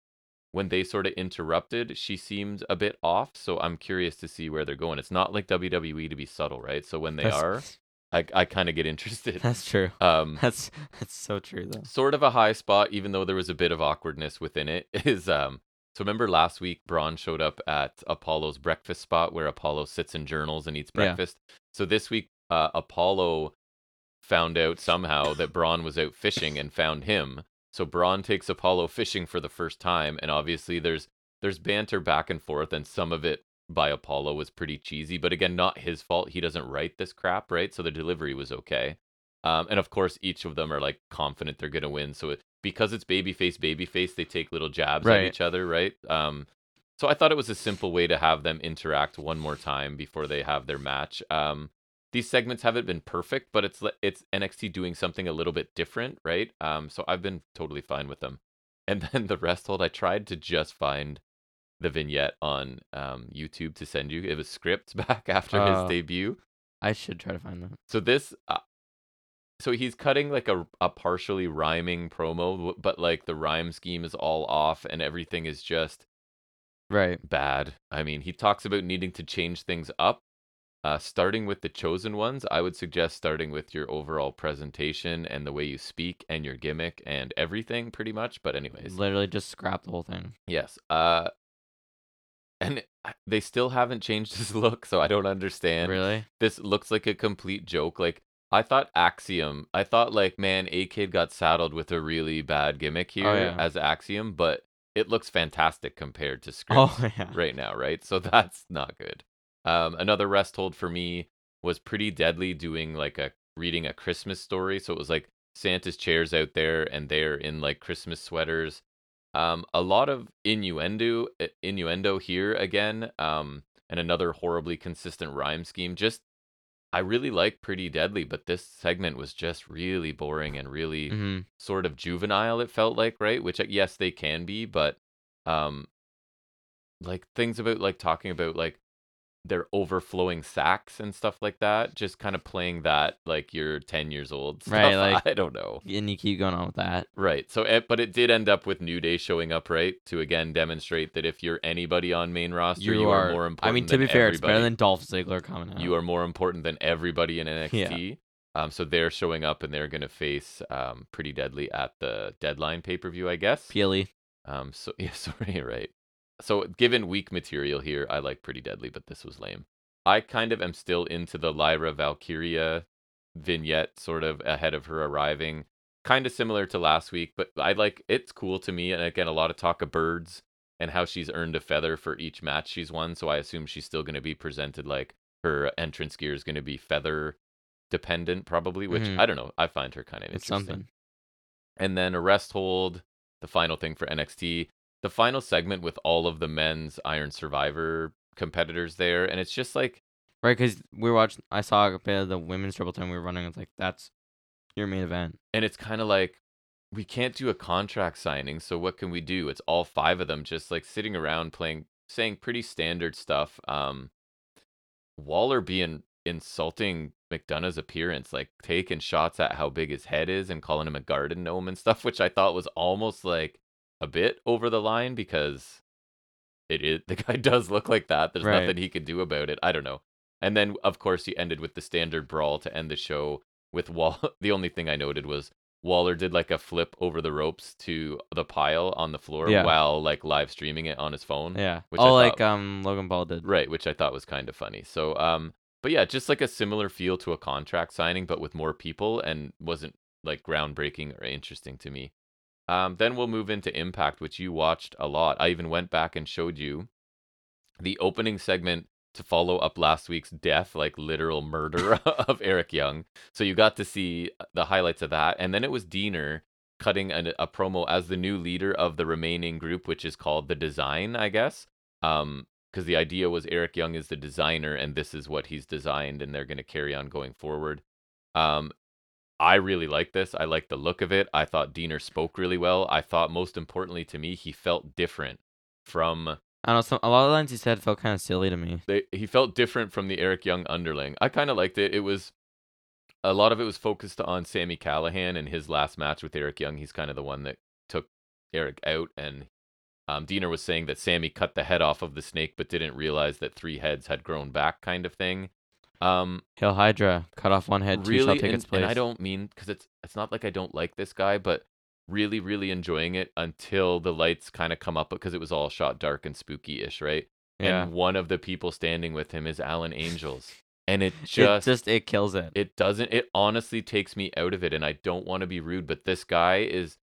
S1: when they sort of interrupted, she seemed a bit off. So I'm curious to see where they're going. It's not like WWE to be subtle, right? So when they
S2: That's-
S1: are, I, I kind of get interested.
S2: That's true.
S1: Um,
S2: That's that's so true though.
S1: sort of a high spot, even though there was a bit of awkwardness within it. Is um, so remember last week Braun showed up at Apollo's breakfast spot where Apollo sits and journals and eats
S2: Yeah.
S1: breakfast. So this week, uh, Apollo found out somehow that Braun was out fishing and found him. So Braun takes Apollo fishing for the first time, and obviously there's there's banter back and forth, and some of it by Apollo was pretty cheesy, but again, not his fault. He doesn't write this crap, right? So the delivery was okay. Um, and of course, each of them are like confident they're gonna win. So it, because it's babyface, babyface, they take little jabs
S2: Right.
S1: at each other, right? Um, so I thought it was a simple way to have them interact one more time before they have their match. Um, these segments haven't been perfect, but it's li- it's NXT doing something a little bit different, right? Um, so I've been totally fine with them. And then the rest hold, I tried to just find the vignette on um, YouTube to send you. It was script back after
S2: Oh.
S1: his debut.
S2: I should try to find that.
S1: So this, uh, so he's cutting like a a partially rhyming promo, w- but like the rhyme scheme is all off and everything is just
S2: Right.
S1: bad. I mean, he talks about needing to change things up. Uh, starting with the chosen ones, I would suggest starting with your overall presentation and the way you speak and your gimmick and everything, pretty much. But anyways,
S2: Literally just scrap the whole thing.
S1: Yes. Uh and I- they still haven't changed his look, so I don't understand.
S2: really?
S1: This looks like a complete joke. Like I thought Axiom. I thought like man, A Kid got saddled with a really bad gimmick here
S2: Oh, yeah.
S1: as Axiom, but it looks fantastic compared to script
S2: Oh yeah.
S1: right now, right? So that's not good. Um, another rest hold for me was pretty deadly doing like a reading a Christmas story. So it was like Santa's chairs out there and they're in like Christmas sweaters. Um, a lot of innuendo uh, innuendo here again. Um, and another horribly consistent rhyme scheme. Just I really like Pretty Deadly, but this segment was just really boring and really
S2: hmm
S1: sort of juvenile it felt like right which uh, yes they can be but um like things about like talking about like their overflowing sacks and stuff like that just kind of playing that like you're 10 years old stuff.
S2: Right, like-
S1: i don't know
S2: And you keep going on with that.
S1: right so it, but it did end up with new day showing up right to again demonstrate that if you're anybody on main roster you, are, more important
S2: I mean, to be
S1: than
S2: fair, it's better
S1: everybody.
S2: Oh, than Dolph Ziggler coming out.
S1: you are more important than everybody in NXT Um, so they're showing up and they're going to face um, Pretty Deadly at the deadline pay per view, I guess.
S2: PLE.
S1: Um, so yeah, sorry, you're right. So given weak material here, I like Pretty Deadly, but this was lame. I kind of am still into the Lyra Valkyria vignette, sort of ahead of her arriving, kind of similar to last week. But I like it's cool to me, and again, a lot of talk of birds and how she's earned a feather for each match she's won. So I assume she's still going to be presented like her entrance gear is going to be feather dependent, probably. Which
S2: Mhm.
S1: I don't know. I find her kind of
S2: It's
S1: interesting
S2: something.
S1: and then arrest hold the final thing for nxt the final segment with all of the men's iron survivor competitors there and it's just like
S2: Right, because we were watching. I saw a bit of the women's triple time we were running. It's like that's your main event.
S1: and it's kind of like we can't do a contract signing so what can we do it's all five of them just like sitting around playing saying pretty standard stuff um waller being insulting mcdonough's appearance like taking shots at how big his head is and calling him a garden gnome and stuff which i thought was almost like a bit over the line because it is the guy does look like that there's
S2: Right.
S1: nothing he could do about it i don't know and then of course he ended with the standard brawl to end the show with wall the only thing i noted was Waller did like a flip over the ropes to the pile on the floor
S2: Yeah.
S1: while like live streaming it on his phone.
S2: Yeah.
S1: Mm-hmm. Which I
S2: Oh,
S1: thought-
S2: like um Logan Paul did.
S1: Right, which I thought was kind of funny. So um but yeah, just like a similar feel to a contract signing but with more people and wasn't like groundbreaking or interesting to me. Um then we'll move into Impact which you watched a lot. I even went back and showed you the opening segment to follow up last week's death, like literal murder of Eric Young. So you got to see uh, the highlights of that. And then it was Diener cutting a, a promo as the new leader of the remaining group, which is called the Design, I guess. Um, because the idea was Eric Young is the designer, and this is what he's designed, and they're going to carry on going forward. Um, I really like this. I like the look of it. I thought Diener spoke really well. I thought most importantly to me, he felt different from
S2: I don't know. Some, a lot of the lines he said felt kind of silly to me.
S1: they he felt different from the Eric Young underling. I kind of liked it. It was a lot of it was focused on Sammy Callahan and his last match with Eric Young. He's kind of the one that took Eric out and um, Diener was saying that Sammy cut the head off of the snake but didn't realize that three heads had grown back kind of thing. Um,
S2: Hail Hydra, cut off one head, two shall take
S1: and,
S2: its place.
S1: and I don't mean because it's it's not like I don't like this guy, but really, really enjoying it until the lights kind of come up because it was all shot dark and spooky ish, right?
S2: Yeah.
S1: And one of the people standing with him is Alan Angels, and it
S2: Just,
S1: just
S2: it just it kills it.
S1: it doesn't it honestly takes me out of it, and I don't want to be rude, but this guy is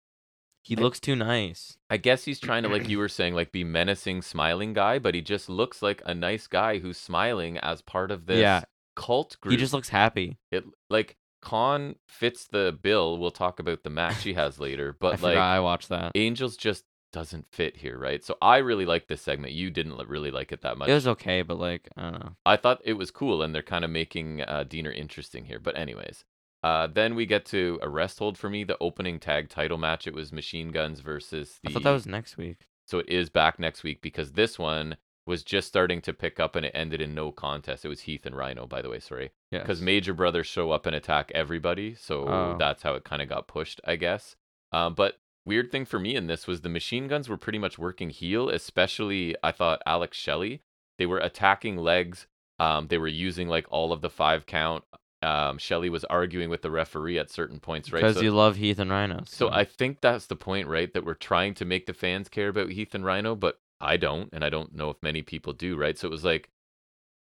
S2: He
S1: I-
S2: looks too nice.
S1: I guess he's trying to, like you were saying, like be menacing, smiling guy, but he just looks like a nice guy who's smiling as part of this
S2: Yeah.
S1: cult group.
S2: He just looks happy.
S1: It like Khan fits the bill. We'll talk about the match he has later,
S2: I
S1: but
S2: forgot
S1: like
S2: I watched that.
S1: Angels just doesn't fit here, right? So I really like this segment. You didn't li- really like it that much.
S2: It was okay, but like I don't know.
S1: I thought it was cool, and they're kind of making uh, Diener interesting here. But anyways, uh, then we get to arrest hold for me the opening tag title match. It was Machine Guns versus the.
S2: I thought that was next week.
S1: So it is back next week because this one was just starting to pick up and it ended in no contest. It was Heath and Rhino, by the way. Sorry
S2: Yeah.
S1: because major brothers show up and attack everybody so
S2: Oh.
S1: that's how it kind of got pushed i guess um, but weird thing for me in this was the machine guns were pretty much working heel especially i thought alex shelley they were attacking legs um, they were using like all of the five count um, shelley was arguing with the referee at certain points right
S2: because you love Heath and Rhino.
S1: so I think that's the point, right? That we're trying to make the fans care about Heath and Rhino, but I don't, and I don't know if many people do, right? So it was like,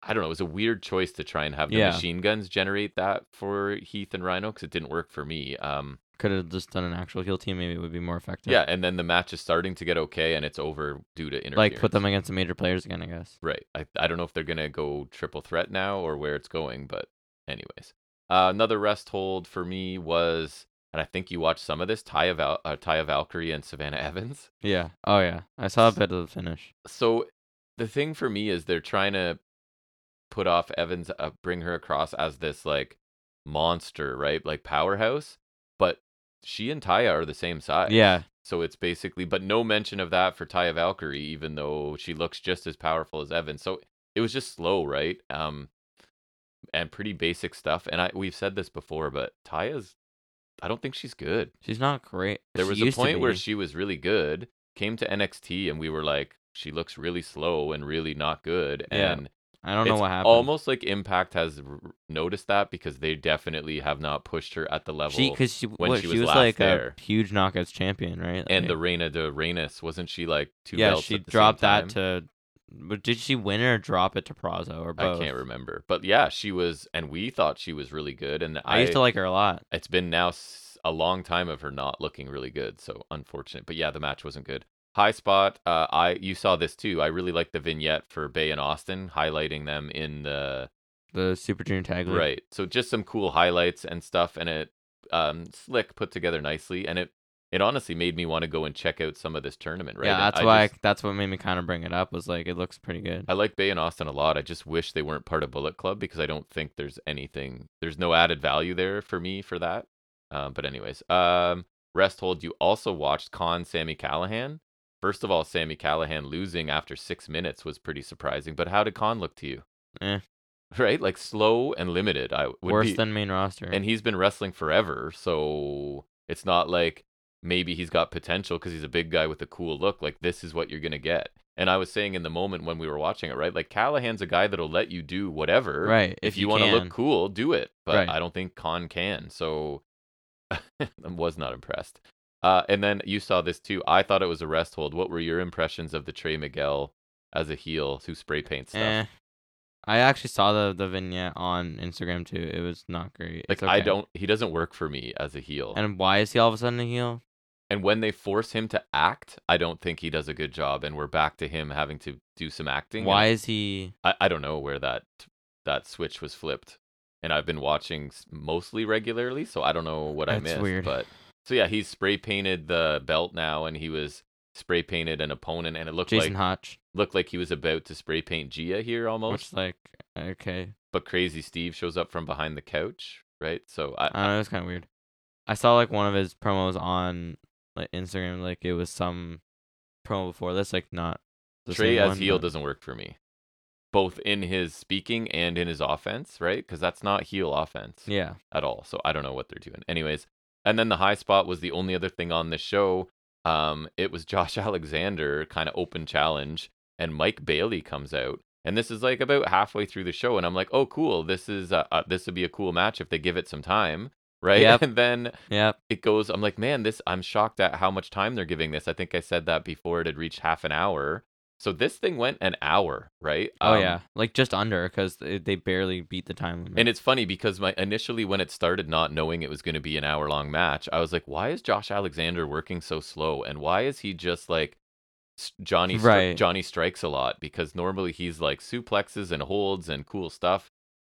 S1: I don't know, it was a weird choice to try and have the
S2: Yeah.
S1: machine guns generate that for Heath and Rhino because it didn't work for me. Um,
S2: could have just done an actual heel team. Maybe it would be more effective.
S1: yeah. and then the match is starting to get okay, and it's over due to interference.
S2: Like put them against the major players again, I guess.
S1: Right. I, I don't know if they're going to go triple threat now or where it's going, but anyways. Uh, another rest hold for me was, and I think you watched some of this, Taya, Val- uh, Taya Valkyrie and Savannah Evans.
S2: Yeah. Oh yeah. I saw a bit of the finish.
S1: so the thing for me is they're trying to put off Evans, uh, bring her across as this like monster, right? Like powerhouse. But she and Taya are the same size.
S2: Yeah.
S1: So it's basically, but no mention of that for Taya Valkyrie, even though she looks just as powerful as Evans. So it was just slow, right? Um, and pretty basic stuff. And I we've said this before, but Taya's, I don't think she's good.
S2: She's not great.
S1: There
S2: She
S1: was a
S2: used to
S1: point where
S2: be.
S1: she was really good, came to NXT, and we were like, she looks really slow and really not good.
S2: Yeah.
S1: And
S2: I don't know
S1: It's
S2: what happened.
S1: Almost like Impact has r- noticed that because they definitely have not pushed her at the level.
S2: she because she,
S1: when
S2: what,
S1: she
S2: she
S1: was
S2: was,
S1: last
S2: like
S1: there.
S2: a huge knockouts champion, right?
S1: and the
S2: Like,
S1: Reina de Reinas wasn't she like two
S2: yeah,
S1: belts?
S2: she
S1: at the same
S2: dropped
S1: time?
S2: that to. But did she win it or drop it to Prazo or
S1: I
S2: both?
S1: can't remember, but yeah, she was, and we thought she was really good. And
S2: I, used to like her a lot.
S1: it's been now s- a long time of her not looking really good so unfortunate but yeah the match wasn't good high spot uh, i you saw this too i really like the vignette for bay and austin highlighting them in the
S2: The Super Junior Tag League.
S1: right so just some cool highlights and stuff and it um slick put together nicely and it it honestly made me want to go and check out some of this tournament right
S2: Yeah,
S1: And
S2: that's why.
S1: just-
S2: I, that's what made me kind of bring it up. Was like it looks pretty good.
S1: I like Bay and Austin a lot. I just wish they weren't part of Bullet Club because I don't think there's anything, there's no added value there for me for that. Um, but anyways, um, rest hold. You also watched Con Sammy Callahan. First of all, Sammy Callahan losing after six minutes was pretty surprising. But how did Con look to you?
S2: Eh.
S1: Right, like slow and limited. I would
S2: Worse
S1: be-
S2: than main roster.
S1: and he's been wrestling forever, so it's not like maybe he's got potential because he's a big guy with a cool look. Like this is what you're gonna get. And I was saying in the moment when we were watching it, right? Like Callahan's a guy that'll let you do whatever.
S2: right.
S1: If, you, want to
S2: can.
S1: look cool, do it. But
S2: Right.
S1: I don't think Khan can. So I was not impressed. Uh, and then you saw this too. I thought it was a rest hold. What were your impressions of the Trey Miguel as a heel who spray paints stuff?
S2: Eh. I actually saw the, the vignette on Instagram too. It was not great.
S1: like
S2: It's okay.
S1: I don't. He doesn't work for me as a heel.
S2: And why is he all of a sudden a heel?
S1: And when they force him to act, I don't think he does a good job, and we're back to him having to do some acting. and
S2: Why is he?
S1: I, I don't know where that that switch was flipped, and I've been watching s- mostly regularly, so I don't know what I
S2: That's
S1: missed.
S2: weird.
S1: But so yeah, he's spray painted the belt now, and he was spray painted an opponent, and it looked
S2: Jason
S1: like
S2: Hotch,
S1: looked like he was about to spray paint Gia here almost.
S2: which like okay,
S1: But Crazy Steve shows up from behind the couch, right? So I,
S2: I don't know. It was kind of weird. I saw like one of his promos on like Instagram. Like it was some promo before this. Like not the
S1: Trey
S2: same
S1: as
S2: one,
S1: heel
S2: but-
S1: doesn't work for me, both in his speaking and in his offense, right? Because that's not heel offense
S2: Yeah,
S1: at all. So I don't know what they're doing. Anyways, and then the high spot was the only other thing on this show. Um, it was Josh Alexander kind of open challenge, and Mike Bailey comes out, and this is like about halfway through the show, and I'm like, oh cool, this is uh, uh, this would be a cool match if they give it some time, right?
S2: Yep.
S1: And then
S2: yeah.
S1: it goes i'm like man this i'm shocked at how much time they're giving this i think i said that before it had reached half an hour so this thing went an hour right
S2: Oh
S1: Um,
S2: yeah, like just under because they they barely beat the time limit.
S1: and it's funny because my initially when it started not knowing it was going to be an hour long match i was like why is josh alexander working so slow and why is he just like s- johnny Stri-
S2: Right.
S1: johnny strikes a lot because normally he's like suplexes and holds and cool stuff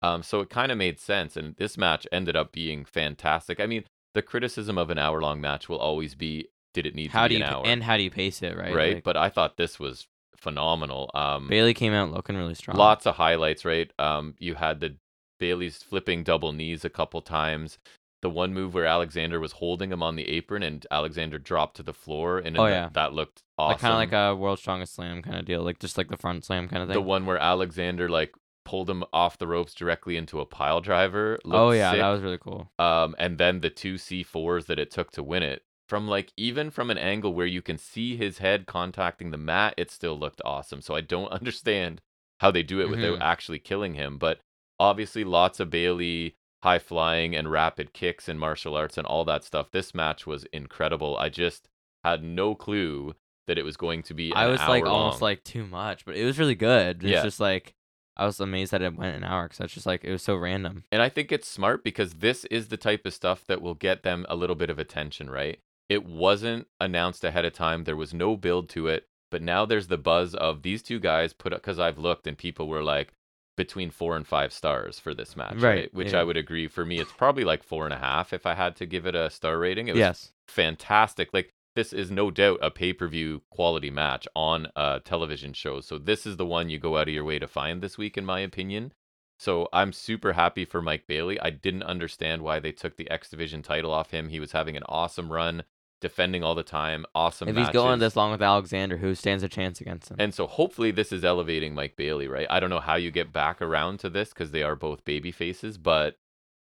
S1: um, so it kind of made sense and this match ended up being fantastic i mean the criticism of an hour long match will always be did it need
S2: how
S1: to
S2: do
S1: be
S2: you
S1: an
S2: pa-
S1: hour
S2: and how do you pace it right?
S1: right,
S2: Like,
S1: but i thought this was phenomenal um,
S2: Bailey came out looking really strong.
S1: Lots of highlights, right? Um, you had the Bailey's flipping double knees a couple times. The one move where Alexander was holding him on the apron and Alexander dropped to the floor, and
S2: Oh,
S1: that-
S2: yeah.
S1: that looked awesome.
S2: Like kind of like a world's strongest slam kind of deal, like just like the front slam kind of thing.
S1: the one where Alexander like pulled him off the ropes directly into a pile driver.
S2: oh
S1: looked
S2: yeah,
S1: sick.
S2: that was really cool.
S1: um, and then the two C4s that it took to win it. From like even from an angle where you can see his head contacting the mat, it still looked awesome. So I don't understand how they do it
S2: Mm-hmm.
S1: without actually killing him. But obviously, lots of Bailey high flying and rapid kicks and martial arts and all that stuff. This match was incredible. I just had no clue that it was going to be.
S2: I
S1: an
S2: was like
S1: hour
S2: almost
S1: long.
S2: like too much, but it was really good. It's
S1: Yeah.
S2: just like I was amazed that it went an hour because that's just like it was so random.
S1: And I think it's smart because this is the type of stuff that will get them a little bit of attention, right? It wasn't announced ahead of time. There was no build to it, but now there's the buzz of these two guys put up because I've looked and people were like between four and five stars for this match, right?
S2: Right,
S1: Which
S2: yeah.
S1: I would agree. For me, it's probably like four and a half if I had to give it a star rating. It was
S2: yes,
S1: fantastic. Like this is no doubt a pay-per-view quality match on a television show. So this is the one you go out of your way to find this week in my opinion. So I'm super happy for Mike Bailey. I didn't understand why they took the X Division title off him. He was having an awesome run, defending all the time, awesome
S2: if he's going
S1: matches.
S2: this long with Alexander, who stands a chance against him?
S1: And so hopefully this is elevating Mike Bailey, right? I don't know how you get back around to this because they are both baby faces, but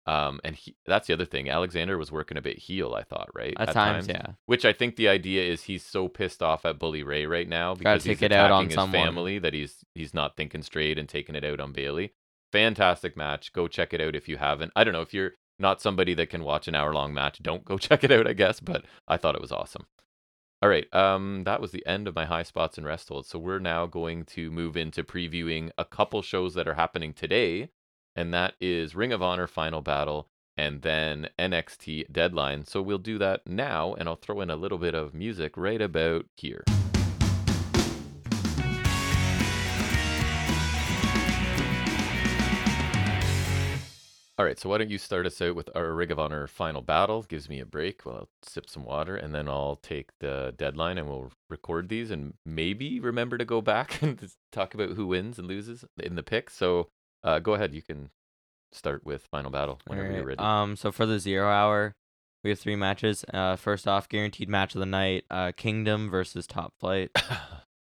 S1: Um, and he, that's the other thing. Alexander was working a bit heel, I thought, right?
S2: At, times, yeah.
S1: Which I think the idea is he's so pissed off at Bully Ray right now because he's
S2: take it out on
S1: attacking his
S2: someone.
S1: family that he's he's not thinking straight and taking it out on Bailey. Fantastic match. Go check it out if you haven't. I don't know if you're not somebody that can watch an hour long match. Don't go check it out, I guess. But I thought it was awesome. All right. Um, that was the end of my high spots and rest holds. So we're now going to move into previewing a couple shows that are happening today, and that is Ring of Honor Final Battle and then NXT Deadline. So we'll do that now, and I'll throw in a little bit of music right about here. All right, so why don't you start us out with our Ring of Honor final battle? Gives me a break. Well, I'll sip some water and then I'll take the deadline and we'll record these and maybe remember to go back and just talk about who wins and loses in the pick. So uh, go ahead, you can start with final battle whenever you're
S2: Alright,
S1: ready.
S2: Um, so for the zero hour, we have three matches. Uh, first off, guaranteed match of the night: uh, Kingdom versus Top Flight.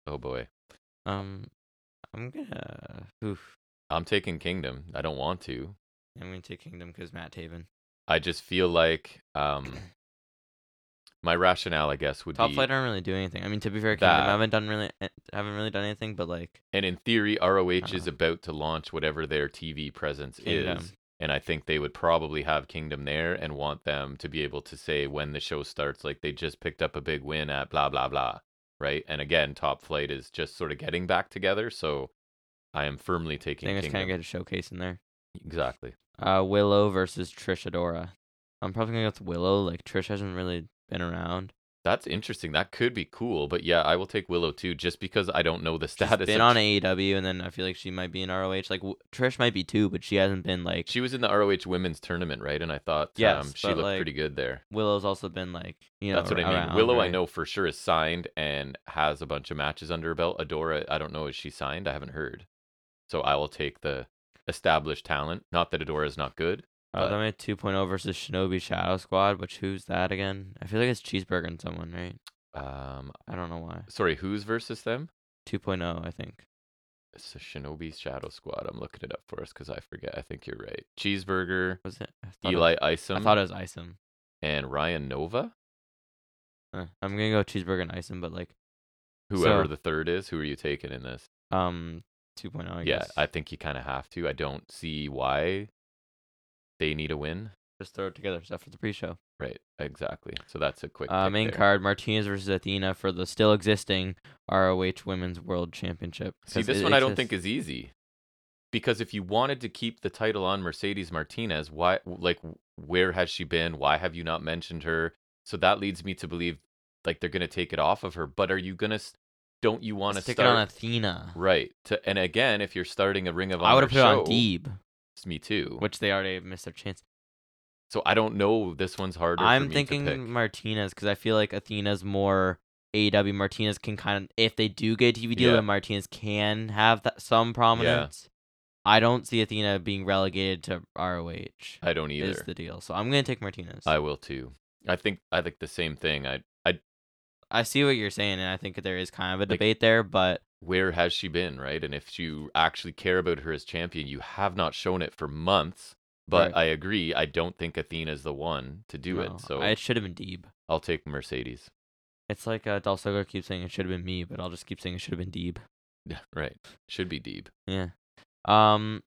S1: oh boy,
S2: Um, I'm gonna, oof,
S1: I'm taking Kingdom. I don't want to.
S2: I'm gonna take Kingdom because Matt Taven.
S1: I just feel like um, my rationale, I guess, would
S2: Top
S1: be
S2: Flight aren't really doing anything. I mean, to be fair, Kingdom
S1: That-
S2: haven't done really, eh, haven't really done anything. But like,
S1: And in theory, ROH is
S2: Uh-huh.
S1: about to launch whatever their TV presence
S2: Kingdom.
S1: is. And I think they would probably have Kingdom there and want them to be able to say when the show starts, like they just picked up a big win at blah, blah, blah. Right. And again, Top Flight is just sort of getting back together. So I am firmly
S2: I
S1: taking
S2: think it's
S1: Kingdom.
S2: kind of good to showcase in there.
S1: Exactly.
S2: Uh, Willow versus Trish Adora. I'm probably gonna go with Willow. Like Trish hasn't really been around.
S1: That's interesting. That could be cool. But yeah, I will take Willow too, just because I don't know the
S2: She's
S1: status.
S2: been
S1: of
S2: on AEW, and then I feel like she might be in ROH. Like w- Trish might be too, but she hasn't been like.
S1: She was in the ROH women's tournament, right? And I thought
S2: Yes,
S1: um, she
S2: but,
S1: looked
S2: like,
S1: pretty good there.
S2: Willow's also been like, you know,
S1: That's what I mean.
S2: around,
S1: Willow, I
S2: right?
S1: know for sure is signed and has a bunch of matches under her belt. Adora, I don't know is she signed. I haven't heard. So I will take the established talent. Not that Adora is not good.
S2: Uh,
S1: but-
S2: then we had 2.0 versus Shinobi Shadow Squad, which who's that again? I feel like it's Cheeseburger and someone, right?
S1: Um,
S2: I don't know why.
S1: sorry, who's versus them?
S2: 2.0, I think.
S1: It's the Shinobi Shadow Squad. I'm looking it up for us because I forget. I think you're right. Cheeseburger,
S2: Was it? I thought it
S1: Eli
S2: was-
S1: Isom,
S2: I thought it was Isom.
S1: and Ryan Nova.
S2: Uh, I'm gonna go Cheeseburger and Isom, but like,
S1: Whoever
S2: So-
S1: the third is, who are you taking in this?
S2: um, 2.0. I
S1: yeah,
S2: guess.
S1: I think you kind of have to. I don't see why they need a win.
S2: just throw it together stuff for the pre-show.
S1: Right, exactly. So that's a quick
S2: Uh,
S1: pick
S2: main
S1: there.
S2: card: Martinez versus Athena for the still existing ROH Women's World Championship.
S1: See,
S2: 'cause
S1: this
S2: it
S1: one I don't think
S2: exists.
S1: is easy. Because if you wanted to keep the title on Mercedes Martinez, why like where has she been? Why have you not mentioned her? So that leads me to believe like they're going to take it off of her, but are you going to don't you want to
S2: Stick
S1: start
S2: it on Athena.
S1: right to and again if you're starting a Ring of Honor
S2: I would have put it
S1: show-
S2: on Deeb,
S1: Me too.
S2: which they already missed their chance.
S1: So I don't know this one's harder for me
S2: I'm
S1: to pick.
S2: thinking Martinez because I feel like Athena's more AEW. Martinez can kind of, if they do get a TV deal,
S1: Yeah.
S2: then Martinez can have that, some prominence. I don't see Athena being relegated to ROH.
S1: I don't
S2: Is
S1: either.
S2: the deal? So I'm gonna take Martinez.
S1: I
S2: I,
S1: will too. I think I think the same thing. I I
S2: see what you're saying, and I think there is kind of a debate there, but
S1: where has she been, right? And if you actually care about her as champion, you have not shown it for months. But
S2: Right.
S1: I agree, I don't think Athena's the one to do
S2: no,
S1: it. So
S2: I- it should have been Deeb.
S1: I'll take Mercedes.
S2: It's like uh, Del Sogo keeps saying it should have been me, but I'll just keep saying it should have been Deeb.
S1: Yeah, right. Should be Deeb.
S2: Yeah. Um,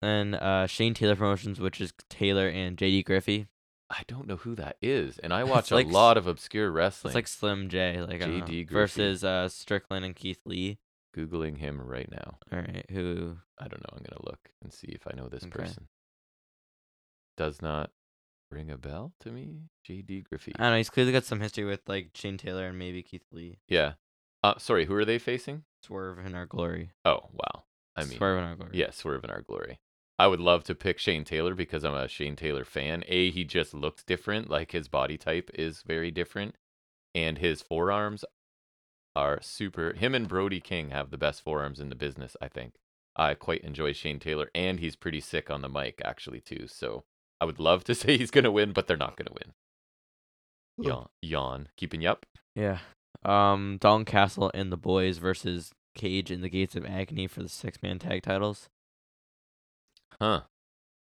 S2: and uh, Shane Taylor Promotions, which is Taylor and JD Griffey.
S1: I don't know who that is, and I
S2: It's
S1: watch
S2: like
S1: a
S2: s-
S1: lot of obscure wrestling.
S2: It's like Slim J, like I don't know,
S1: JD Griffey.
S2: versus uh, Strickland and Keith Lee.
S1: googling him right now.
S2: All right, who?
S1: I don't know. I'm gonna look and see if I know this
S2: Okay.
S1: person. Does not ring a bell to me. JD Griffey.
S2: I don't know. He's clearly got some history with like Shane Taylor and maybe Keith Lee.
S1: Yeah. Uh, sorry. Who are they facing?
S2: Swerve in our glory.
S1: Oh wow. I mean,
S2: Swerve in our glory.
S1: Yeah, Swerve in Our Glory. I would love to pick Shane Taylor because I'm a Shane Taylor fan. A, he just looks different. Like his body type is very different. And his forearms are super. Him and Brody King have the best forearms in the business, I think. I quite enjoy Shane Taylor. And he's pretty sick on the mic, actually, too. So I would love to say he's going to win, but they're not going to win. Yawn. Yawn. Keeping you up.
S2: Yeah. Um, Don Castle and the Boys versus Cage and the Gates of Agony for the six man tag titles.
S1: Huh.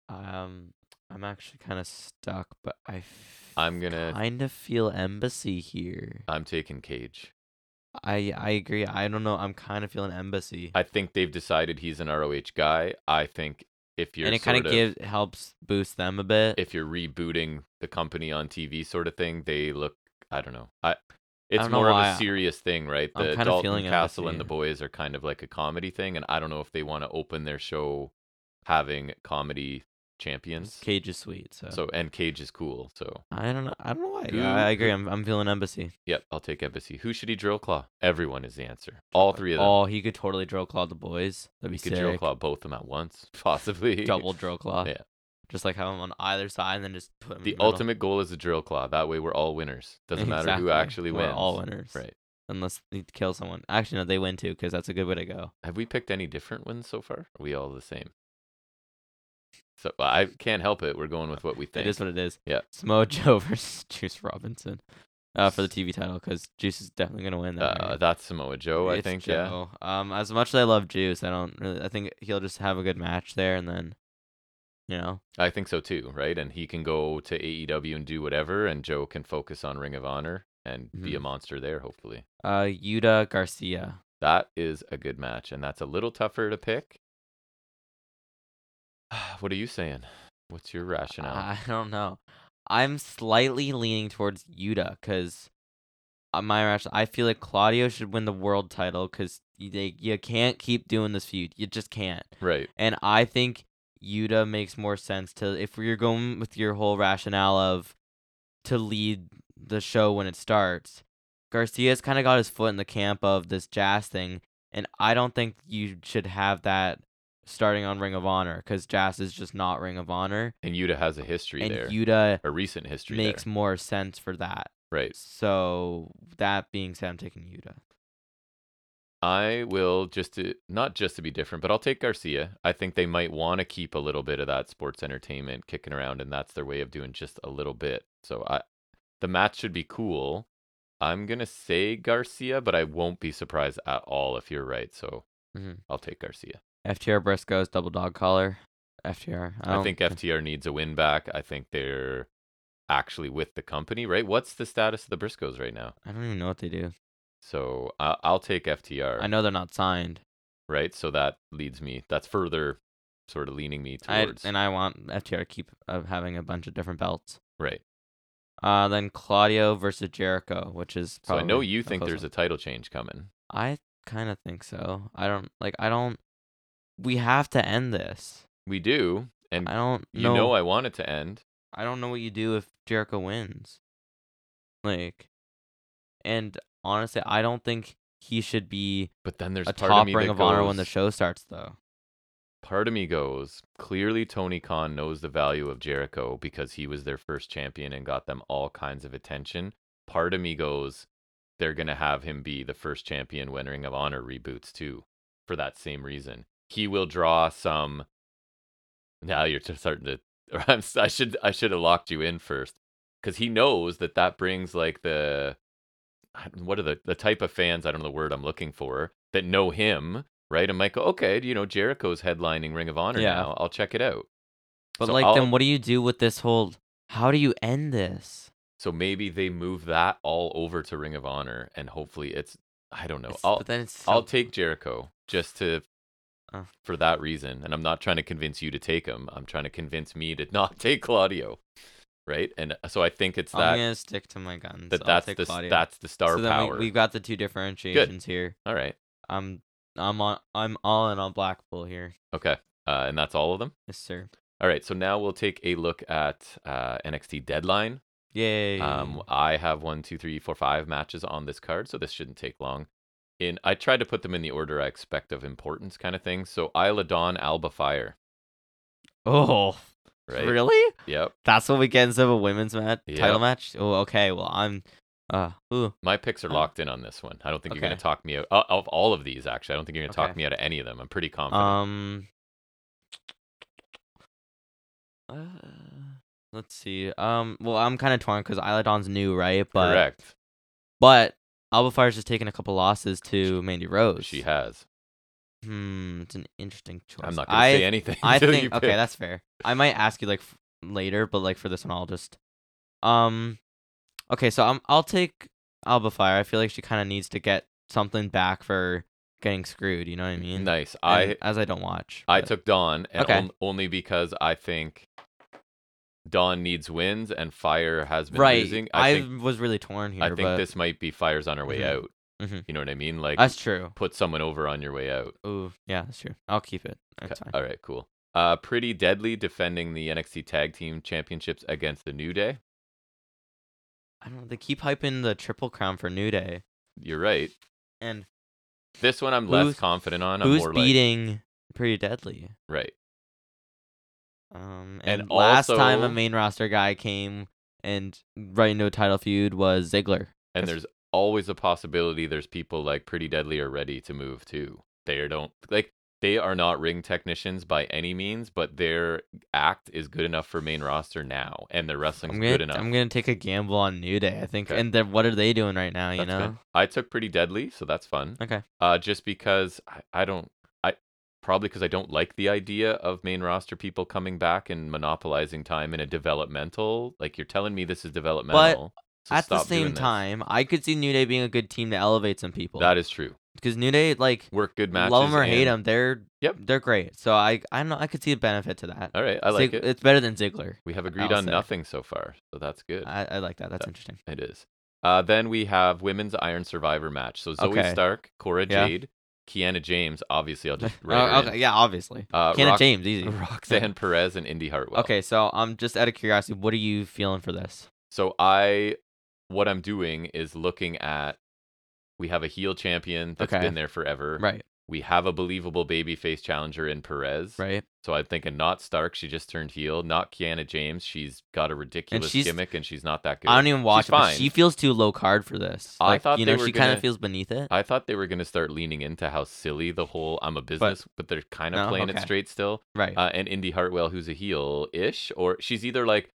S2: Um, I'm actually kind of stuck, but I
S1: I'm gonna-
S2: kind of feel embassy here.
S1: I'm taking Cage.
S2: I I agree. I don't know. I'm kind of feeling embassy,
S1: I think they've decided he's an ROH guy. I think if you're
S2: and it
S1: kind of
S2: gives helps boost them a bit.
S1: if you're rebooting the company on TV sort of thing, they look I don't know. I it's
S2: don't know
S1: more
S2: why.
S1: of a serious thing, right?
S2: I'm
S1: The
S2: kinda
S1: Dalton
S2: feeling
S1: Castle
S2: empathy.
S1: and the boys are kind of like a comedy thing, and I don't know if they want to open their show having comedy champions.
S2: Cage is sweet, so.
S1: So and Cage is cool. So
S2: I don't know. I don't know why.
S1: Who-
S2: Yeah, I agree.
S1: who-
S2: I'm I'm feeling embassy.
S1: yep, I'll take embassy. Who should he drill claw? Everyone is the answer. All three of them.
S2: Oh, he could totally drill claw the boys. That'd be
S1: he
S2: sick.
S1: could drill claw both of them at once, possibly.
S2: Double drill claw.
S1: Yeah.
S2: Just like have him on either side and then just put him. in
S1: The
S2: middle.
S1: ultimate goal is a drill claw. That way, we're all winners. Doesn't matter who
S2: Exactly.
S1: actually
S2: We're
S1: wins.
S2: all winners.
S1: Right.
S2: Unless they kill someone. Actually, no, they win too because that's a good way to go.
S1: Have we picked any different ones so far? Are we all the same? So I can't help it. We're going with what we think.
S2: It is what it is.
S1: Yeah.
S2: Samoa Joe versus Juice Robinson uh, for the TV title because Juice is definitely gonna win that.
S1: uh,
S2: right?
S1: that's Samoa Joe, I
S2: It's
S1: think. Yeah.
S2: Joe. Um, as much as I love Juice, I don't really. I think he'll just have a good match there and then, you know,
S1: I think so too, right? And he can go to AEW and do whatever, and Joe can focus on Ring of Honor and be
S2: Mm-hmm.
S1: a monster there, hopefully.
S2: uh, Yuta Garcia.
S1: That is a good match, and that's a little tougher to pick. what are you saying? What's your rationale?
S2: I don't know. I'm slightly leaning towards Yuta because my rationale. I feel like Claudio should win the world title because they you can't keep doing this feud. You just can't.
S1: right.
S2: And I think Yuta makes more sense to if we're going with your whole rationale of to lead the show when it starts. Garcia's kind of got his foot in the camp of this Jazz thing, and I don't think you should have that starting on Ring of Honor because Jazz is just not Ring of Honor,
S1: And Yuta has a history
S2: and
S1: there,
S2: Yuta
S1: a recent history
S2: makes
S1: there.
S2: more sense for that.
S1: Right.
S2: So that being said, I'm taking Yuta.
S1: I will just to not just to be different, but I'll take Garcia. I think they might want to keep a little bit of that sports entertainment kicking around, and that's their way of doing just a little bit. So I, the match should be cool. I'm gonna say Garcia, but I won't be surprised at all if you're right. So
S2: Mhm.
S1: I'll take Garcia.
S2: FTR Briscoe's double dog collar. FTR.
S1: I,
S2: don't
S1: think FTR needs a win back. I think they're actually with the company, right? What's the status of the Briscoes right now?
S2: I don't even know what they do.
S1: So I, I'll take FTR.
S2: I know they're not signed.
S1: right? So that leads me. That's further sort of leaning me
S2: I,
S1: towards.
S2: and I want FTR to keep uh, having a bunch of different belts.
S1: right.
S2: Uh, then Claudio versus Jericho, which is
S1: So
S2: probably
S1: I know you think
S2: close
S1: there's
S2: one.
S1: a title change coming.
S2: I kind of think so. I don't like. I don't. We have to end this.
S1: We do, and
S2: I don't
S1: you
S2: know.
S1: know I want it to end.
S2: I don't know what you do if Jericho wins. Like, and honestly, I don't think he should be
S1: But then there's
S2: a
S1: part of
S2: top
S1: me
S2: Ring
S1: that
S2: of Honor when the
S1: goes-
S2: show starts, though.
S1: Part of me goes. Clearly, Tony Khan knows the value of Jericho because he was their first champion and got them all kinds of attention. Part of me goes. They're gonna have him be the first champion when Ring of Honor reboots too, for that same reason. He will draw some. Now you're just starting to. Or I'm, s- I should I should have locked you in first, because he knows that that brings like the, I don't- what are the the type of fans I don't know the word I'm looking for that know him right and might go okay you know Jericho's headlining Ring of Honor
S2: Yeah.
S1: now I'll check it out.
S2: But
S1: So
S2: like,
S1: I'll-
S2: then what do you do with this whole? How do you end this?
S1: So maybe they move that all over to Ring of Honor and hopefully it's I don't know.
S2: It's-
S1: I'll
S2: but then it's
S1: I'll
S2: so-
S1: take Jericho just to
S2: Uh.
S1: for that reason. And I'm not trying to convince you to take him. I'm trying to convince me to not take Claudio. Right? And uh, so I think it's
S2: I'm
S1: that
S2: gonna stick to my guns.
S1: that
S2: Oh, I'll
S1: that's
S2: take
S1: the
S2: Claudio.
S1: that's the star
S2: so then
S1: power.
S2: We, we've got the two differentiations here.
S1: All right.
S2: I'm I'm on I'm all in on Blackpool here.
S1: Okay. Uh, and that's all of them.
S2: Yes, sir.
S1: All right. So now we'll take a look at uh, NXT Deadline.
S2: Yay.
S1: Um, I have one, two, three, four, five matches on this card, so this shouldn't take long. In I tried to put them in the order I expect of importance, kind of thing. So Isla Dawn, Alba Fire,
S2: oh,
S1: right?
S2: really?
S1: Yep.
S2: That's what we get instead of a women's match
S1: Yeah.
S2: title match. Oh, okay. Well, I'm. Uh, ooh,
S1: My picks are
S2: Oh.
S1: locked in on this one. I don't think you're gonna
S2: Okay.
S1: talk me out o- of all of these. Actually, I don't think you're gonna talk
S2: Okay.
S1: me out of any of them. I'm pretty confident.
S2: um, uh, let's see. Um, well, I'm kind of torn because Isladon's new, right? But
S1: Correct.
S2: but Alba Fire's just taken a couple losses to Mandy Rose.
S1: She has.
S2: Hmm, it's an interesting choice.
S1: I'm not gonna
S2: I
S1: say anything.
S2: I
S1: till
S2: think
S1: you
S2: okay,
S1: pick.
S2: that's fair. I might ask you like f- later, but like for this one, I'll just um okay. So I'm I'll take Alba Fire. I feel like she kind of needs to get something back for getting screwed. You know what I mean?
S1: Nice.
S2: And-
S1: I
S2: as I don't watch.
S1: I
S2: but-
S1: took Dawn, and
S2: Okay.
S1: on- only because I think Dawn needs wins and Fire has been
S2: right.
S1: losing.
S2: I,
S1: I, think
S2: was really torn here.
S1: I think
S2: but
S1: this might be Fire's on her way
S2: Mhm.
S1: out.
S2: Mhm.
S1: You know what I mean? Like
S2: that's true.
S1: put someone over on your way out.
S2: Ooh, yeah, that's true. I'll keep it. That's
S1: Okay,
S2: fine.
S1: All right, cool. Uh, pretty deadly defending the NXT Tag Team Championships against the New Day.
S2: I don't. know, They keep hyping the triple crown for New Day,
S1: You're right.
S2: and
S1: This one I'm less
S2: Who's-
S1: confident on. I'm
S2: who's
S1: more
S2: beating Pretty Deadly?
S1: like right.
S2: Um, and,
S1: And
S2: last time a
S1: also-
S2: main roster guy came and right into a title feud was Ziggler.
S1: And
S2: That's-
S1: there's always a possibility there's people like Pretty Deadly are ready to move too. They don't like they are not ring technicians by any means, but their act is good enough for main roster now, and their wrestling's
S2: I'm gonna
S1: good enough.
S2: I'm gonna take a gamble on New Day. I think.
S1: Okay.
S2: And then what are they doing right now? You
S1: That's
S2: know.
S1: good. I took Pretty Deadly, so that's fun.
S2: Okay.
S1: Uh, just because I, I don't, I probably because I don't like the idea of main roster people coming back and monopolizing time in a developmental. Like you're telling me this is developmental. so
S2: At the
S1: stop doing
S2: same
S1: this.
S2: time, I could see New Day being a good team to elevate some people.
S1: that is true.
S2: because New Day, like,
S1: Work good matches.
S2: love them or hate
S1: and-
S2: them, they're
S1: Yep.
S2: they're great. So I I don't know I could see a benefit to that.
S1: All right, I like
S2: Zig-
S1: it.
S2: It's better than Ziggler.
S1: We have agreed
S2: I'll
S1: on
S2: say.
S1: nothing so far, so that's good.
S2: I, I like that. That's
S1: Yeah.
S2: interesting.
S1: It is. Uh, then we have women's Iron Survivor match. So Zoe
S2: Okay.
S1: Stark, Cora
S2: Yeah.
S1: Jade, Kiana James. Obviously, I'll just
S2: Oh,
S1: write her in.
S2: okay, yeah, obviously.
S1: Uh,
S2: Kenna
S1: Rox-
S2: James, easy.
S1: Roxanne Perez and Indy Hartwell.
S2: Okay, so I'm um, just out of curiosity, what are you feeling for this?
S1: So I, what I'm doing is looking at. We have a heel champion that's
S2: Okay.
S1: been there forever.
S2: Right,
S1: We have a believable babyface challenger in Perez.
S2: right.
S1: So I'm thinking not Stark. She just turned heel. Not Kiana James. She's got a ridiculous
S2: she's-
S1: gimmick and she's not that good.
S2: I don't even watch
S1: She's
S2: it, but
S1: fine.
S2: she feels too low card for this.
S1: I
S2: Like,
S1: thought
S2: you
S1: they
S2: know,
S1: were
S2: she kind
S1: gonna- uh,
S2: of feels beneath it.
S1: I thought they were going to start leaning into how silly the whole I'm a business, but, they're kind of
S2: No,
S1: playing it
S2: okay.
S1: straight still.
S2: right.
S1: Uh, and Indy Hartwell, who's a heel ish, or she's either like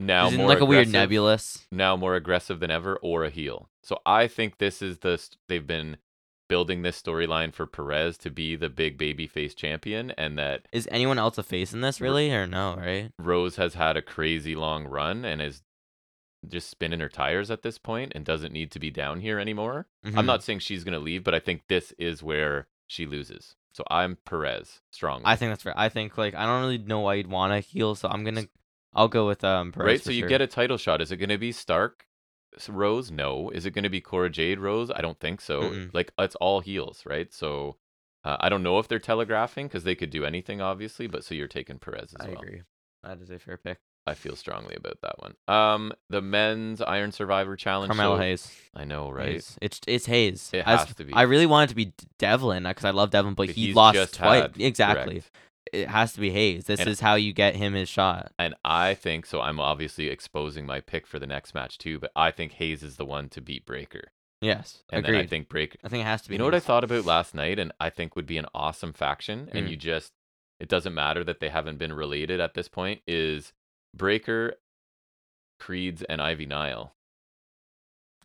S1: now
S2: She's in
S1: more
S2: like a weird
S1: aggressive-
S2: nebulous.
S1: now more aggressive than ever, or a heel. So I think this is the st- they've been building this storyline for Perez to be the big babyface champion, and that
S2: Is anyone else a face in this
S1: Re-
S2: really or no, right?
S1: Rose has had a crazy long run and is just spinning her tires at this point and doesn't need to be down here anymore.
S2: Mhm.
S1: I'm not saying she's going to leave, but I think this is where she loses. So I'm Perez strong.
S2: I think that's fair. I think like I don't really know why you'd want to heal, so I'm gonna I'll go with um Perez
S1: right.
S2: for
S1: So you
S2: sure.
S1: get a title shot. Is it going to be Stark s- Rose? No. Is it going to be Cora Jade Rose? I don't think so.
S2: Mm-mm.
S1: Like it's all heels, right? So uh, I don't know if they're telegraphing because they could do anything, obviously. But so you're taking Perez as
S2: I
S1: well.
S2: agree. That is a fair pick.
S1: I feel strongly about that one. Um, the men's Iron Survivor Challenge.
S2: Carmelo
S1: so-
S2: Hayes.
S1: I know, right?
S2: Hayes. It's it's Hayes.
S1: It
S2: As-
S1: has to be.
S2: I really wanted it to be D- Devlin because I love Devlin, but
S1: But
S2: he
S1: he's
S2: lost
S1: just
S2: twice.
S1: had-
S2: exactly.
S1: Correct.
S2: It has to be Hayes. This
S1: And-
S2: is how you get him his shot.
S1: And I think so. I'm obviously exposing my pick for the next match too, but I think Hayes is the one to beat Breaker.
S2: Yes,
S1: And
S2: agreed.
S1: then
S2: I
S1: I
S2: think,
S1: think Breaker.
S2: it has to be.
S1: You know what I
S2: Hayes.
S1: thought about last night, and I think would be an awesome faction. And
S2: Mm.
S1: you just, it doesn't matter that they haven't been related at this point. Is Breaker, Creeds, and Ivy Nile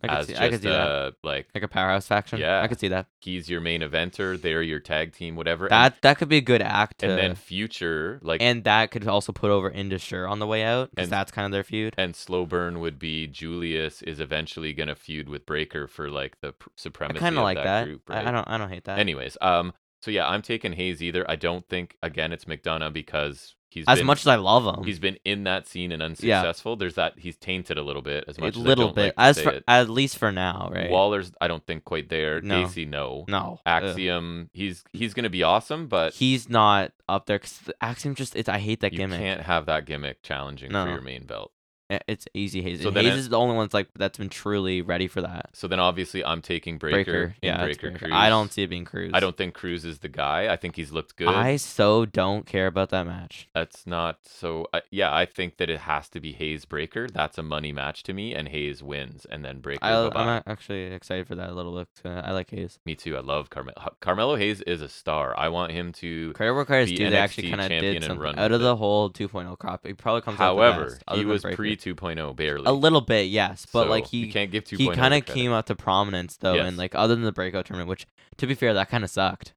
S2: I could
S1: as
S2: see,
S1: just
S2: I could see that.
S1: uh, like
S2: Like a powerhouse faction.
S1: Yeah.
S2: I could see that.
S1: he's your main eventer, they're your tag team, whatever. and-
S2: That that could be a good act.
S1: and,
S2: to-
S1: then future like and,
S2: and that could also put over Indusure on the way out because
S1: And-
S2: that's kind of their feud.
S1: slow burn would be Julius is eventually gonna feud with Breaker for like the pr-
S2: I
S1: supremacy
S2: kind of
S1: of
S2: like
S1: that,
S2: that.
S1: group.
S2: I, I
S1: right?
S2: don't. uh I don't hate that.
S1: Anyways, um, so yeah, I'm taking Hayes either. I don't think again it's McDonough because he's
S2: as
S1: been,
S2: much as I love him,
S1: he's been in that scene and unsuccessful. There's that he's tainted a little bit as
S2: a
S1: much as I
S2: little
S1: don't
S2: bit.
S1: like to
S2: as
S1: say
S2: for
S1: it.
S2: at least for now, right?
S1: Waller's I don't think quite there.
S2: No.
S1: Gacy no.
S2: no, ugh.
S1: Axiom he's he's gonna be awesome, but
S2: he's not up there because Axiom just it's. I hate that
S1: you
S2: gimmick.
S1: can't have that gimmick challenging
S2: No.
S1: for your main belt.
S2: I- It's easy Hayes.
S1: So
S2: and
S1: then
S2: Hayes
S1: it-
S2: is the only one that's like that's been truly ready for that
S1: So then obviously I'm taking Breaker,
S2: breaker.
S1: and
S2: yeah, it's
S1: Breaker,
S2: Breaker. I
S1: Cruz.
S2: don't see it being Cruz.
S1: I don't think Cruz is the guy. I think he's looked good.
S2: I so don't care about that match.
S1: That's not so. I yeah, I think that it has to be Hayes Breaker. That's a money match to me, and Hayes wins, and then Breaker.
S2: I,
S1: bye-bye.
S2: I'm a- actually excited for that a little bit. 'cause I like Hayes.
S1: Me too. I love Carmelo. Carmelo Hayes is a star. I want him to.
S2: Credit where credit's
S1: the
S2: due. They actually
S1: NXT
S2: kind of
S1: champion
S2: did
S1: and
S2: something
S1: run
S2: out
S1: with
S2: of the
S1: it.
S2: whole 2.0 crop. He probably comes out the
S1: However,
S2: best, other
S1: he
S2: than
S1: was
S2: Breaker.
S1: pre 2.0 barely.
S2: a little bit, yes, but like
S1: So you
S2: he
S1: can't give 2.0.
S2: he kind
S1: the
S2: of
S1: oh credit.
S2: came out to prominence though,
S1: Yes.
S2: and like other than the breakout tournament, which to be fair, that kind of sucked.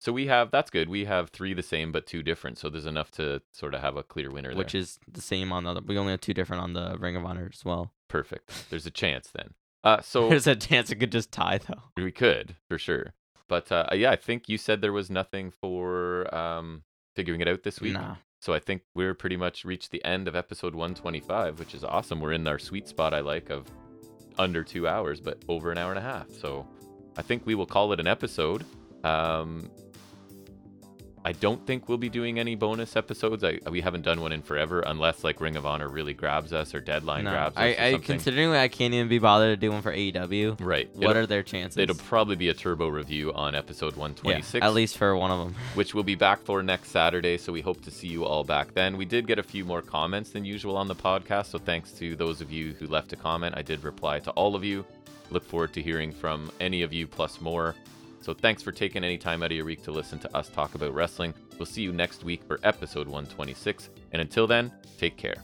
S1: So we have that's good. We have three the same but two different. So there's enough to sort of have a clear winner.
S2: which
S1: there.
S2: is the same on the other. We only have two different on the Ring of Honor as well.
S1: perfect. There's a chance then. Uh, so
S2: There's a chance it could just tie though.
S1: we could for sure. But uh, yeah, I think you said there was nothing for um, figuring it out this week.
S2: Nah.
S1: So I think we're pretty much reached the end of episode 125, which is awesome. We're in our sweet spot, I like, of under two hours, but over an hour and a half. So I think we will call it an episode. Um, I don't think we'll be doing any bonus episodes. I, we haven't done one in forever, unless like Ring of Honor really grabs us or Deadline
S2: No.
S1: grabs us.
S2: I,
S1: or
S2: I
S1: something.
S2: considering I can't even be bothered to do one for AEW.
S1: right.
S2: What
S1: it'll,
S2: are their chances?
S1: it'll probably be a turbo review on episode
S2: Yeah,
S1: 126.
S2: at least for one of them.
S1: which we'll be back for next Saturday. So we hope to see you all back then. We did get a few more comments than usual on the podcast. So thanks to those of you who left a comment. I did reply to all of you. Look forward to hearing from any of you plus more. So thanks for taking any time out of your week to listen to us talk about wrestling. We'll see you next week for episode 126. And until then, take care.